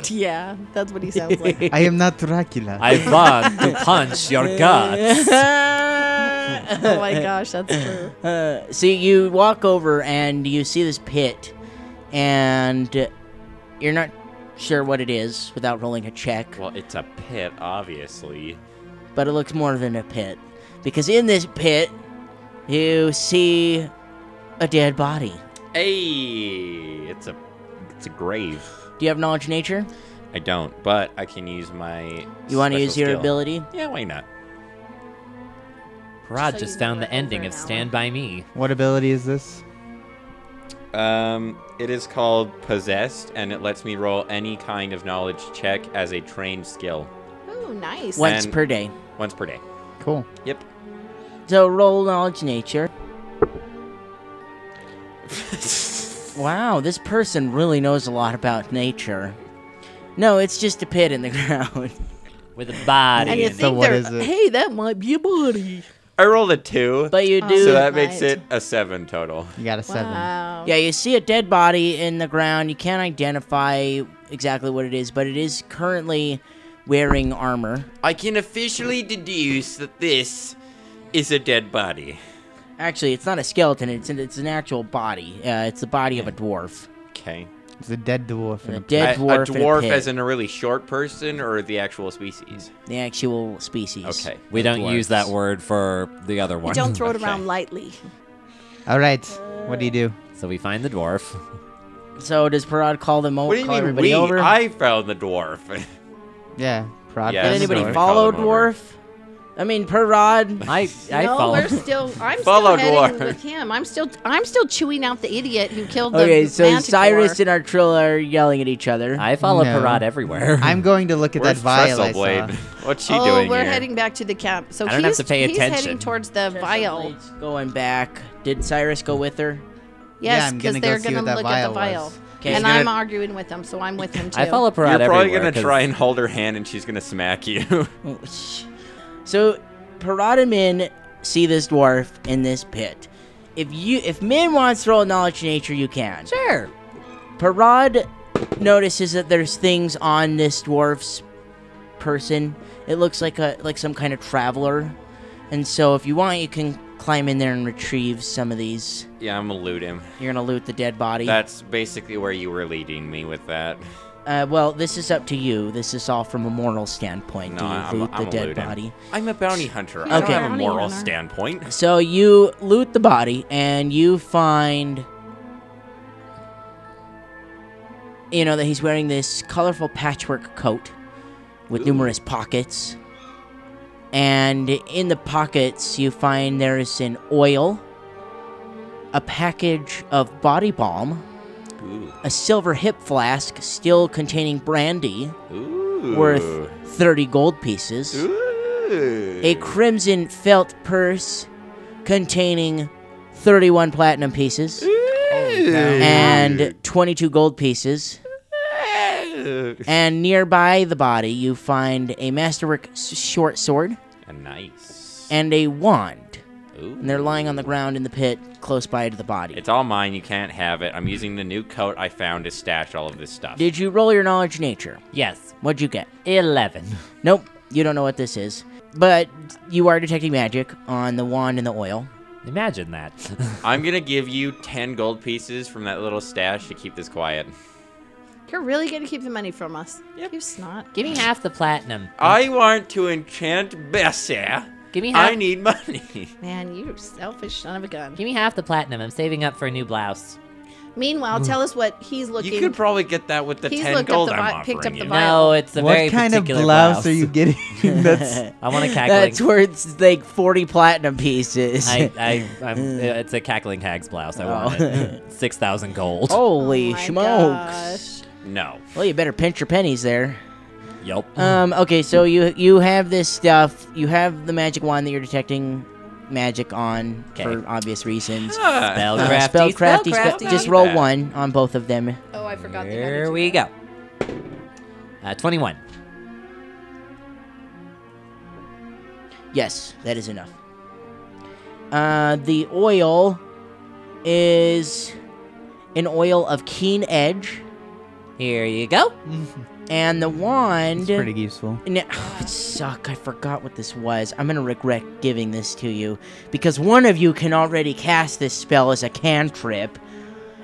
B: Yeah, that's what he sounds like.
D: [LAUGHS] I am not Dracula.
A: [LAUGHS]
G: I want to punch your guts.
B: oh my gosh, that's true.
A: Uh, so you walk over and you see this pit, and you're not sure what it is without rolling a check,
F: Well, it's a pit, obviously.
A: but it looks more than a pit. Because in this pit, you see a dead body.
F: Hey, it's a it's a grave.
A: Do you have knowledge nature?
F: I don't, but I can use my.
A: You want to
F: special
A: use your
F: skill.
A: ability?
F: Yeah, why not?
G: Parad
B: So
G: just
B: you
G: found
B: were
G: the ending
B: over
G: of
B: an
G: Stand By Me.
D: what ability is this?
F: Um, it is called possessed, and it lets me roll any kind of knowledge check as a trained skill
B: Oh, nice.
A: Once
F: And-
A: per day.
F: once per day.
D: Cool.
F: Yep.
A: So roll knowledge
F: [LAUGHS]
A: nature. wow, this person really knows a lot about nature. No, it's just a pit in the [LAUGHS] ground.
G: With a body.
B: And you
G: in it.
D: So
B: think
D: what
B: they're,
D: is it?
B: hey, that might be a body.
F: I rolled a two,
A: But you do.
F: so
B: Dude.
F: that makes
B: Right.
F: it a seven total.
D: You got a 7.
B: Wow.
A: yeah, you see a dead body in the ground. You can't identify exactly what it is, but it is currently wearing armor.
F: I can officially deduce that this is a dead body.
A: Actually, it's not a skeleton. It's an, it's an actual body. Uh, it's the body of a dwarf.
F: Okay.
D: It's a dead dwarf.
A: A
D: And
A: dead
F: Mm-hmm. a,
A: dwarf.
F: a
A: in a
F: dwarf
A: pit.
F: as in a really short person or the actual species?
A: the actual species.
F: Okay.
G: We don't use
F: Dwarfs.
G: that word for the other one.
B: Don't
G: [LAUGHS]
B: throw it
F: Okay.
B: around lightly.
D: All right. What do you do?
G: so we find the dwarf.
A: So does Parad call them over?
F: What do you
A: call
F: mean
A: everybody
F: we?
A: over?
F: I found the [LAUGHS] dwarf.
D: Yeah.
A: Did
D: Prod found
F: Yeah, Yes,
D: the
A: anybody
F: sorry.
D: dwarf.
A: follow
F: Call them over.
A: Dwarf? I mean, per
F: [LAUGHS]
A: rod.
G: I I
B: no,
G: follow. [LAUGHS]
B: we're still. I'm
F: Follow
B: still heading
F: Dwarf.
B: with him. I'm still. I'm still chewing out the idiot who killed the.
A: Okay, so
B: manticore.
A: Cyrus and Artrilla are yelling at each other.
G: I follow
D: No.
G: Parad everywhere. [LAUGHS]
D: I'm going to look at
F: Where's
D: that vial I
F: Trestle
D: saw.
F: Blade? [LAUGHS] What's she
B: oh,
F: doing
B: we're
F: here?
B: heading back to the camp. So
G: I don't have
B: he's,
G: to pay
B: he's
G: attention.
B: heading towards the vial.
A: Somebody's Going back. Did Cyrus go with her?
B: Yes,
D: I'm
B: because
D: gonna go
B: they're
D: see
B: gonna
D: what that
B: look at the
D: vial
B: vial.
D: was.
A: Okay.
B: and
A: He's
F: gonna-
B: I'm arguing with him, so I'm with him too.
G: I follow Parad
F: You're probably
G: everywhere.
F: gonna
G: 'cause
F: try and hold her hand, and she's gonna smack you. [LAUGHS]
A: Oh, sh- So Parada and Min see this dwarf in this pit. If you if Min wants to roll knowledge nature, you can.
G: Sure.
A: Parad notices that there's things on this dwarf's person. It looks like a like some kind of traveler. And so if you want you can climb in there and retrieve some of these.
F: yeah, I'm gonna loot him.
A: You're gonna loot the dead body.
F: That's basically where you were leading me with that.
A: Uh, well, this is up to you. This is all from a moral standpoint.
F: No,
A: Do you
F: I'm,
A: loot
F: I'm
A: the
F: a
A: dead
F: loot him.
A: body?
F: I'm a bounty hunter. I don't
A: Okay.
F: have a
B: Bounty
F: moral
B: hunter.
F: standpoint. [LAUGHS]
A: So you loot the body and you find. You know, that he's wearing this colorful patchwork coat with numerous pockets. And in the pockets, you find there's an oil, a package of body balm,
F: Ooh,
A: a silver hip flask still containing brandy,
F: ooh.
A: worth 30 gold pieces, a crimson felt purse containing 31 platinum pieces, and 22 gold pieces. And nearby the body, you find a masterwork s- short sword
F: A nice.
A: and a wand.
F: Ooh.
A: And they're lying on the ground in the pit close by to the body.
F: It's all mine. You can't have it. I'm using the new coat I found to stash all of this stuff.
A: Did you roll your knowledge nature?
G: Yes.
A: What'd you get?
G: 11.
A: [LAUGHS] Nope, you don't know what this is. But you are detecting magic on the wand and the oil.
G: Imagine that. [LAUGHS]
F: I'm gonna give you ten gold pieces from that little stash to keep this quiet.
B: You're really going to keep the money from us. You snot.
G: Give me half the platinum.
F: I want to enchant Bessie.
G: Give me half.
F: I need
B: [LAUGHS]
F: money.
B: Man, you selfish son of a gun.
G: Give me half the platinum. I'm saving up for a new blouse.
B: Meanwhile, tell us what he's looking
F: You could probably get that with the
B: He's
F: ten
B: looked up
F: gold
B: the vi-
F: I'm
B: picked up
F: offering
B: the
F: you.
B: vi-
G: No, it's a very
D: What kind of
G: particular
D: blouse are you
G: [LAUGHS]
D: getting? [LAUGHS] That's
G: I want a cackling.
A: That's worth like 40 platinum pieces.
G: I, I, I'm, it's a cackling hag's blouse. I want it. [LAUGHS] Six thousand gold.
A: [LAUGHS] Oh. Holy
B: Oh my
A: smokes.
F: [LAUGHS] No.
A: Well, you better pinch your pennies
G: [SIGHS]
A: there.
G: Yup.
A: Um, okay, so you you have this stuff. You have the magic wand that you're detecting magic on for
G: Okay.
A: obvious
G: [GASPS]
A: reasons.
F: [LAUGHS] Ah,
A: Uh,
G: Spellcrafty.
A: spellcrafty, spell-
G: spellcrafty.
A: Just roll
F: Yeah.
A: one on both of them.
B: Oh, I forgot the other
G: Here
B: two.
G: we go. Uh, Twenty-one.
A: Yes, that is enough. Uh, the oil is an oil of keen edge,
G: Here you go.
A: and the wand.
D: pretty useful.
A: No, [SIGHS] suck. I forgot what this was. I'm gonna regret giving this to you because one of you can already cast this spell as a cantrip.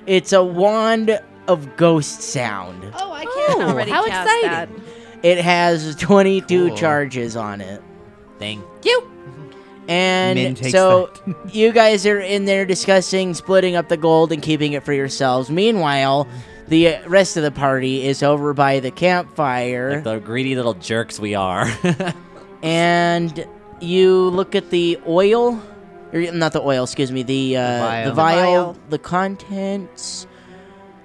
A: It's a wand of ghost sound.
B: Oh, I can already
G: how
B: cast
G: exciting.
B: that.
A: It has 22 charges on it.
G: Thank you.
A: And
D: Min takes
A: so [LAUGHS] you guys are in there discussing splitting up the gold and keeping it for yourselves. Meanwhile, the rest of the party is over by the campfire.
G: The greedy little jerks we are. [LAUGHS]
A: and you look at the oil or not the oil excuse me the uh,
D: vial.
A: the vial the,
D: The
B: vial.
A: contents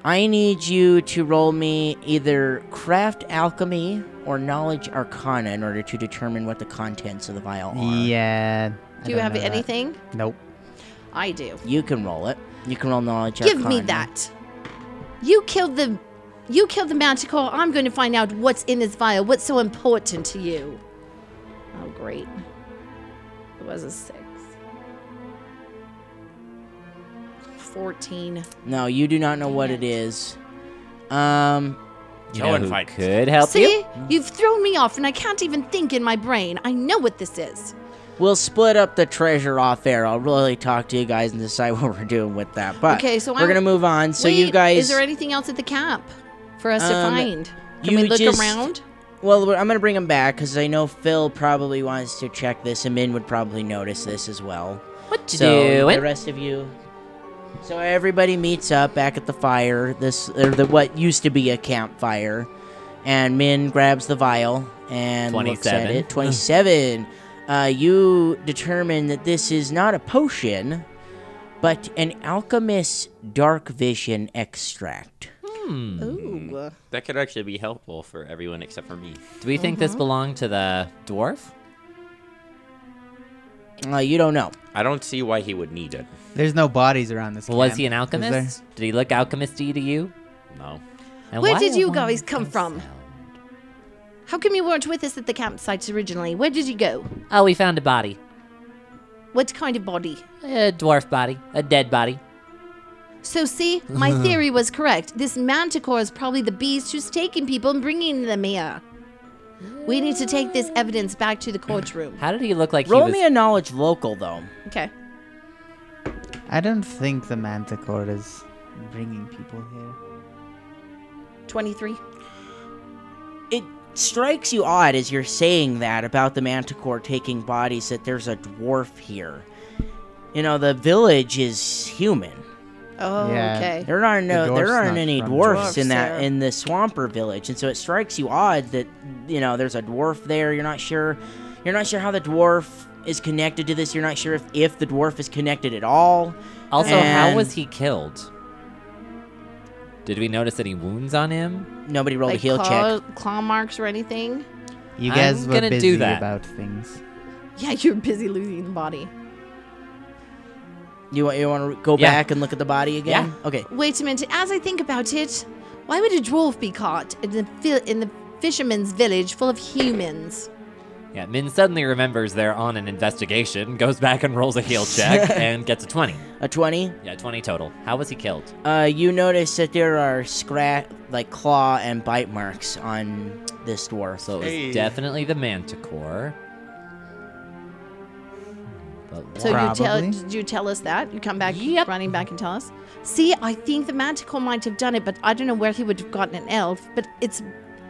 A: i need you to roll me either craft alchemy or knowledge arcana in order to determine what the contents of the vial are
D: Yeah. I
B: Do you
D: don't
B: have
D: know that.
B: anything?
D: Nope.
B: I do.
A: you can roll it you can roll knowledge
B: Give me
A: arcana.
B: that. You killed the you killed the magical. I'm going to find out what's in this vial. What's so important to you? Oh, great. It was a 6. 14.
A: no you do not know what it is um
G: You
F: No
G: know
F: one
G: who
F: fights.
G: could help you?
B: See? You've thrown me off and I can't even think in my brain. I know what this is.
A: we'll split up the treasure off air i'll really talk to you guys and decide [LAUGHS] what we're doing with that but
B: Okay, so
A: we're
B: I'm-
A: gonna move on so you
B: Wait,
A: guys
B: Is there anything else at the camp for us to
A: Um,
B: find? Can
A: you
B: we look
A: just-
B: around?
A: Well, I'm gonna bring him back because I know Phil probably wants to check this, and Min would probably notice this as well.
G: What you
A: so
G: doing?
A: the rest of you, so everybody meets up back at the fire. This or the what used to be a campfire, and Min grabs the vial and looks at
G: 27.
A: it. Twenty-seven. uh, you determine that this is not a potion, but an alchemist's dark vision extract.
B: Ooh.
F: that could actually be helpful for everyone except for me.
G: Do we think this
B: Mm-hmm.
G: belonged to the dwarf?
A: Uh, you don't know.
F: I don't see why he would need it.
D: There's no bodies around this.
G: Was
D: camp,
G: he
D: is
G: an
D: there?
G: alchemist? Did he look alchemisty to you?
F: No.
G: And
B: Where
G: why
B: did you
G: would
B: guys
G: one
B: come
G: go
B: from?
G: sound?
B: How come you weren't with us at the campsite originally? Where did you go?
G: Oh, we found a body.
B: What kind of body?
G: A dwarf body. A dead body.
B: So see, my theory was correct. This manticore is probably the beast who's taking people and bringing them here. We need to take this evidence back to the
G: [CLEARS THROAT]
B: courtroom.
G: How did he look like
A: Roll
G: he was
A: me a knowledge local though.
B: Okay.
D: I don't think the manticore is bringing people here.
B: 23.
A: it strikes you odd as you're saying that about the manticore taking bodies that there's a dwarf here. You know, the village is human.
B: Oh,
D: Yeah.
B: okay.
A: There aren't no,
D: The
A: there
D: dwarf's
A: aren't
D: not
A: any
D: from
A: dwarfs,
B: dwarfs
A: in that
B: there.
A: in the swamper village, and so it strikes you odd that you know there's a dwarf there. You're not sure, you're not sure how the dwarf is connected to this. You're not sure if, if the dwarf is connected at all.
G: Also, how was
A: And-
G: he killed? Did we notice any wounds on him?
A: Nobody rolled
B: like
A: a heal
B: claw,
A: check.
B: claw marks or anything?
H: You
G: I'm
H: guys were
G: gonna do
H: busy
G: that.
H: about things.
B: Yeah, [LAUGHS] you're busy losing the body.
A: You want you want to go
G: Yeah.
A: back and look at the body again? Yeah. Okay.
B: Wait a minute. As I think about it, why would a dwarf be caught in the fil- in the fisherman's village full of humans?
G: Yeah, Min suddenly remembers they're on an investigation, goes back and rolls a heal check, and gets a 20.
A: A twenty.
G: Yeah, 20 total. How was he killed?
A: Uh, you notice that there are scratch, like claw and bite marks on this dwarf.
G: So it was
F: Hey.
G: definitely the manticore. But
B: So you tell
H: Probably.
B: did you tell us that? You come back running back and tell us. See, I think the manticore might have done it, but I don't know where he would have gotten an elf, but it's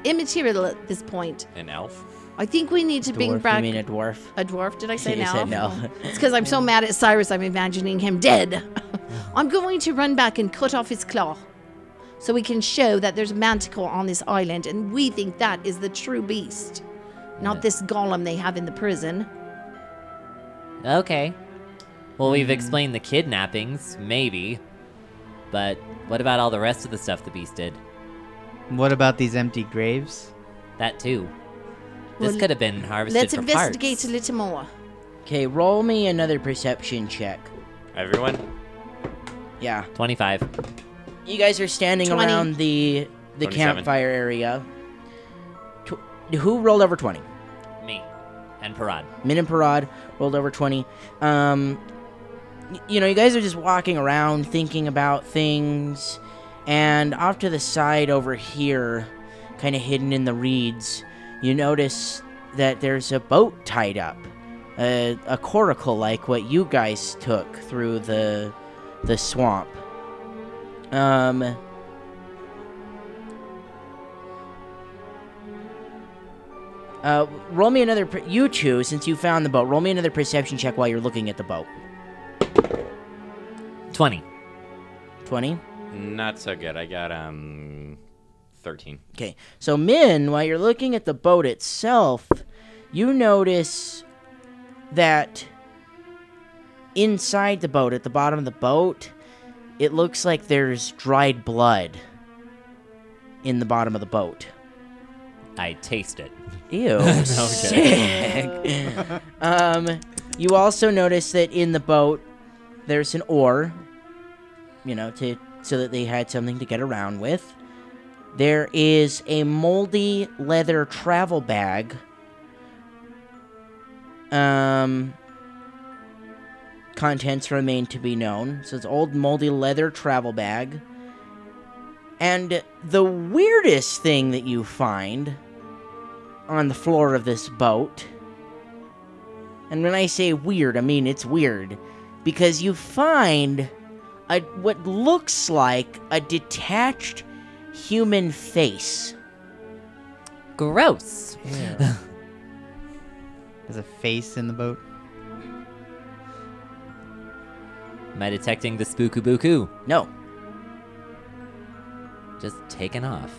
B: immaterial at this point.
F: An elf?
B: I think we need to bring
A: dwarf,
B: back
A: you mean a dwarf?
B: a dwarf. Did I
A: [LAUGHS]
B: say
A: You
B: now?
A: said no.
B: It's because I'm
A: [LAUGHS]
B: so mad at Cyrus, I'm imagining
A: [SIGHS]
B: him dead. I'm going to run back and cut off his claw so we can show that there's a manticore on this island, and we think that is the true beast, not this golem they have in the prison.
G: Okay. Well, we've explained the kidnappings, maybe. But what about all the rest of the stuff the beast did?
H: What about these empty graves?
G: That too. This
B: Well,
G: could have been harvested
B: Let's
G: for
B: investigate a
G: parts.
B: little more.
A: Okay, roll me another perception check.
F: Everyone?
A: Yeah.
G: 25.
A: You guys are standing
B: 20.
A: around the the
F: 27.
A: campfire area. Tw- who rolled over twenty?
G: Me. And Parad.
A: Min and Parad rolled over 20. Um, y- you know, you guys are just walking around thinking about things, and off to the side over here, kind of hidden in the reeds, you notice that there's a boat tied up. A, a coracle like what you guys took through the the swamp. Um, Uh, roll me another. Per- you two, since you found the boat, roll me another perception check while you're looking at the boat.
G: 20.
A: Twenty.
F: Not so good. I got um 13.
A: Okay. So, Min, while you're looking at the boat itself, you notice that inside the boat, at the bottom of the boat, it looks like there's dried blood in the bottom of the boat.
G: I taste it.
A: Ew. sick. um, you also notice that in the boat there's an oar, you know, to so that they had something to get around with. There is a moldy leather travel bag. Um contents remain to be known. So it's old moldy leather travel bag. And the weirdest thing that you find on the floor of this boat. And when I say weird, I mean it's weird because you find a what looks like a detached human face.
G: Gross.
H: There's a face in the boat.
G: Am I detecting the spookubuku?
A: No,
G: Just taken off.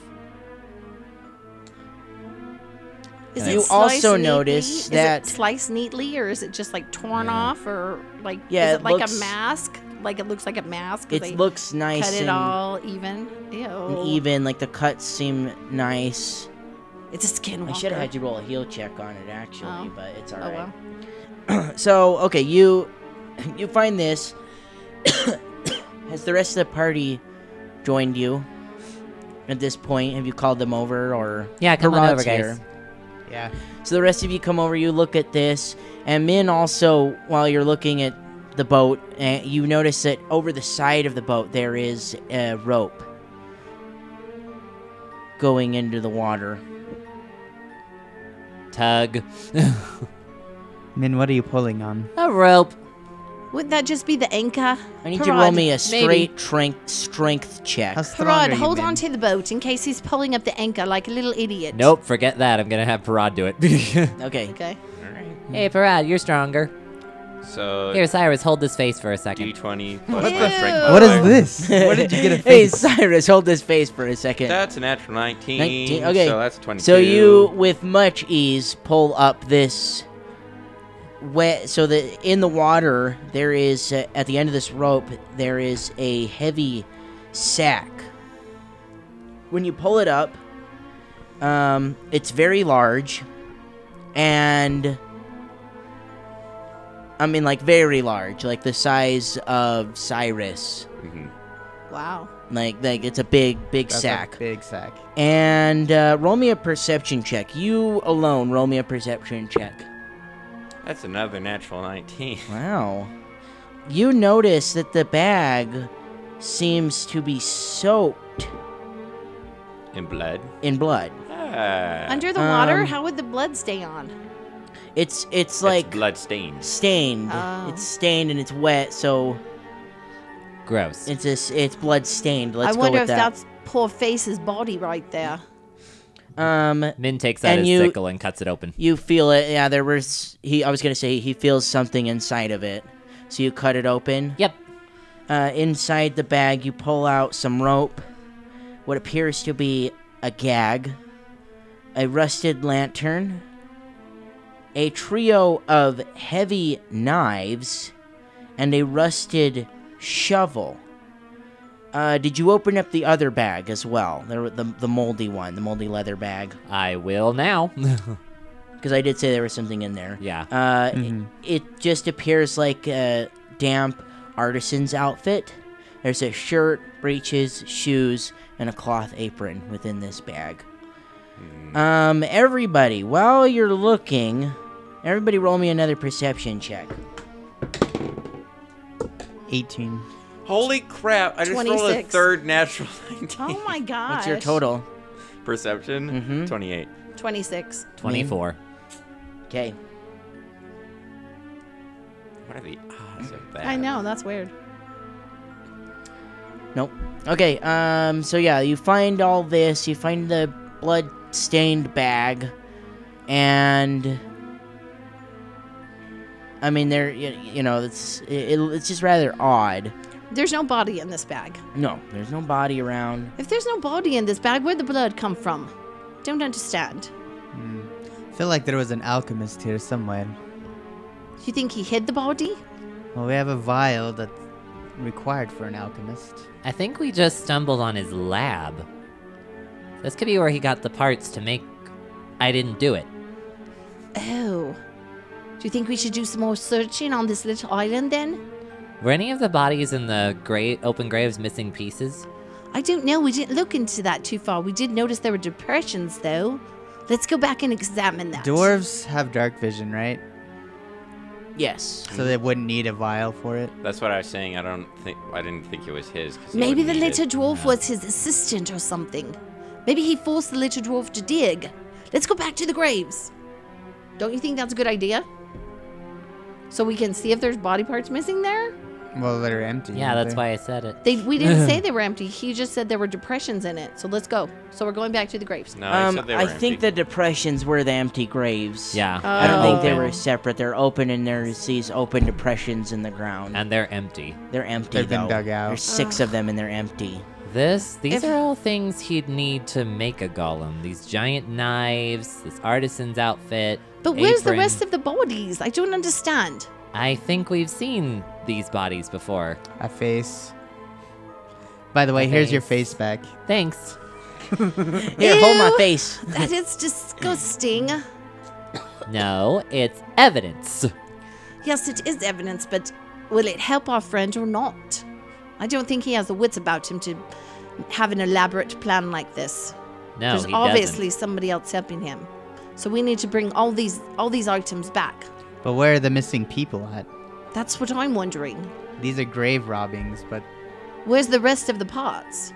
B: Is
A: You
B: sliced
A: also
B: neatly?
A: notice that-
B: is it sliced neatly, or is it just like torn
G: Yeah.
B: off, or like
A: Yeah,
B: is
A: it
B: it like
A: looks-
B: a mask? Like it looks like a mask. 'cause
A: it
B: they
A: looks nice
B: cut it
A: and,
B: all even. Ew.
A: and even. Like the cuts seem nice.
B: It's a skinwalker.
A: I should have had you roll a heel check on it actually,
B: Oh.
A: but it's
B: Oh
A: alright.
B: well.
A: So okay, you [COUGHS] you find this. [COUGHS] Has the rest of the party joined you at this point? Have you called them over or
G: Yeah, come on
A: Parrots
G: over, guys.
A: here.
H: Yeah.
A: So the rest of you come over, you look at this, and Min also, while you're looking at the boat, uh, you notice that over the side of the boat there is a rope going into the water.
G: Tug.
H: Min, what are you pulling on?
G: A rope.
B: Wouldn't that just be the anchor?
A: I need you to roll
B: Parad,
A: me a
B: maybe.
A: straight strength strength check.
H: How strong
B: Parad,
H: are you,
B: hold
H: Min?
B: on to the boat in case he's pulling up the anchor like a little idiot.
G: Nope, forget that. I'm gonna have Parad do it. [LAUGHS] hey,
A: Okay.
B: Okay.
G: Parad, you're stronger.
F: So
G: Here, Cyrus, hold this face for a second.
F: D20 plus
B: Ew.
F: my strength
H: What is
F: modifier.
B: [LAUGHS]
H: this? Where did
G: [LAUGHS]
H: you get a
A: [LAUGHS] hey
H: face?
A: Cyrus, hold this face for a second.
F: That's a natural 19.
A: 19, okay.
F: So that's 22.
A: So you, with much ease, pull up this wet. So that in the water there is, uh, at the end of this rope, there is a heavy sack when you pull it up, um, it's very large, and I mean like very large, like the size of Cyrus.
B: Wow.
A: Like like it's a big big
D: That's a
A: sack.
D: big sack.
A: and uh, roll me a perception check. You alone, roll me a perception check.
F: That's another natural 19.
A: Wow. You notice that the bag seems to be soaked
F: In blood.
A: in blood.
F: Ah,
B: Under the water,
A: Um,
B: how would the blood stay on?
A: It's it's
F: it's
A: like
F: blood stains.
A: stained.
B: Oh.
A: It's stained and it's wet, so
G: Gross.
A: it's just, it's blood stained. Let's
B: I wonder
A: go
B: if
A: with that.
B: that's poor Face's body right
A: [LAUGHS]
B: there.
A: Um,
G: Min takes out
A: And
G: his
A: you-
G: sickle and cuts it open.
A: you feel it. Yeah, there was he. I was gonna say he feels something inside of it. So you cut it open.
G: Yep.
A: Uh, inside the bag, you pull out some rope, what appears to be a gag, a rusted lantern, a trio of heavy knives, and a rusted shovel. Uh, did you open up the other bag as well? The, the, the moldy one, the moldy leather bag?
G: I will now. [LAUGHS]
A: Because I did say there was something in there.
G: yeah.
A: Uh, it, it just appears like a damp artisan's outfit. There's a shirt, breeches, shoes, and a cloth apron within this bag. Um, everybody, while you're looking, everybody roll me another perception check.
D: 18.
F: Holy crap! I just rolled a
B: 26.
F: third natural 19.
B: Oh my god.
A: What's your total?
F: Perception 28.
B: 26.
G: 24.
A: Okay.
F: What are the odds of that?
B: I know, that's weird.
A: Nope. Okay, um, so yeah, you find all this, you find the blood stained bag, and. I mean, there, you, you know, it's it, it's just rather odd.
B: There's no body in this bag.
A: No, there's no body around.
B: If there's no body in this bag, where'd the blood come from? Don't understand.
D: Feel like there was an alchemist here somewhere.
B: You think he hid the body?
D: Well, we have a vial that's required for an alchemist.
G: I think we just stumbled on his lab. This could be where he got the parts to make. I didn't do it.
B: Oh. Do you think we should do some more searching on this little island then?
G: Were any of the bodies in the gra- open graves missing pieces?
B: I don't know. We didn't look into that too far. We did notice there were depressions, though. Let's go back and examine that.
D: Dwarves have dark vision, right?
A: Yes.
B: Mm-hmm.
D: So they wouldn't need a vial for it.
F: That's what I was saying. I don't think I didn't think it was his. 'cause he
B: Maybe the
F: wouldn't need
B: little
F: it.
B: dwarf was his assistant or something. Maybe he forced the little dwarf to dig. Let's go back to the graves. Don't you think that's a good idea? So we can see if there's body parts missing there?
D: Well, they're empty.
G: Yeah,
D: aren't
G: that's
D: they?
G: why I said it.
B: They, we didn't
G: Uh-huh.
B: say they were empty. He just said there were depressions in it. So let's go. So we're going back to the graves.
F: No, he
A: Um,
F: said they were
A: I think
F: empty.
A: the depressions were the empty graves.
G: Yeah.
A: I don't think they
B: Oh.
A: were separate. They're open, and there's these open depressions in the ground.
G: And they're empty.
A: they're empty.
D: They've been
A: though.
D: dug out.
A: There's six of them, and they're empty.
G: This, these
B: If-
G: are all things he'd need to make a golem. These giant knives, this artisan's outfit.
B: But where's the
G: apron.
B: rest of the bodies? I don't
G: [LAUGHS]
B: understand.
G: I think we've seen these bodies before.
D: A face. By the way, here's your
G: face.
D: face back.
G: Thanks.
A: Here, hold my
B: Ew.
A: face.
B: That is disgusting.
G: No, it's evidence.
B: Yes, it is evidence, but will it help our friend or not? I don't think he has the wits about him to have an elaborate plan like this.
G: No,
B: There's
G: he
B: obviously somebody else helping him. So we need to bring all these all these items back.
D: But where are the missing people at?
B: That's what I'm wondering.
D: These are grave robbings, but
B: Where's the rest of the parts?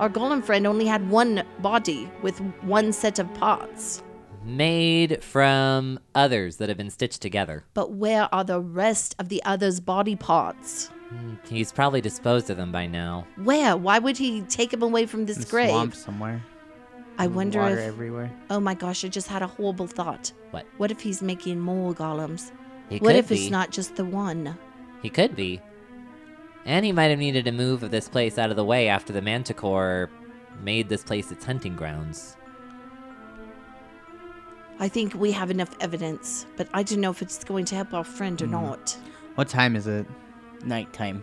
B: Our golem friend only had one body with one set of parts.
G: doesn't. Made from others that have been stitched together.
B: But where are the rest of the other's body parts?
G: Hmm, He's probably disposed of them by now.
B: Where? Why would he take him away from this
D: in
B: grave?
D: swamp somewhere.
B: I wonder
D: Water
B: if
D: everywhere.
B: Oh my gosh, I just had a horrible thought.
G: What?
B: What if he's making more golems?
G: He
B: what
G: could
B: if
G: be.
B: it's not just the one?
G: He could be. And he might have needed to move this place out of the way after the manticore made this place its hunting grounds.
B: I think we have enough evidence, but I don't know if it's going to help our friend or
G: Hmm.
B: not.
D: What time is it?
A: Nighttime.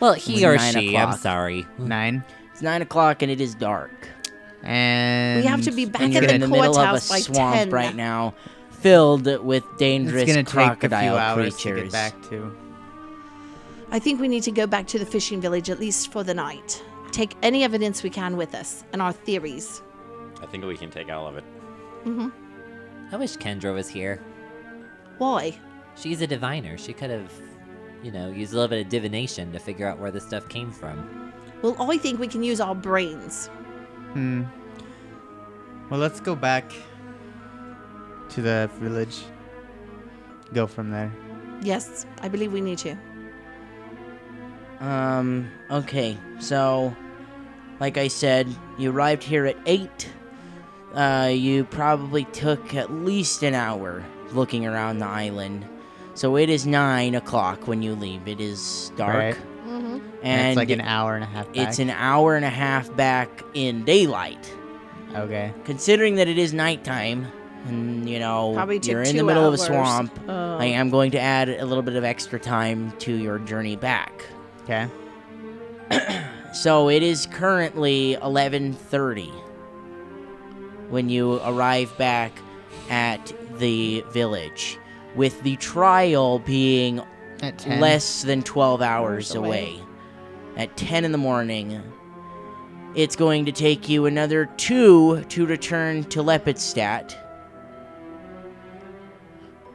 G: Well, he
A: It's
G: or
A: nine
G: she, I'm
A: o'clock.
G: sorry.
D: Nine.
A: It's nine o'clock, and it is dark.
H: And
B: We have to be back
A: and
B: at
A: you're
B: the
A: in the middle of a
B: courthouse by
A: swamp
B: 10.
A: right now, filled with dangerous
H: It's gonna take a few
A: crocodile
H: hours
A: creatures.
H: to get back to.
B: I think we need to go back to the fishing village at least for the night. Take any evidence we can with us and our theories.
F: I think we can take all of it.
B: Mm-hmm.
G: I wish Kendra was here.
B: Why?
G: She's a diviner. She could have, you know, used a little bit of divination to figure out where this stuff came from.
B: Well, I think we can use our brains.
H: Hmm. Well, let's go back to the village. Go from there.
B: Yes, I believe we need to.
A: Um, okay, so, like I said, you arrived here at 8. Uh, you probably took at least an hour looking around the island. So it is 9 o'clock when you leave. It is dark.
H: Right.
A: And
H: it's like an hour and a half. Back.
A: it's an hour and a half back in daylight.
H: okay.
A: Considering that it is nighttime, and you know,
B: Probably took
A: you're in
B: two
A: the middle of a
B: hours.
A: swamp,
B: Oh.
A: I am going to add a little bit of extra time to your journey back.
H: Okay.
A: So it is currently 11:30 when you arrive back at the village with the trial being
H: At ten.
A: less than 12 hours
B: Hours away.
A: away. At 10 in the morning, it's going to take you another two to return to Lepidstadt.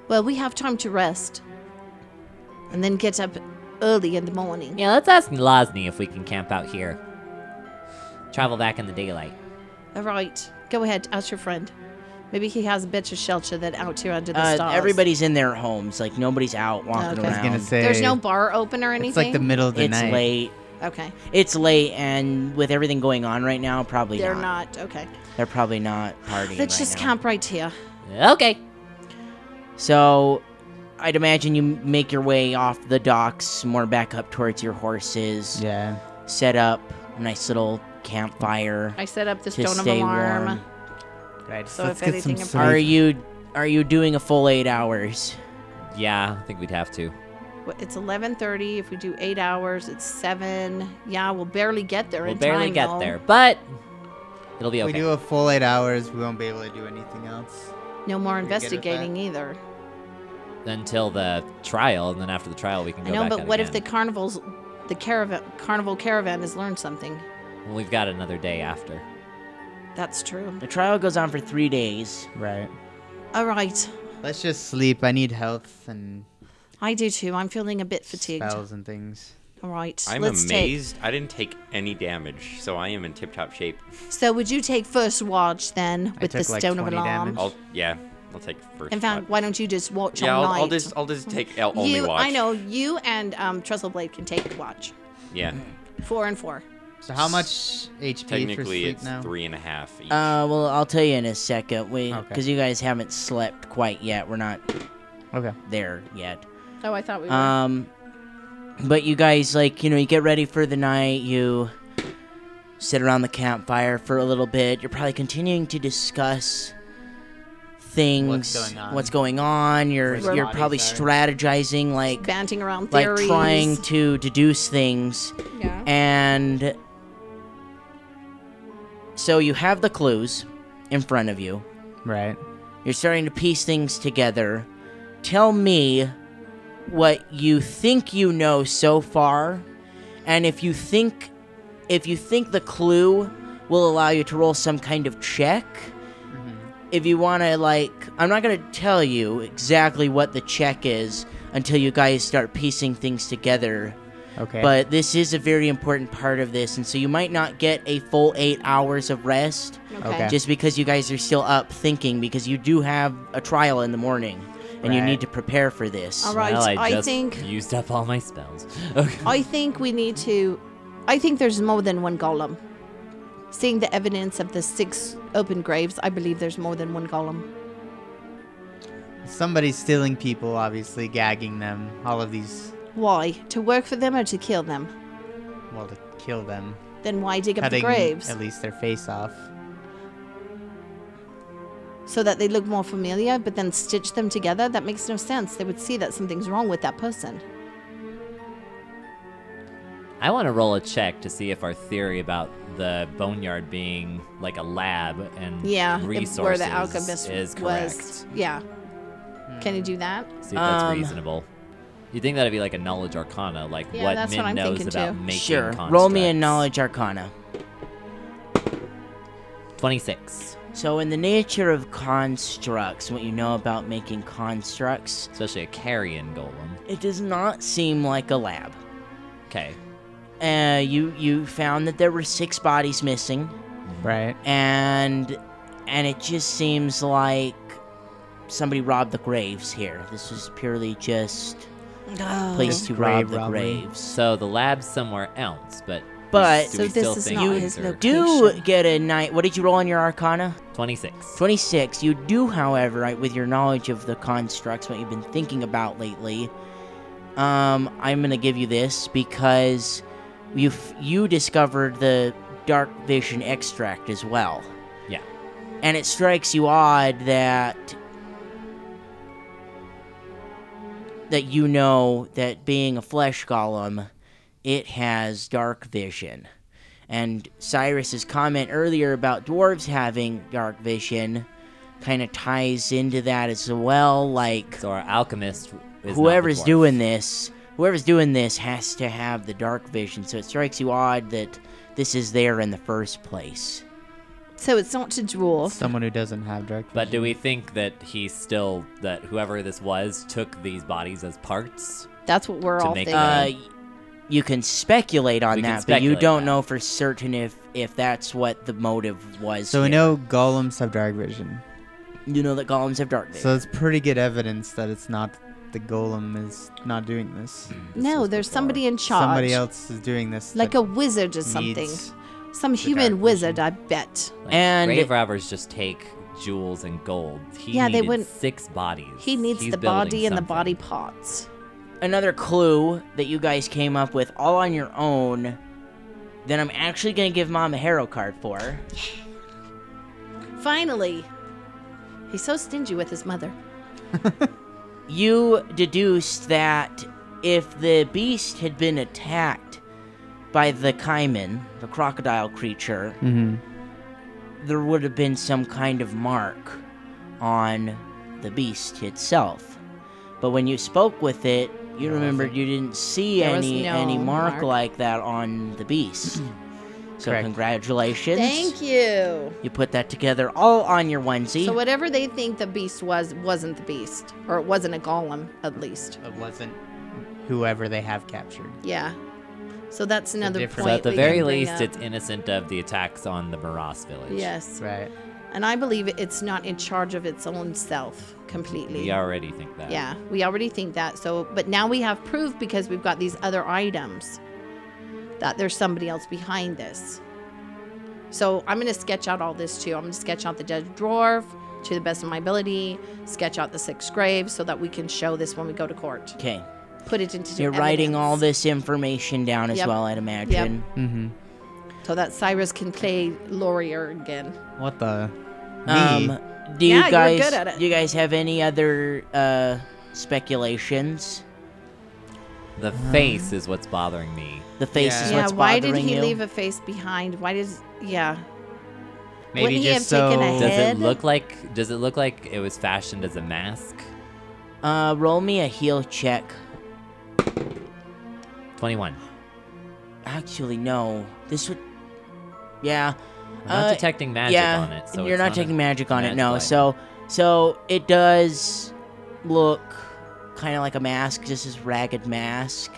B: Well, we have time to rest and then get up early in the morning.
G: Yeah, let's ask Lozny if we can camp out here. Travel back in the daylight.
B: All right, go ahead, ask your friend. Maybe he has a better shelter than out here under the
A: Uh,
B: stars.
A: everybody's in their homes, like nobody's out walking
B: Okay. I was
A: around.
H: gonna say.
B: There's no bar open or anything.
H: It's like the middle of the
A: it's
H: night.
A: late.
B: Okay,
A: It's late, and with everything going on right now, probably
B: they're not. Okay,
A: They're probably not partying.
B: let's
A: right
B: just
A: now.
B: camp right here.
G: Okay.
A: So, I'd imagine you make your way off the docks, more back up towards your horses,
H: Yeah.
A: set up a nice little campfire
B: I set up the
A: to
B: stone of
A: stay
B: alarm.
A: warm.
H: Right.
B: So
H: let's
B: if
H: get some
B: anything
H: sleep.
A: Are you are you doing a full eight hours?
G: Yeah, I think we'd have to.
B: Wha- It's 11:30. If we do eight hours, it's seven. Yeah, we'll barely get there.
G: We'll
B: in
G: barely
B: time,
G: get
B: though.
G: there, but it'll be
H: If we
G: okay.
H: do a full eight hours, we won't be able to do anything else.
B: No more
H: You're good at that.
B: investigating either.
G: Until the trial, and then after the trial, we can
B: I
G: go
B: know,
G: back
B: but
G: out
B: what if the
G: again.
B: carnival's, the caravan, carnival caravan has learned something?
G: Well, we've got another day after.
B: That's true.
A: The trial goes on for three days.
H: Right.
B: All right,
H: Let's just sleep. I need health and
B: I do too. I'm feeling a bit fatigued.
H: spells and things.
B: All right,
F: I'm
B: let's
F: amazed. I didn't take any damage, so I am in tip-top shape.
B: take. So would you take first watch then with the
H: took, like,
B: stone of
H: 20
B: alarm?
H: damage.
F: I'll yeah, I'll take first.
B: In
F: shot.
B: fact, why don't you just watch
F: yeah,
B: all
F: I'll,
B: night?
F: I'll just I'll just take I'll only
B: you,
F: watch.
B: I know you and um, Trestleblade can take watch.
F: Yeah,
B: Four and four.
H: So how much HP for
F: technically
H: sleep
F: it's
H: now?
F: three and a half. Each.
A: Uh, well, I'll tell you in a second. We
H: Okay.
A: because you guys haven't slept quite yet. We're not
H: Okay.
A: there yet.
B: Oh, I thought we were.
A: Um, but you guys, like, you know, you get ready for the night, you sit around the campfire for a little bit. You're probably continuing to discuss things,
H: What's going on.
A: what's going on. You're
H: Where's the
A: you're
H: bodies
A: probably
H: at?
A: strategizing, like,
B: Banting around
A: like
B: theories.
A: trying to deduce things,
B: Yeah.
A: and so you have the clues in front of you.
H: Right.
A: You're starting to piece things together. Tell me what you think you know so far, and if you think if you think the clue will allow you to roll some kind of check. If you want to like I'm not going to tell you exactly what the check is until you guys start piecing things together.
H: Okay.
A: But this is a very important part of this, and so you might not get a full eight hours of rest
B: Okay.
A: just because you guys are still up thinking, because you do have a trial in the morning, and you
H: Right.
A: need to prepare for this.
B: All right.
G: Well, I,
B: I,
G: just
B: think
G: used up all my spells. [LAUGHS] Okay.
B: I think we need to. I think there's more than one golem. Seeing the evidence of the six open graves, I believe there's more than one golem.
H: Somebody's stealing people, obviously gagging them. All of these,
B: Why? To work for them or to kill them?
H: well, to kill them,
B: Then why dig up the
H: cutting
B: graves?
H: at least their face off.
B: So that they look more familiar, but then stitch them together? That makes no sense. They would see that something's wrong with that person.
G: I want to roll a check to see if our theory about the boneyard being like a lab and
B: Yeah, if-
G: resources
B: where the alchemist
G: is correct. Hmm.
B: was. Yeah. Can you do that?
G: See if that's
A: Um,
G: reasonable. You think that'd be like a knowledge arcana, like
B: Yeah,
G: what
B: that's
G: Min
B: what I'm
G: knows
B: thinking
G: about
B: too.
G: making
A: sure. Roll me a
G: constructs.
A: knowledge arcana.
G: Twenty-six,
A: So, in the nature of constructs, what you know about making constructs,
G: especially a carrion golem.
A: it does not seem like a lab.
G: Okay,
A: Uh, you you found that there were six bodies missing,
H: Right.
A: and and it just seems like somebody robbed the graves here. This is purely just a
B: Uh-huh.
A: place to rob
H: grave
A: the
H: robbery.
A: graves.
G: so the lab's somewhere else, but we-
A: But-
B: So
G: do we
B: this
G: still
B: is
G: think
B: not
G: these
B: his
G: are-
B: location.
A: Do get a night. What did you roll on your Arcana?
G: Twenty-six.
A: 26. You do, however, right, with your knowledge of the constructs, what you've been thinking about lately, um, I'm going to give you this because you f- you discovered the dark vision extract as well.
G: Yeah.
A: And it strikes you odd that that you know that being a flesh golem, it has dark vision. And Cyrus's comment earlier about dwarves having dark vision kind of ties into that as well. Like,
G: So our alchemist is
A: whoever's
G: not the dwarf.
A: doing this, whoever's doing this has to have the dark vision. So it strikes you odd that this is there in the first place.
B: So it's not to dwarf.
H: Someone who doesn't have direct.
G: But do we think that he still that whoever this was took these bodies as parts?
B: That's what we're
G: To
B: all
G: make
B: thinking.
A: Uh,
G: Okay.
A: y- you can speculate on
G: We can
A: that, but you
G: speculate
A: don't
G: that.
A: know for certain if if that's what the motive was.
H: So we
A: here.
H: know golems have dark vision.
A: you know that golems have dark vision.
H: So it's pretty good evidence that it's not the golem is not doing this.
B: no, there's somebody in charge.
H: Somebody else is doing this.
B: Hmm. Like a wizard or something. Some human
H: dark
B: wizard, I bet.
G: Like,
A: And-
G: grave robbers just take jewels and gold. He
B: Yeah, they
G: needed
B: wouldn't-
G: six bodies.
B: He needs
G: He's
B: the
G: building
B: body and the
G: something.
B: body parts.
A: another clue that you guys came up with all on your own that I'm actually going to give Mom a hero card for.
B: Finally. He's so stingy with his mother.
A: You deduced that if the beast had been attacked by the caiman, the crocodile creature, there would have been some kind of mark on the beast itself. But when you spoke with it, you remembered you didn't see
B: There was
A: any
B: no
A: any mark,
B: mark.
A: like that on the beast. so
H: Correct.
A: congratulations.
B: Thank you.
A: You put that together all on your onesie.
B: So whatever they think the beast was wasn't the beast, or it wasn't a golem at least.
H: It wasn't whoever they have captured.
B: Yeah. So that's another
H: difference.
B: point.
G: So at the
B: we can
G: very
B: bring
G: least,
B: up.
G: it's innocent of the attacks on the Maras village.
B: yes,
H: Right.
B: and I believe it's not in charge of its own self completely.
G: We already think that.
B: Yeah, we already think that. So, but now we have proof because we've got these other items that there's somebody else behind this. So I'm going to sketch out all this too. I'm going to sketch out the dead dwarf to the best of my ability, sketch out the six graves so that we can show this when we go to court.
A: okay.
B: Put it into
A: You're writing all
B: evidence
A: this information down as
B: Yep.
A: well, I'd imagine.
B: Mm-hmm. so that Cyrus can play lawyer again.
H: What the? Me?
A: Um, do you
B: Yeah, you were
A: guys
B: good at it.
A: do you guys have any other uh, speculations?
G: The face is what's bothering me.
A: The face
H: Yeah.
A: is
B: yeah,
A: what's
B: why did
A: bothering
B: he
A: you.
B: leave a face behind? Why did yeah?
H: Maybe
B: Wouldn't he
H: just
B: have
H: so.
B: taken a
G: Does
B: Head?
G: it look like? Does it look like it was fashioned as a mask?
A: uh, roll me a heal check.
G: Twenty-one.
A: Actually, no. This would. Yeah.
G: We're not
A: Uh,
G: detecting magic
A: yeah,
G: on it, so
A: you're
G: it's
A: not
G: a
A: taking magic on it.
G: magic
A: No,
G: item.
A: so so it does look kind of like a mask, just this ragged mask.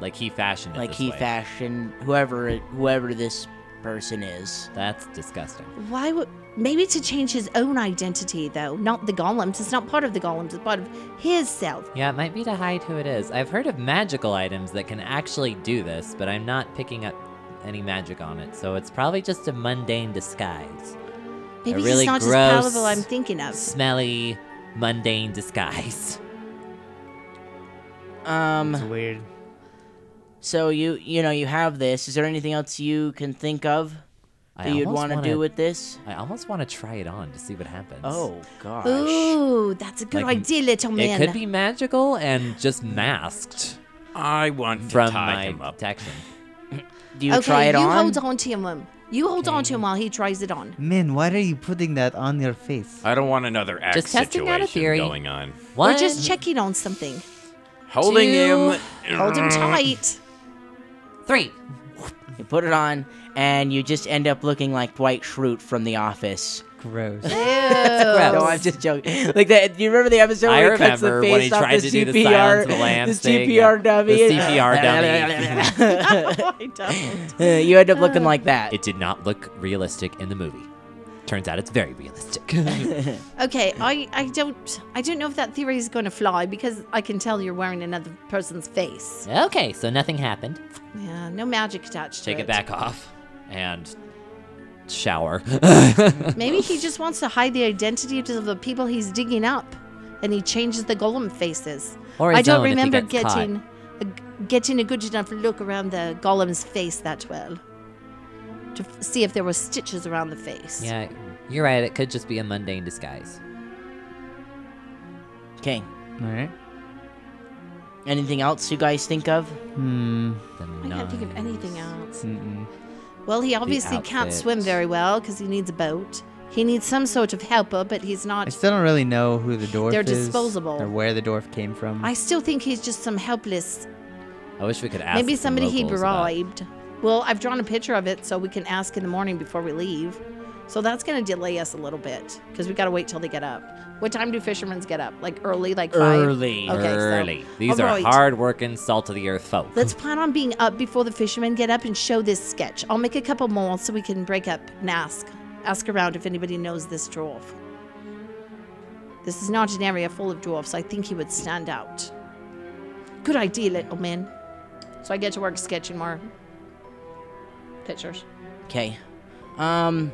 G: like he fashioned it.
A: like
G: this
A: he
G: way.
A: fashioned whoever it- whoever this person is.
G: That's disgusting.
B: Why would maybe to change his own identity though, not the golems. It's not part of the golems. It's part of his self.
G: Yeah, it might be to hide who it is. I've heard of magical items that can actually do this, but I'm not picking up any magic on it, so it's probably just a mundane disguise.
B: Maybe
G: really
B: he's not as
G: gross-
B: palatable. I'm thinking
A: Uh,
B: of.
G: Smelly,
A: [LAUGHS]
G: mundane disguise.
H: It's
A: Um
H: weird.
A: so you you know you have this. Is there anything else you can think of
G: I
A: that you'd
G: almost
A: want to
G: wanna-
A: do with this?
G: I almost want to try it on to see what happens.
A: Oh gosh.
B: Ooh, that's a good
G: Like,
B: idea, little
G: it
B: man.
G: could be magical and just masked.
I: I want to
G: from
I: tie
G: my
I: him up.
A: [LAUGHS]
G: protection.
A: Do you try it
B: you
A: on?
B: hold on to him. You hold on to
G: Mm.
B: him while he tries it on.
H: Man, why are you putting that on your face?
I: I don't want another axe
G: Just testing out a
I: situation
G: theory.
I: going on.
G: One,
B: We're just checking on something.
I: Holding
G: Two.
I: him.
B: Hold
G: Mm.
B: him
G: [LAUGHS]
F: Mm.
B: tight.
G: three.
A: You put it on, and you just end up looking like Dwight Schrute from The Office.
H: Gross.
B: Oh.
A: No,
B: [LAUGHS]
A: I'm just joking. [LAUGHS] Like that. Do you remember the episode
G: I
A: where he cuts the
G: remember
A: face
G: when he
A: off
G: tried
A: the
G: to do
A: CPR,
G: the silence of the lambs
A: the
G: thing,
A: CPR
G: yeah.
A: dummy?
G: The CPR
A: [LAUGHS] dummy.
B: Oh, he doesn't.
A: [LAUGHS] you end up
B: [LAUGHS]
A: looking like that.
G: It did not look realistic in the movie. Turns out it's very realistic.
B: okay, I, I don't I don't know if that theory is going to fly because I can tell you're wearing another person's face.
G: okay, so nothing happened.
B: Yeah, no magic attached
G: Take
B: to it.
G: it back off and shower.
B: Maybe he just wants to hide the identities of the people he's digging up, and he changes the golem faces.
G: Or
B: I
G: his
B: don't
G: own if he
B: remember
G: gets caught.
B: getting a, getting a good enough look around the golem's face that well to f- see if there were stitches around the face.
G: yeah, you're right. It could just be a mundane disguise.
A: Okay.
H: All right.
A: Anything else you guys think of?
H: Hmm.
G: The
B: I can't think of anything
G: nines.
B: else.
H: Mm-mm.
B: Well, he obviously can't
G: outfit.
B: swim very well because he needs a boat. He needs some sort of helper, but he's
H: I
B: not.
H: still don't really know who the dwarf
B: They're
H: is.
B: disposable.
H: Or where the dwarf came from.
B: I still think he's just some helpless.
G: I wish we could ask.
B: Maybe
G: some
B: somebody he
G: locals about-
B: bribed. Well, I've drawn a picture of it so we can ask in the morning before we leave. So that's going to delay us a little bit because we got to wait till they get up. What time do fishermen get up? Like early, like five?
A: Early.
B: Okay, so-
G: Early. These
B: All
G: are
B: right.
G: hard-working, salt-of-the-earth folk.
B: Let's plan on being up before the fishermen get up and show this sketch. I'll make a couple more so we can break up and ask. Ask around if anybody knows this dwarf. This is not an area full of dwarfs. I think he would stand out. Good idea, little man. So I get to work sketching more pictures.
A: Okay. Um.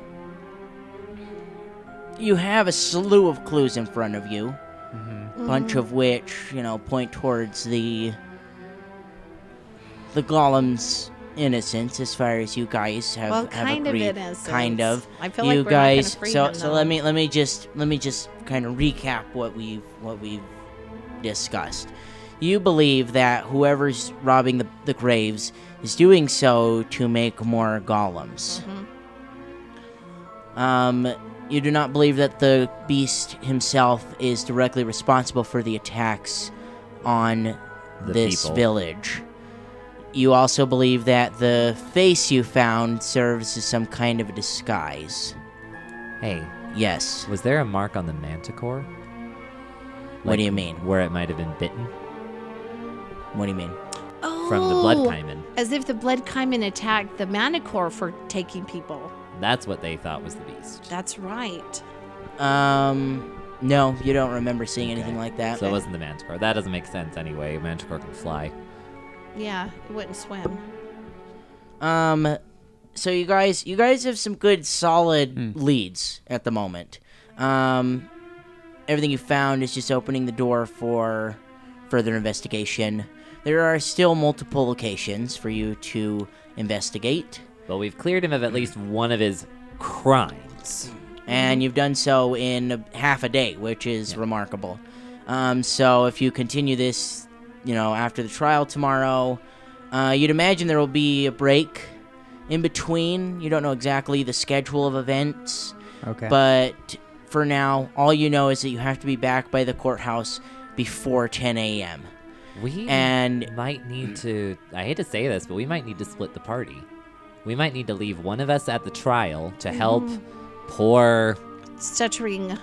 A: You have a slew of clues in front of you,
B: Mm-hmm.
A: bunch of which you know point towards the the golem's innocence, as far as you guys have,
B: Well,
A: have
B: kind of
A: agreed.
B: innocence.
A: Kind of.
B: I feel like
A: you
B: we're not gonna
A: guys.
B: free
A: so
B: him,
A: so
B: though.
A: let me let me just let me just kind of recap what we've what we've discussed. You believe that whoever's robbing the, the graves is doing so to make more golems. Um, you do not believe that the beast himself is directly responsible for the attacks on
G: The
A: this
G: people.
A: village. You also believe that the face you found serves as some kind of disguise.
G: Hey,
A: Yes.
G: was there a mark on the manticore?
A: What do you mean?
G: Where it might have been bitten
A: What do you mean?
B: Oh,
G: from the blood caiman.
B: As if the blood caiman attacked the manicore for taking people.
G: That's what they thought was the beast.
B: That's right.
A: Um, no, you don't remember seeing anything
G: Okay.
A: like that.
G: So it wasn't the manticore. That doesn't make sense anyway. Manticore can fly.
B: Yeah, it wouldn't swim.
A: Um, so you guys, you guys have some good solid leads at the moment. Um, everything you found is just opening the door for further investigation. There are still multiple locations for you to investigate,
G: But we've cleared him of at least one of his crimes. Mm-hmm.
A: and you've done so in half a day, which is remarkable. Um, so if you continue this, you know, after the trial tomorrow, uh, you'd imagine there will be a break in between. You don't know exactly the schedule of events,
H: okay.
A: but for now, all you know is that you have to be back by the courthouse before 10
G: [LAUGHS]
A: a.m.
G: We
A: And-
G: might need to. I hate to say this, but we might need to split the party. We might need to leave one of us at the trial to help
B: Mm.
G: poor
B: Stuttering.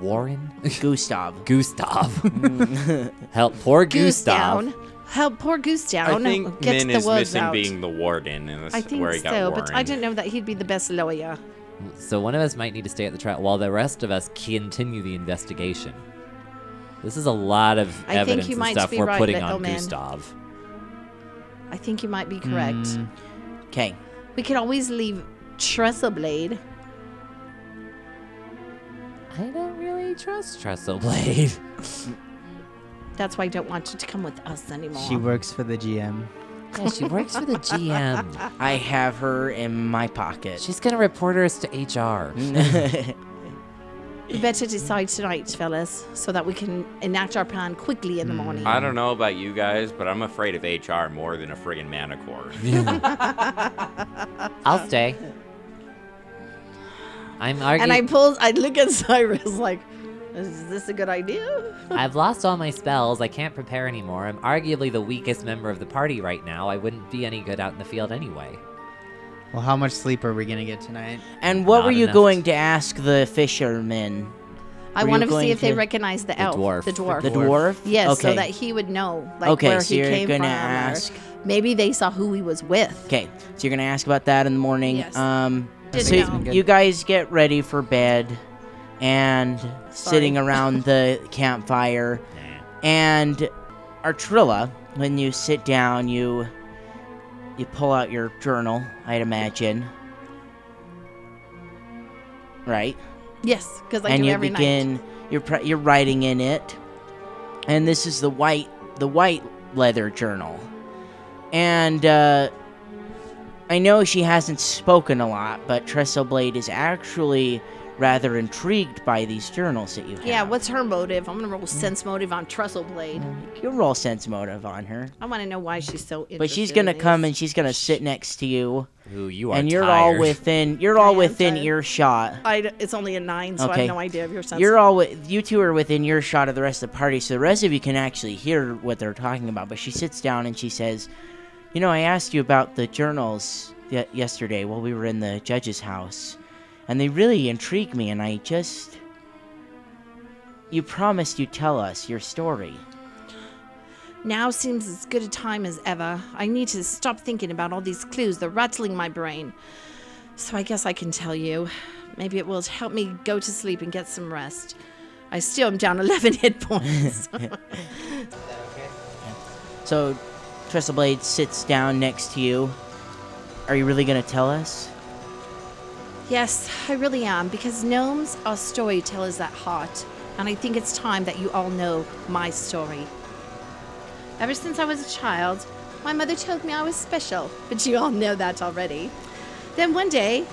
G: Warren [LAUGHS]
A: Gustav.
G: Gustav. [LAUGHS] help poor
B: Mm. Goose
G: Gustav.
B: down. Help poor Goose
F: I
B: down.
F: think
B: Get
F: Min
B: the
F: is
B: words
F: missing
B: out.
F: being the warden, and this
B: I
F: is
B: think
F: where he
B: so,
F: got warned.
B: but I didn't know that he'd be the best lawyer.
G: So one of us might need to stay at the trial while the rest of us continue the investigation. This is a lot of
B: I think
G: evidence
B: you
G: and
B: might
G: stuff
B: be
G: we're
B: right,
G: putting
B: little
G: on
B: man.
G: Gustav.
B: I think you might be correct.
F: Hmm.
A: Okay.
B: We could always leave Tresselblade.
G: I don't really trust Tresselblade.
B: That's why I don't want you to come with us anymore.
H: she works for the GM.
G: [LAUGHS] yeah, she works for the GM.
A: I have [LAUGHS] her in my pocket.
G: Mm. She's gonna report us to HR.
B: We better decide tonight, fellas, so that we can enact our plan quickly in the morning.
F: Hmm. I don't know about you guys, but I'm afraid of HR more than a
G: [LAUGHS]
F: friggin' manicore.
G: I'll stay. I'm arguing.
B: and I pull. I look at [LAUGHS] Cyrus like, is this a good idea?
G: [LAUGHS] I've lost all my spells. I can't prepare anymore. I'm arguably the weakest member of the party right now. I wouldn't be any good out in the field anyway.
H: Well, how much sleep are we gonna get tonight?
A: And what
G: Not
A: were you
G: enough.
A: going to ask the fisherman?
B: I
A: Were
B: want
A: you
B: to see
A: going
B: if they
A: to-
B: recognize the, elf,
G: dwarf.
B: the dwarf.
A: The dwarf?
B: Yes,
A: okay.
B: so that he would know like
A: Okay,
B: where
A: so
B: he
A: you're
B: came
A: gonna
B: from. or
A: ask-
B: Maybe they saw who he was with.
A: Okay, so you're gonna ask about that in the morning.
B: Yes.
A: Um,
B: Didn't
A: so
B: know.
A: you guys get ready for bed, and sitting around the campfire, and Artrilla, when you sit down, you you pull out your journal, I'd imagine, right?
B: Yes, because I
A: and
B: do
A: you
B: every night.
A: begin you're pr- you're writing in it and this is the white the white leather journal and uh, i know she hasn't spoken a lot but tresselblade is actually rather intrigued by these journals that you have
B: Yeah, what's her motive? I'm gonna roll sense motive on Trestle Blade.
A: you roll sense motive on her
B: I want to know why she's so.
A: but she's
B: interested
A: gonna
B: in
A: come
B: this.
A: and she's gonna sit next to you
G: Ooh, you are
A: and you're all
G: tired.
A: within you're all
B: am
A: within
B: tired.
A: earshot
B: I d it's only a nine, so I
A: Okay.
B: have no idea of your sense.
A: You're all wi- you two are within earshot of the rest of the party, so the rest of you can actually hear what they're talking about. But she sits down and she says, "You know, I asked you about the journals y- yesterday while we were in the judge's house, and they really intrigue me. And I just, you promised you'd tell us your story.
B: Now seems as good a time as ever. I need to stop thinking about all these clues. They're rattling my brain. So I guess I can tell you. Maybe it will help me go to sleep and get some rest. I still am down [LAUGHS] 11 hit points.
A: So, Trestleblade sits down next to you. Are you really gonna tell us?
B: yes, I really am, because gnomes are storytellers at heart. And I think it's time that you all know my story. Ever since I was a child, my mother told me I was special, but you all know that already. Then one day,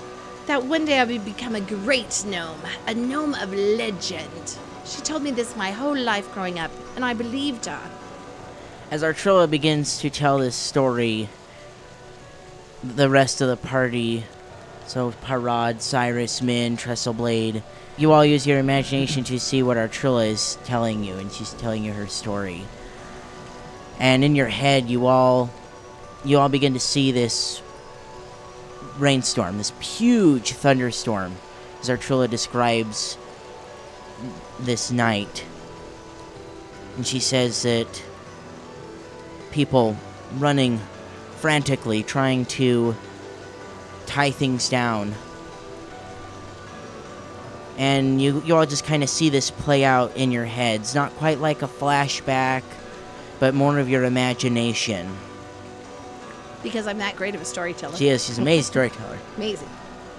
B: that one day I would become a great gnome, a gnome of legend. She told me this my whole life growing up, and I believed her.
A: As Artrilla begins to tell this story, the rest of the party, so Parad, Cyrus, Min, Trestleblade, you all use your imagination to see what Artrilla is telling you, and she's telling you her story. And in your head, you all, you all begin to see this rainstorm, this huge thunderstorm, as Artrilla describes this night. And she says that people running frantically trying to tie things down. And you, you all just kind of see this play out in your heads. Not quite like a flashback, but more of your imagination.
B: Because I'm that great of a storyteller.
A: She is, she's an amazing storyteller.
B: Amazing.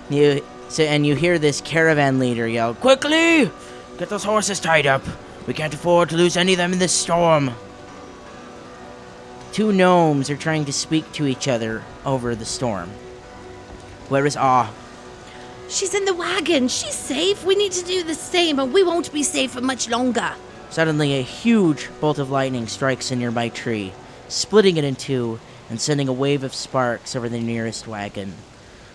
A: You so and you hear this caravan leader yell, "Quickly, get those horses tied up. We can't afford to lose any of them in this storm." Two gnomes are trying to speak to each other over the storm. Where is Ah?
B: She's in the wagon. She's safe. We need to do the same, or we won't be safe for much longer.
A: Suddenly, a huge bolt of lightning strikes a nearby tree, splitting it in two and sending a wave of sparks over the nearest wagon.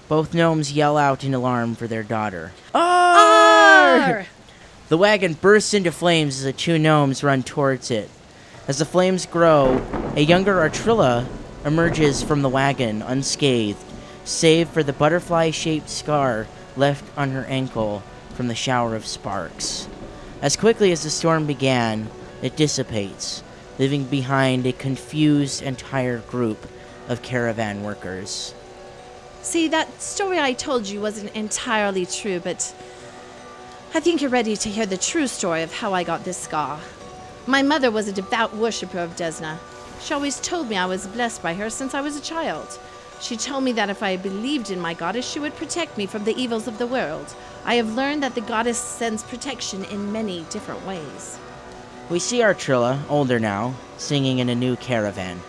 A: Both gnomes yell out in alarm for their daughter.
B: Arr!
A: The wagon bursts into flames as the two gnomes run towards it. As the flames grow, a younger Artrilla emerges from the wagon unscathed, save for the butterfly shaped scar left on her ankle from the shower of sparks. As quickly as the storm began, it dissipates, leaving behind a confused entire group of caravan workers.
B: See, that story I told you wasn't entirely true, but I think you're ready to hear the true story of how I got this scar. My mother was a devout worshiper of Desna. She always told me I was blessed by her since I was a child. She told me that if I believed in my goddess, she would protect me from the evils of the world. I have learned that the goddess sends protection in many different ways.
A: We see Artrilla, older now, singing in a new caravan.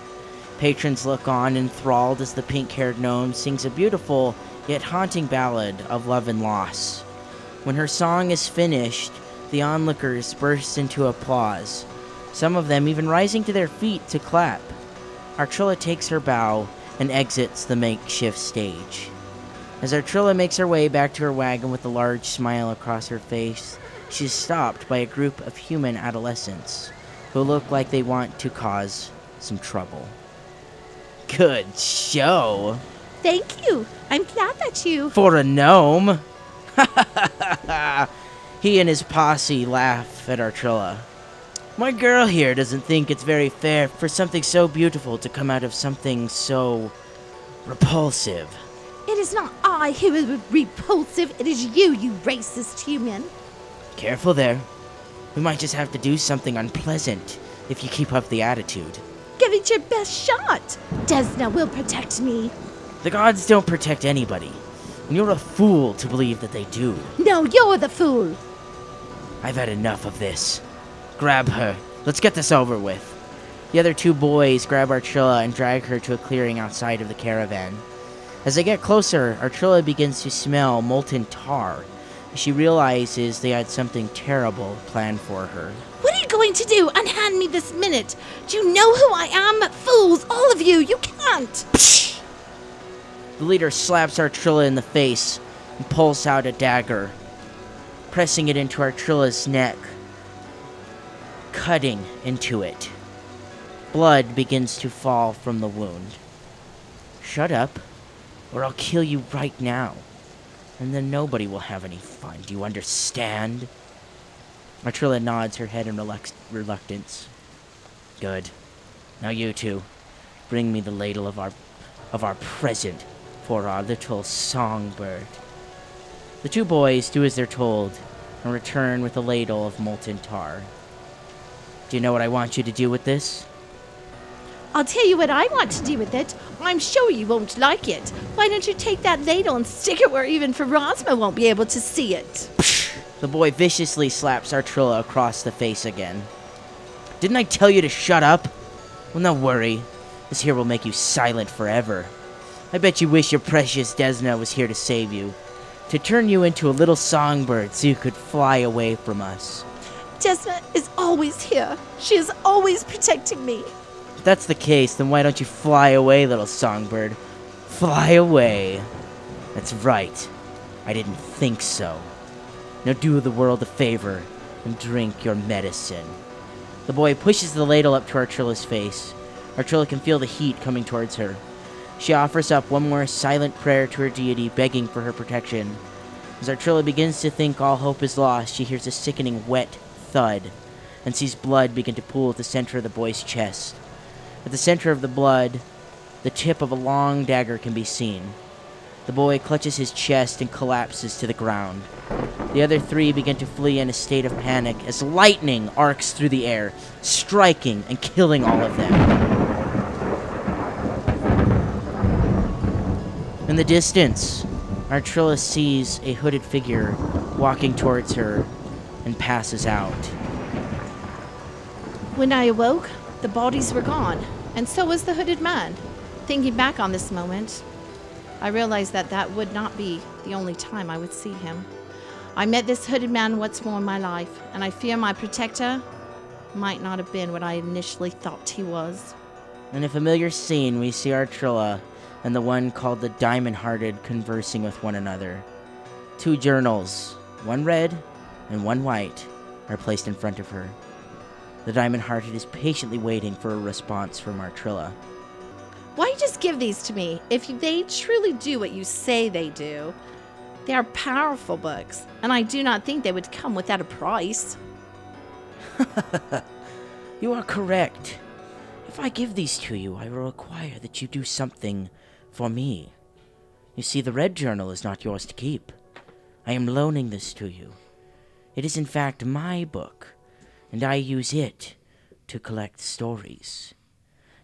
A: Patrons look on enthralled as the pink haired gnome sings a beautiful yet haunting ballad of love and loss. When her song is finished, the onlookers burst into applause, some of them even rising to their feet to clap. Artrilla takes her bow and exits the makeshift stage. As Artrilla makes her way back to her wagon with a large smile across her face, she is stopped by a group of human adolescents who look like they want to cause some trouble. Good show
B: Thank you. I'm glad that you.
A: for a gnome. [LAUGHS] he and his posse laugh at Artrilla. My girl here doesn't think it's very fair for something so beautiful to come out of something so repulsive.
B: It is not I who is repulsive. It is you, you racist human.
A: Careful there. We might just have to do something unpleasant if you keep up the attitude.
B: Give it your best shot. Desna will protect me.
A: The gods don't protect anybody, and you're a fool to believe that they do.
B: No, you're the fool.
A: I've had enough of this. Grab her. Let's get this over with. The other two boys grab Artrilla and drag her to a clearing outside of the caravan. As they get closer, Artrilla begins to smell molten tar. She realizes they had something terrible planned for her.
B: What are you going to do? Unhand me this minute. Do you know who I am? Fools, all of you. You can't.
A: The leader slaps Artrilla in the face and pulls out a dagger, pressing it into Artrilla's neck, cutting into it. Blood begins to fall from the wound. Shut up, or I'll kill you right now. And then nobody will have any fun. Do you understand? Artrilla nods her head in relux- reluctance. Good. Now you two, bring me the ladle of our of our present for our little songbird. The two boys do as they're told and return with a ladle of molten tar. Do you know what I want you to do with this?
B: I'll tell you what I want to do with it. I'm sure you won't like it. Why don't you take that ladle and stick it where even Ferozma won't be able to see it?
A: The boy viciously slaps Artrilla across the face again. Didn't I tell you to shut up? Well, no worry. This here will make you silent forever. I bet you wish your precious Desna was here to save you, to turn you into a little songbird so you could fly away from us.
B: Desna is always here. She is always protecting me.
A: If that's the case, then why don't you fly away, little songbird? Fly away. That's right. I didn't think so. Now do the world a favor and drink your medicine. The boy pushes the ladle up to Artrilla's face. Artrilla can feel the heat coming towards her. She offers up one more silent prayer to her deity, begging for her protection. As Artrilla begins to think all hope is lost, she hears a sickening wet thud and sees blood begin to pool at the center of the boy's chest. At the center of the blood, the tip of a long dagger can be seen. The boy clutches his chest and collapses to the ground. The other three begin to flee in a state of panic as lightning arcs through the air, striking and killing all of them. In the distance, Artrilla sees a hooded figure walking towards her and passes out.
B: When I awoke, the bodies were gone, and so was the hooded man. Thinking back on this moment, I realized that that would not be the only time I would see him. I met this hooded man once more in my life, and I fear my protector might not have been what I initially thought he was.
A: In a familiar scene, we see Artrilla and the one called the Diamond Hearted conversing with one another. Two journals, one red and one white, are placed in front of her. The Diamond Hearted is patiently waiting for a response from Artrilla.
B: Why just give these to me? If they truly do what you say they do, they are powerful books, and I do not think they would come without a price.
A: You are correct. If I give these to you, I will require that you do something for me. You see, the red journal is not yours to keep. I am loaning this to you. It is, in fact, my book, and I use it to collect stories.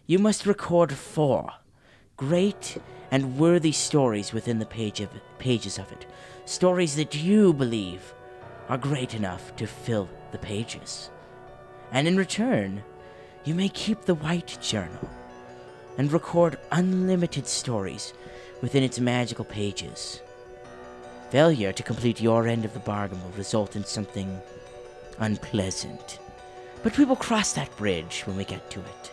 A: You must record four great and worthy stories within the page of, pages of it. Stories that you believe are great enough to fill the pages. And in return, you may keep the White Journal and record unlimited stories within its magical pages. Failure to complete your end of the bargain will result in something unpleasant. But we will cross that bridge when we get to it.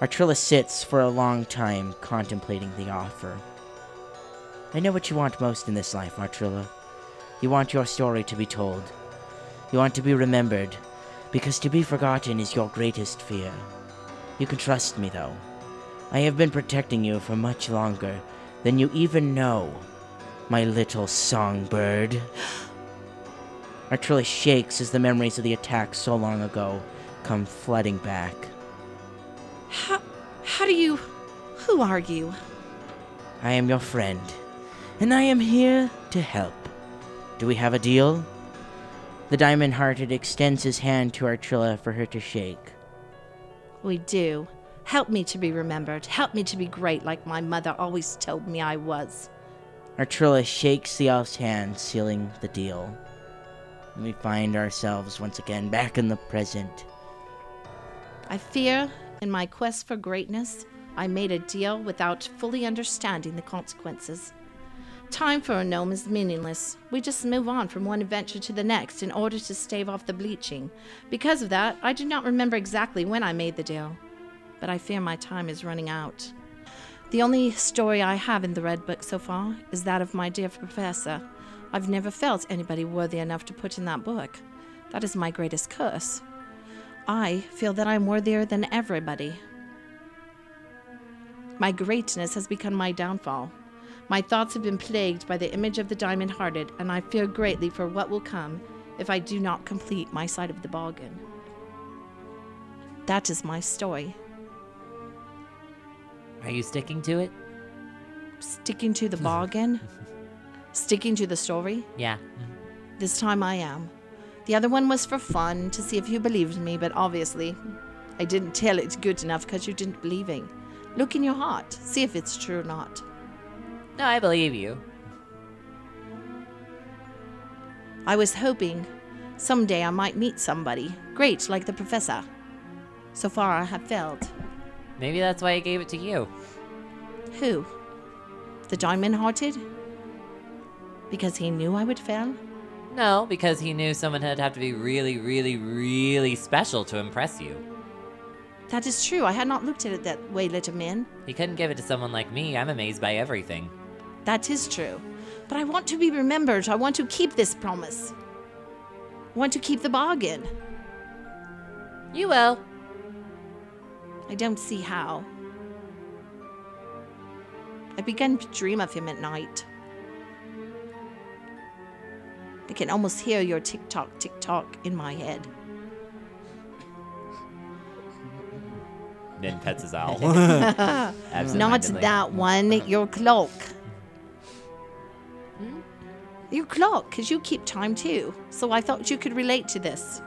A: Artrilla sits for a long time contemplating the offer. I know what you want most in this life, Artrilla. You want your story to be told. You want to be remembered, because to be forgotten is your greatest fear. You can trust me, though. I have been protecting you for much longer than you even know, my little songbird. [GASPS] Artrilla shakes as the memories of the attack so long ago come flooding back.
B: How, how do you. Who are you?
A: I am your friend, and I am here to help. Do we have a deal? The diamond hearted extends his hand to Artrilla for her to shake.
B: We do. Help me to be remembered. Help me to be great like my mother always told me I was.
A: Artrilla shakes the elf's hand, sealing the deal. We find ourselves once again back in the present.
B: I fear, in my quest for greatness, I made a deal without fully understanding the consequences. Time for a gnome is meaningless. We just move on from one adventure to the next in order to stave off the bleaching. Because of that, I do not remember exactly when I made the deal, but I fear my time is running out. The only story I have in the Red Book so far is that of my dear professor. I've never felt anybody worthy enough to put in that book. That is my greatest curse. I feel that I'm worthier than everybody. My greatness has become my downfall. My thoughts have been plagued by the image of the diamond hearted, and I fear greatly for what will come if I do not complete my side of the bargain. That is my story.
G: Are you sticking to it?
B: Sticking to the bargain, sticking to the story,
G: Yeah.
B: this time I am. The other one was for fun to see if you believed me, but obviously I didn't tell it good enough because you didn't believe in. Look in your heart, see if it's true or not.
G: No, I believe you.
B: I was hoping someday I might meet somebody great like the professor. So far, I have failed.
G: Maybe that's why I gave it to you.
B: Who? The diamond hearted? Because he knew I would fail?
G: No, because he knew someone had have to be really, really, really special to impress you.
B: That is true. I had not looked at it that way, little man.
G: He couldn't give it to someone like me. I'm amazed by everything.
B: That is true. But I want to be remembered. I want to keep this promise. I want to keep the bargain.
G: You will.
B: I don't see how. I began to dream of him at night. I can almost hear your tick tock, tick tock in my head.
G: Then pets
B: [LAUGHS]
G: his owl.
B: Not
G: Absentmindedly.
B: that one, your clock. Your clock, because you keep time too. So I thought you could relate to this.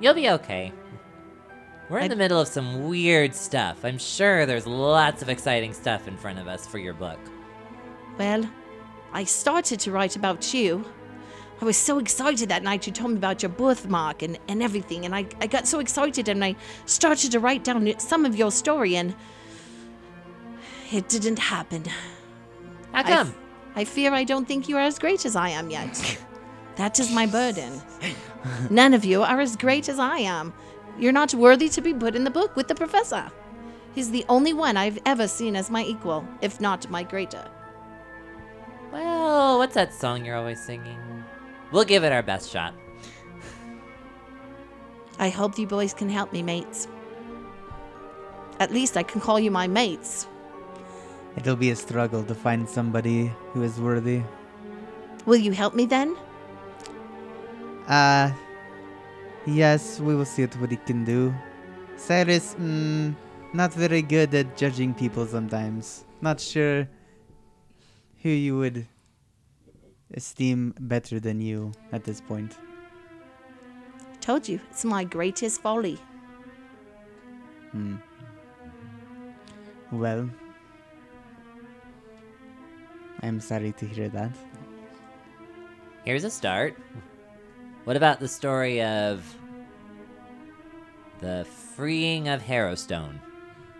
G: You'll be okay. We're in the middle of some weird stuff. I'm sure there's lots of exciting stuff in front of us for your book.
B: Well, I started to write about you. I was so excited that night you told me about your birthmark and, and everything, and I, I got so excited and I started to write down some of your story, and it didn't happen.
G: How
B: I f-
G: come?
B: I fear I don't think you are as great as I am yet. that is my burden. None of you are as great as I am. You're not worthy to be put in the book with the professor. He's the only one I've ever seen as my equal, if not my greater.
G: Well, what's that song you're always singing? We'll give it our best shot.
B: I hope you boys can help me, mates. At least I can call you my mates.
D: It'll be a struggle to find somebody who is worthy.
B: Will you help me then?
D: Uh, yes, we will see it, what he can do. Cyrus, mm, not very good at judging people sometimes. Not sure who you would esteem better than you at this point.
B: Told you, it's my greatest folly.
D: Well, I'm sorry to hear that.
G: Here's a start. What about the story of the freeing of Harrowstone?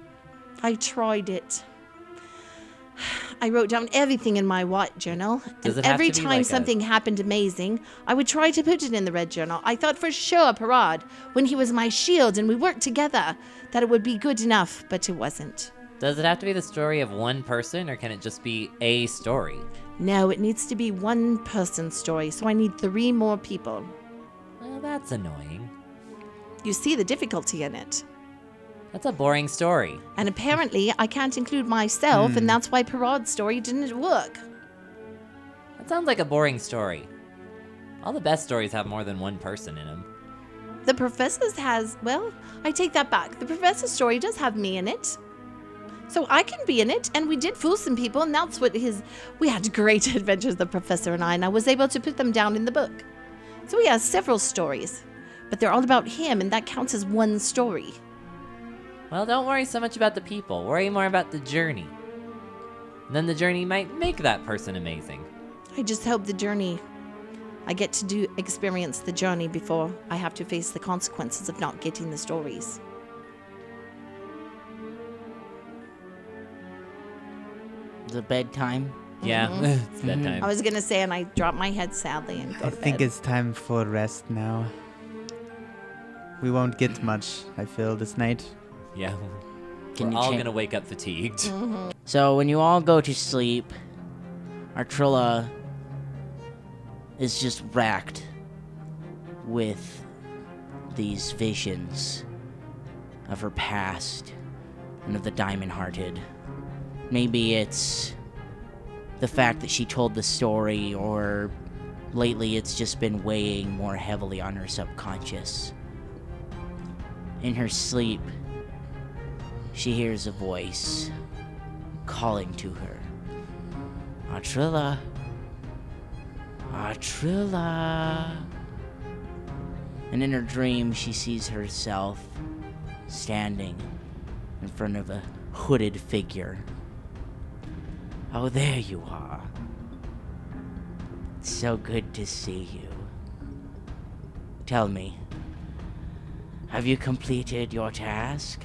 B: [SIGHS] I tried it. I wrote down everything in my white journal.
G: Does
B: and
G: it have
B: every
G: to be
B: time
G: like a-
B: something happened amazing, I would try to put it in the red journal. I thought for sure, Parad, when he was my shield and we worked together, that it would be good enough, but it wasn't.
G: Does it have to be the story of one person, or can it just be a story?
B: No, it needs to be one person story, so I need three more people.
G: Well, that's annoying.
B: You see the difficulty in it.
G: That's a boring story.
B: And apparently, I can't include myself, and that's why Parad's story didn't work.
G: That sounds like a boring story. All the best stories have more than one person in them.
B: The professor's has, well, I take that back. The professor's story does have me in it. So I can be in it, and we did fool some people, and that's what his. We had [LAUGHS] great adventures, the professor and I, and I was able to put them down in the book. So he has several stories, but they're all about him, and that counts as one story.
G: Well, don't worry so much about the people. Worry more about the journey. And then the journey might make that person amazing.
B: I just hope the journey. I get to do experience the journey before I have to face the consequences of not getting the stories.
A: The bedtime.
G: Yeah, [LAUGHS] it's bedtime.
B: I was gonna say, and I dropped my head sadly and go to
D: I think
B: bed.
D: it's time for rest now. We won't get much, I feel, this night.
G: Yeah.
A: Can
G: We're
A: you Mm-hmm.
G: all
A: change-
G: gonna wake up fatigued. [LAUGHS]
A: So when you all go to sleep, Artrilla is just racked with these visions of her past and of the Diamond Hearted. Maybe it's the fact that she told the story, or lately it's just been weighing more heavily on her subconscious. In her sleep, she hears a voice calling to her. Artrilla. Artrilla. And in her dream, she sees herself standing in front of a hooded figure. Oh, there you are. It's so good to see you. Tell me, have you completed your task?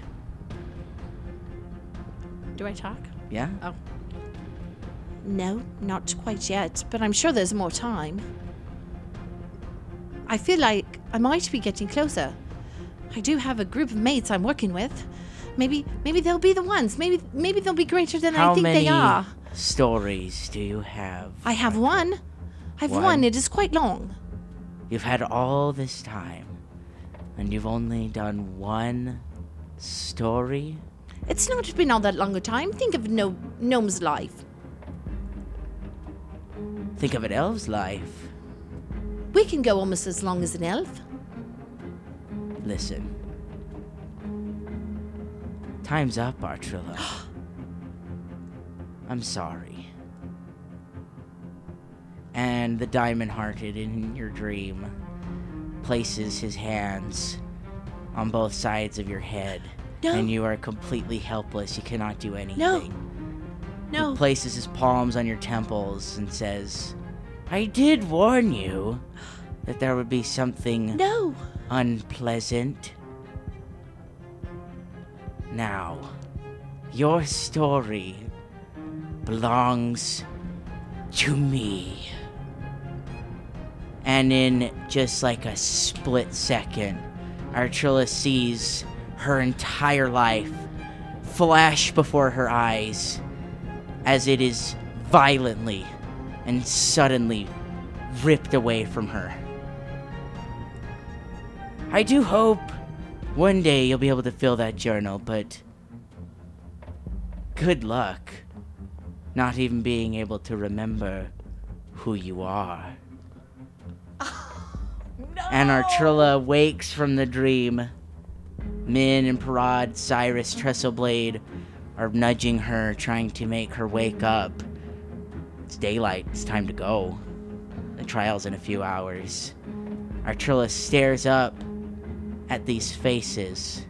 B: Do I talk? Oh.
A: Yeah?
B: No, not quite yet, but I'm sure there's more time. I feel like I might be getting closer. I do have a group of mates I'm working with. Maybe, maybe they'll be the ones. Maybe, maybe they'll be greater than
A: How
B: I think
A: many
B: they are.
A: stories do you have?
B: I have one. I've
A: One?
B: one. It is quite long.
A: You've had all this time, and you've only done one story?
B: It's not been all that long a time. Think of no gnome's life.
A: Think of an elf's life.
B: We can go almost as long as an elf.
A: Listen. Time's up, Artrilla. [GASPS] I'm sorry. And the diamond hearted in your dream places his hands on both sides of your head.
B: No.
A: And you are completely helpless. You cannot do anything.
B: No,
A: places his palms on your temples and says, I did warn you that there would be something
B: no.
A: unpleasant. Now, your story belongs to me. And in just like a split second, Artrilla sees her entire life flash before her eyes as it is violently and suddenly ripped away from her. I do hope one day you'll be able to fill that journal, but good luck not even being able to remember who you are. And Artrilla wakes from the dream. Min and Parad, Cyrus, Trestleblade are nudging her, trying to make her wake up. It's daylight, it's time to go. The trial's in a few hours. Artrilla stares up at these faces,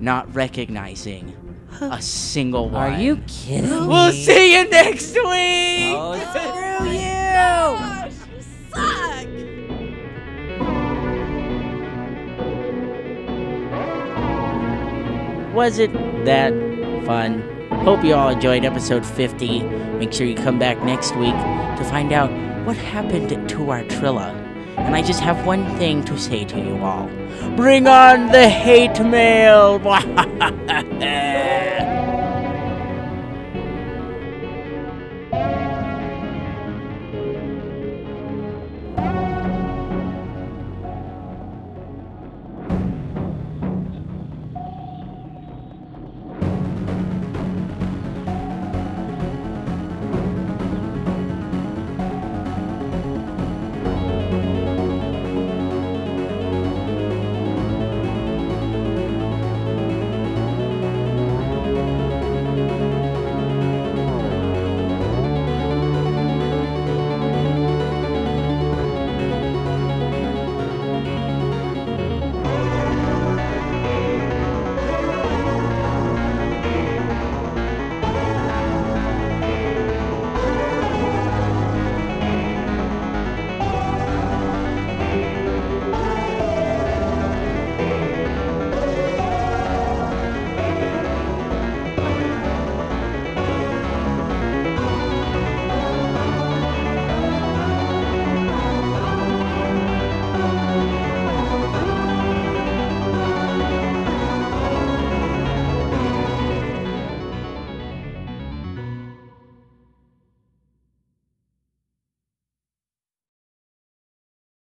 A: not recognizing a single one.
G: Are you kidding
A: We'll
G: me?
A: see you next week!
G: Oh,
B: Screw you! Gosh, you suck!
A: Was it that fun? Hope you all enjoyed episode 50. Make sure you come back next week to find out what happened to our Trilla. And I just have one thing to say [LAUGHS] to you all. Bring on the hate mail!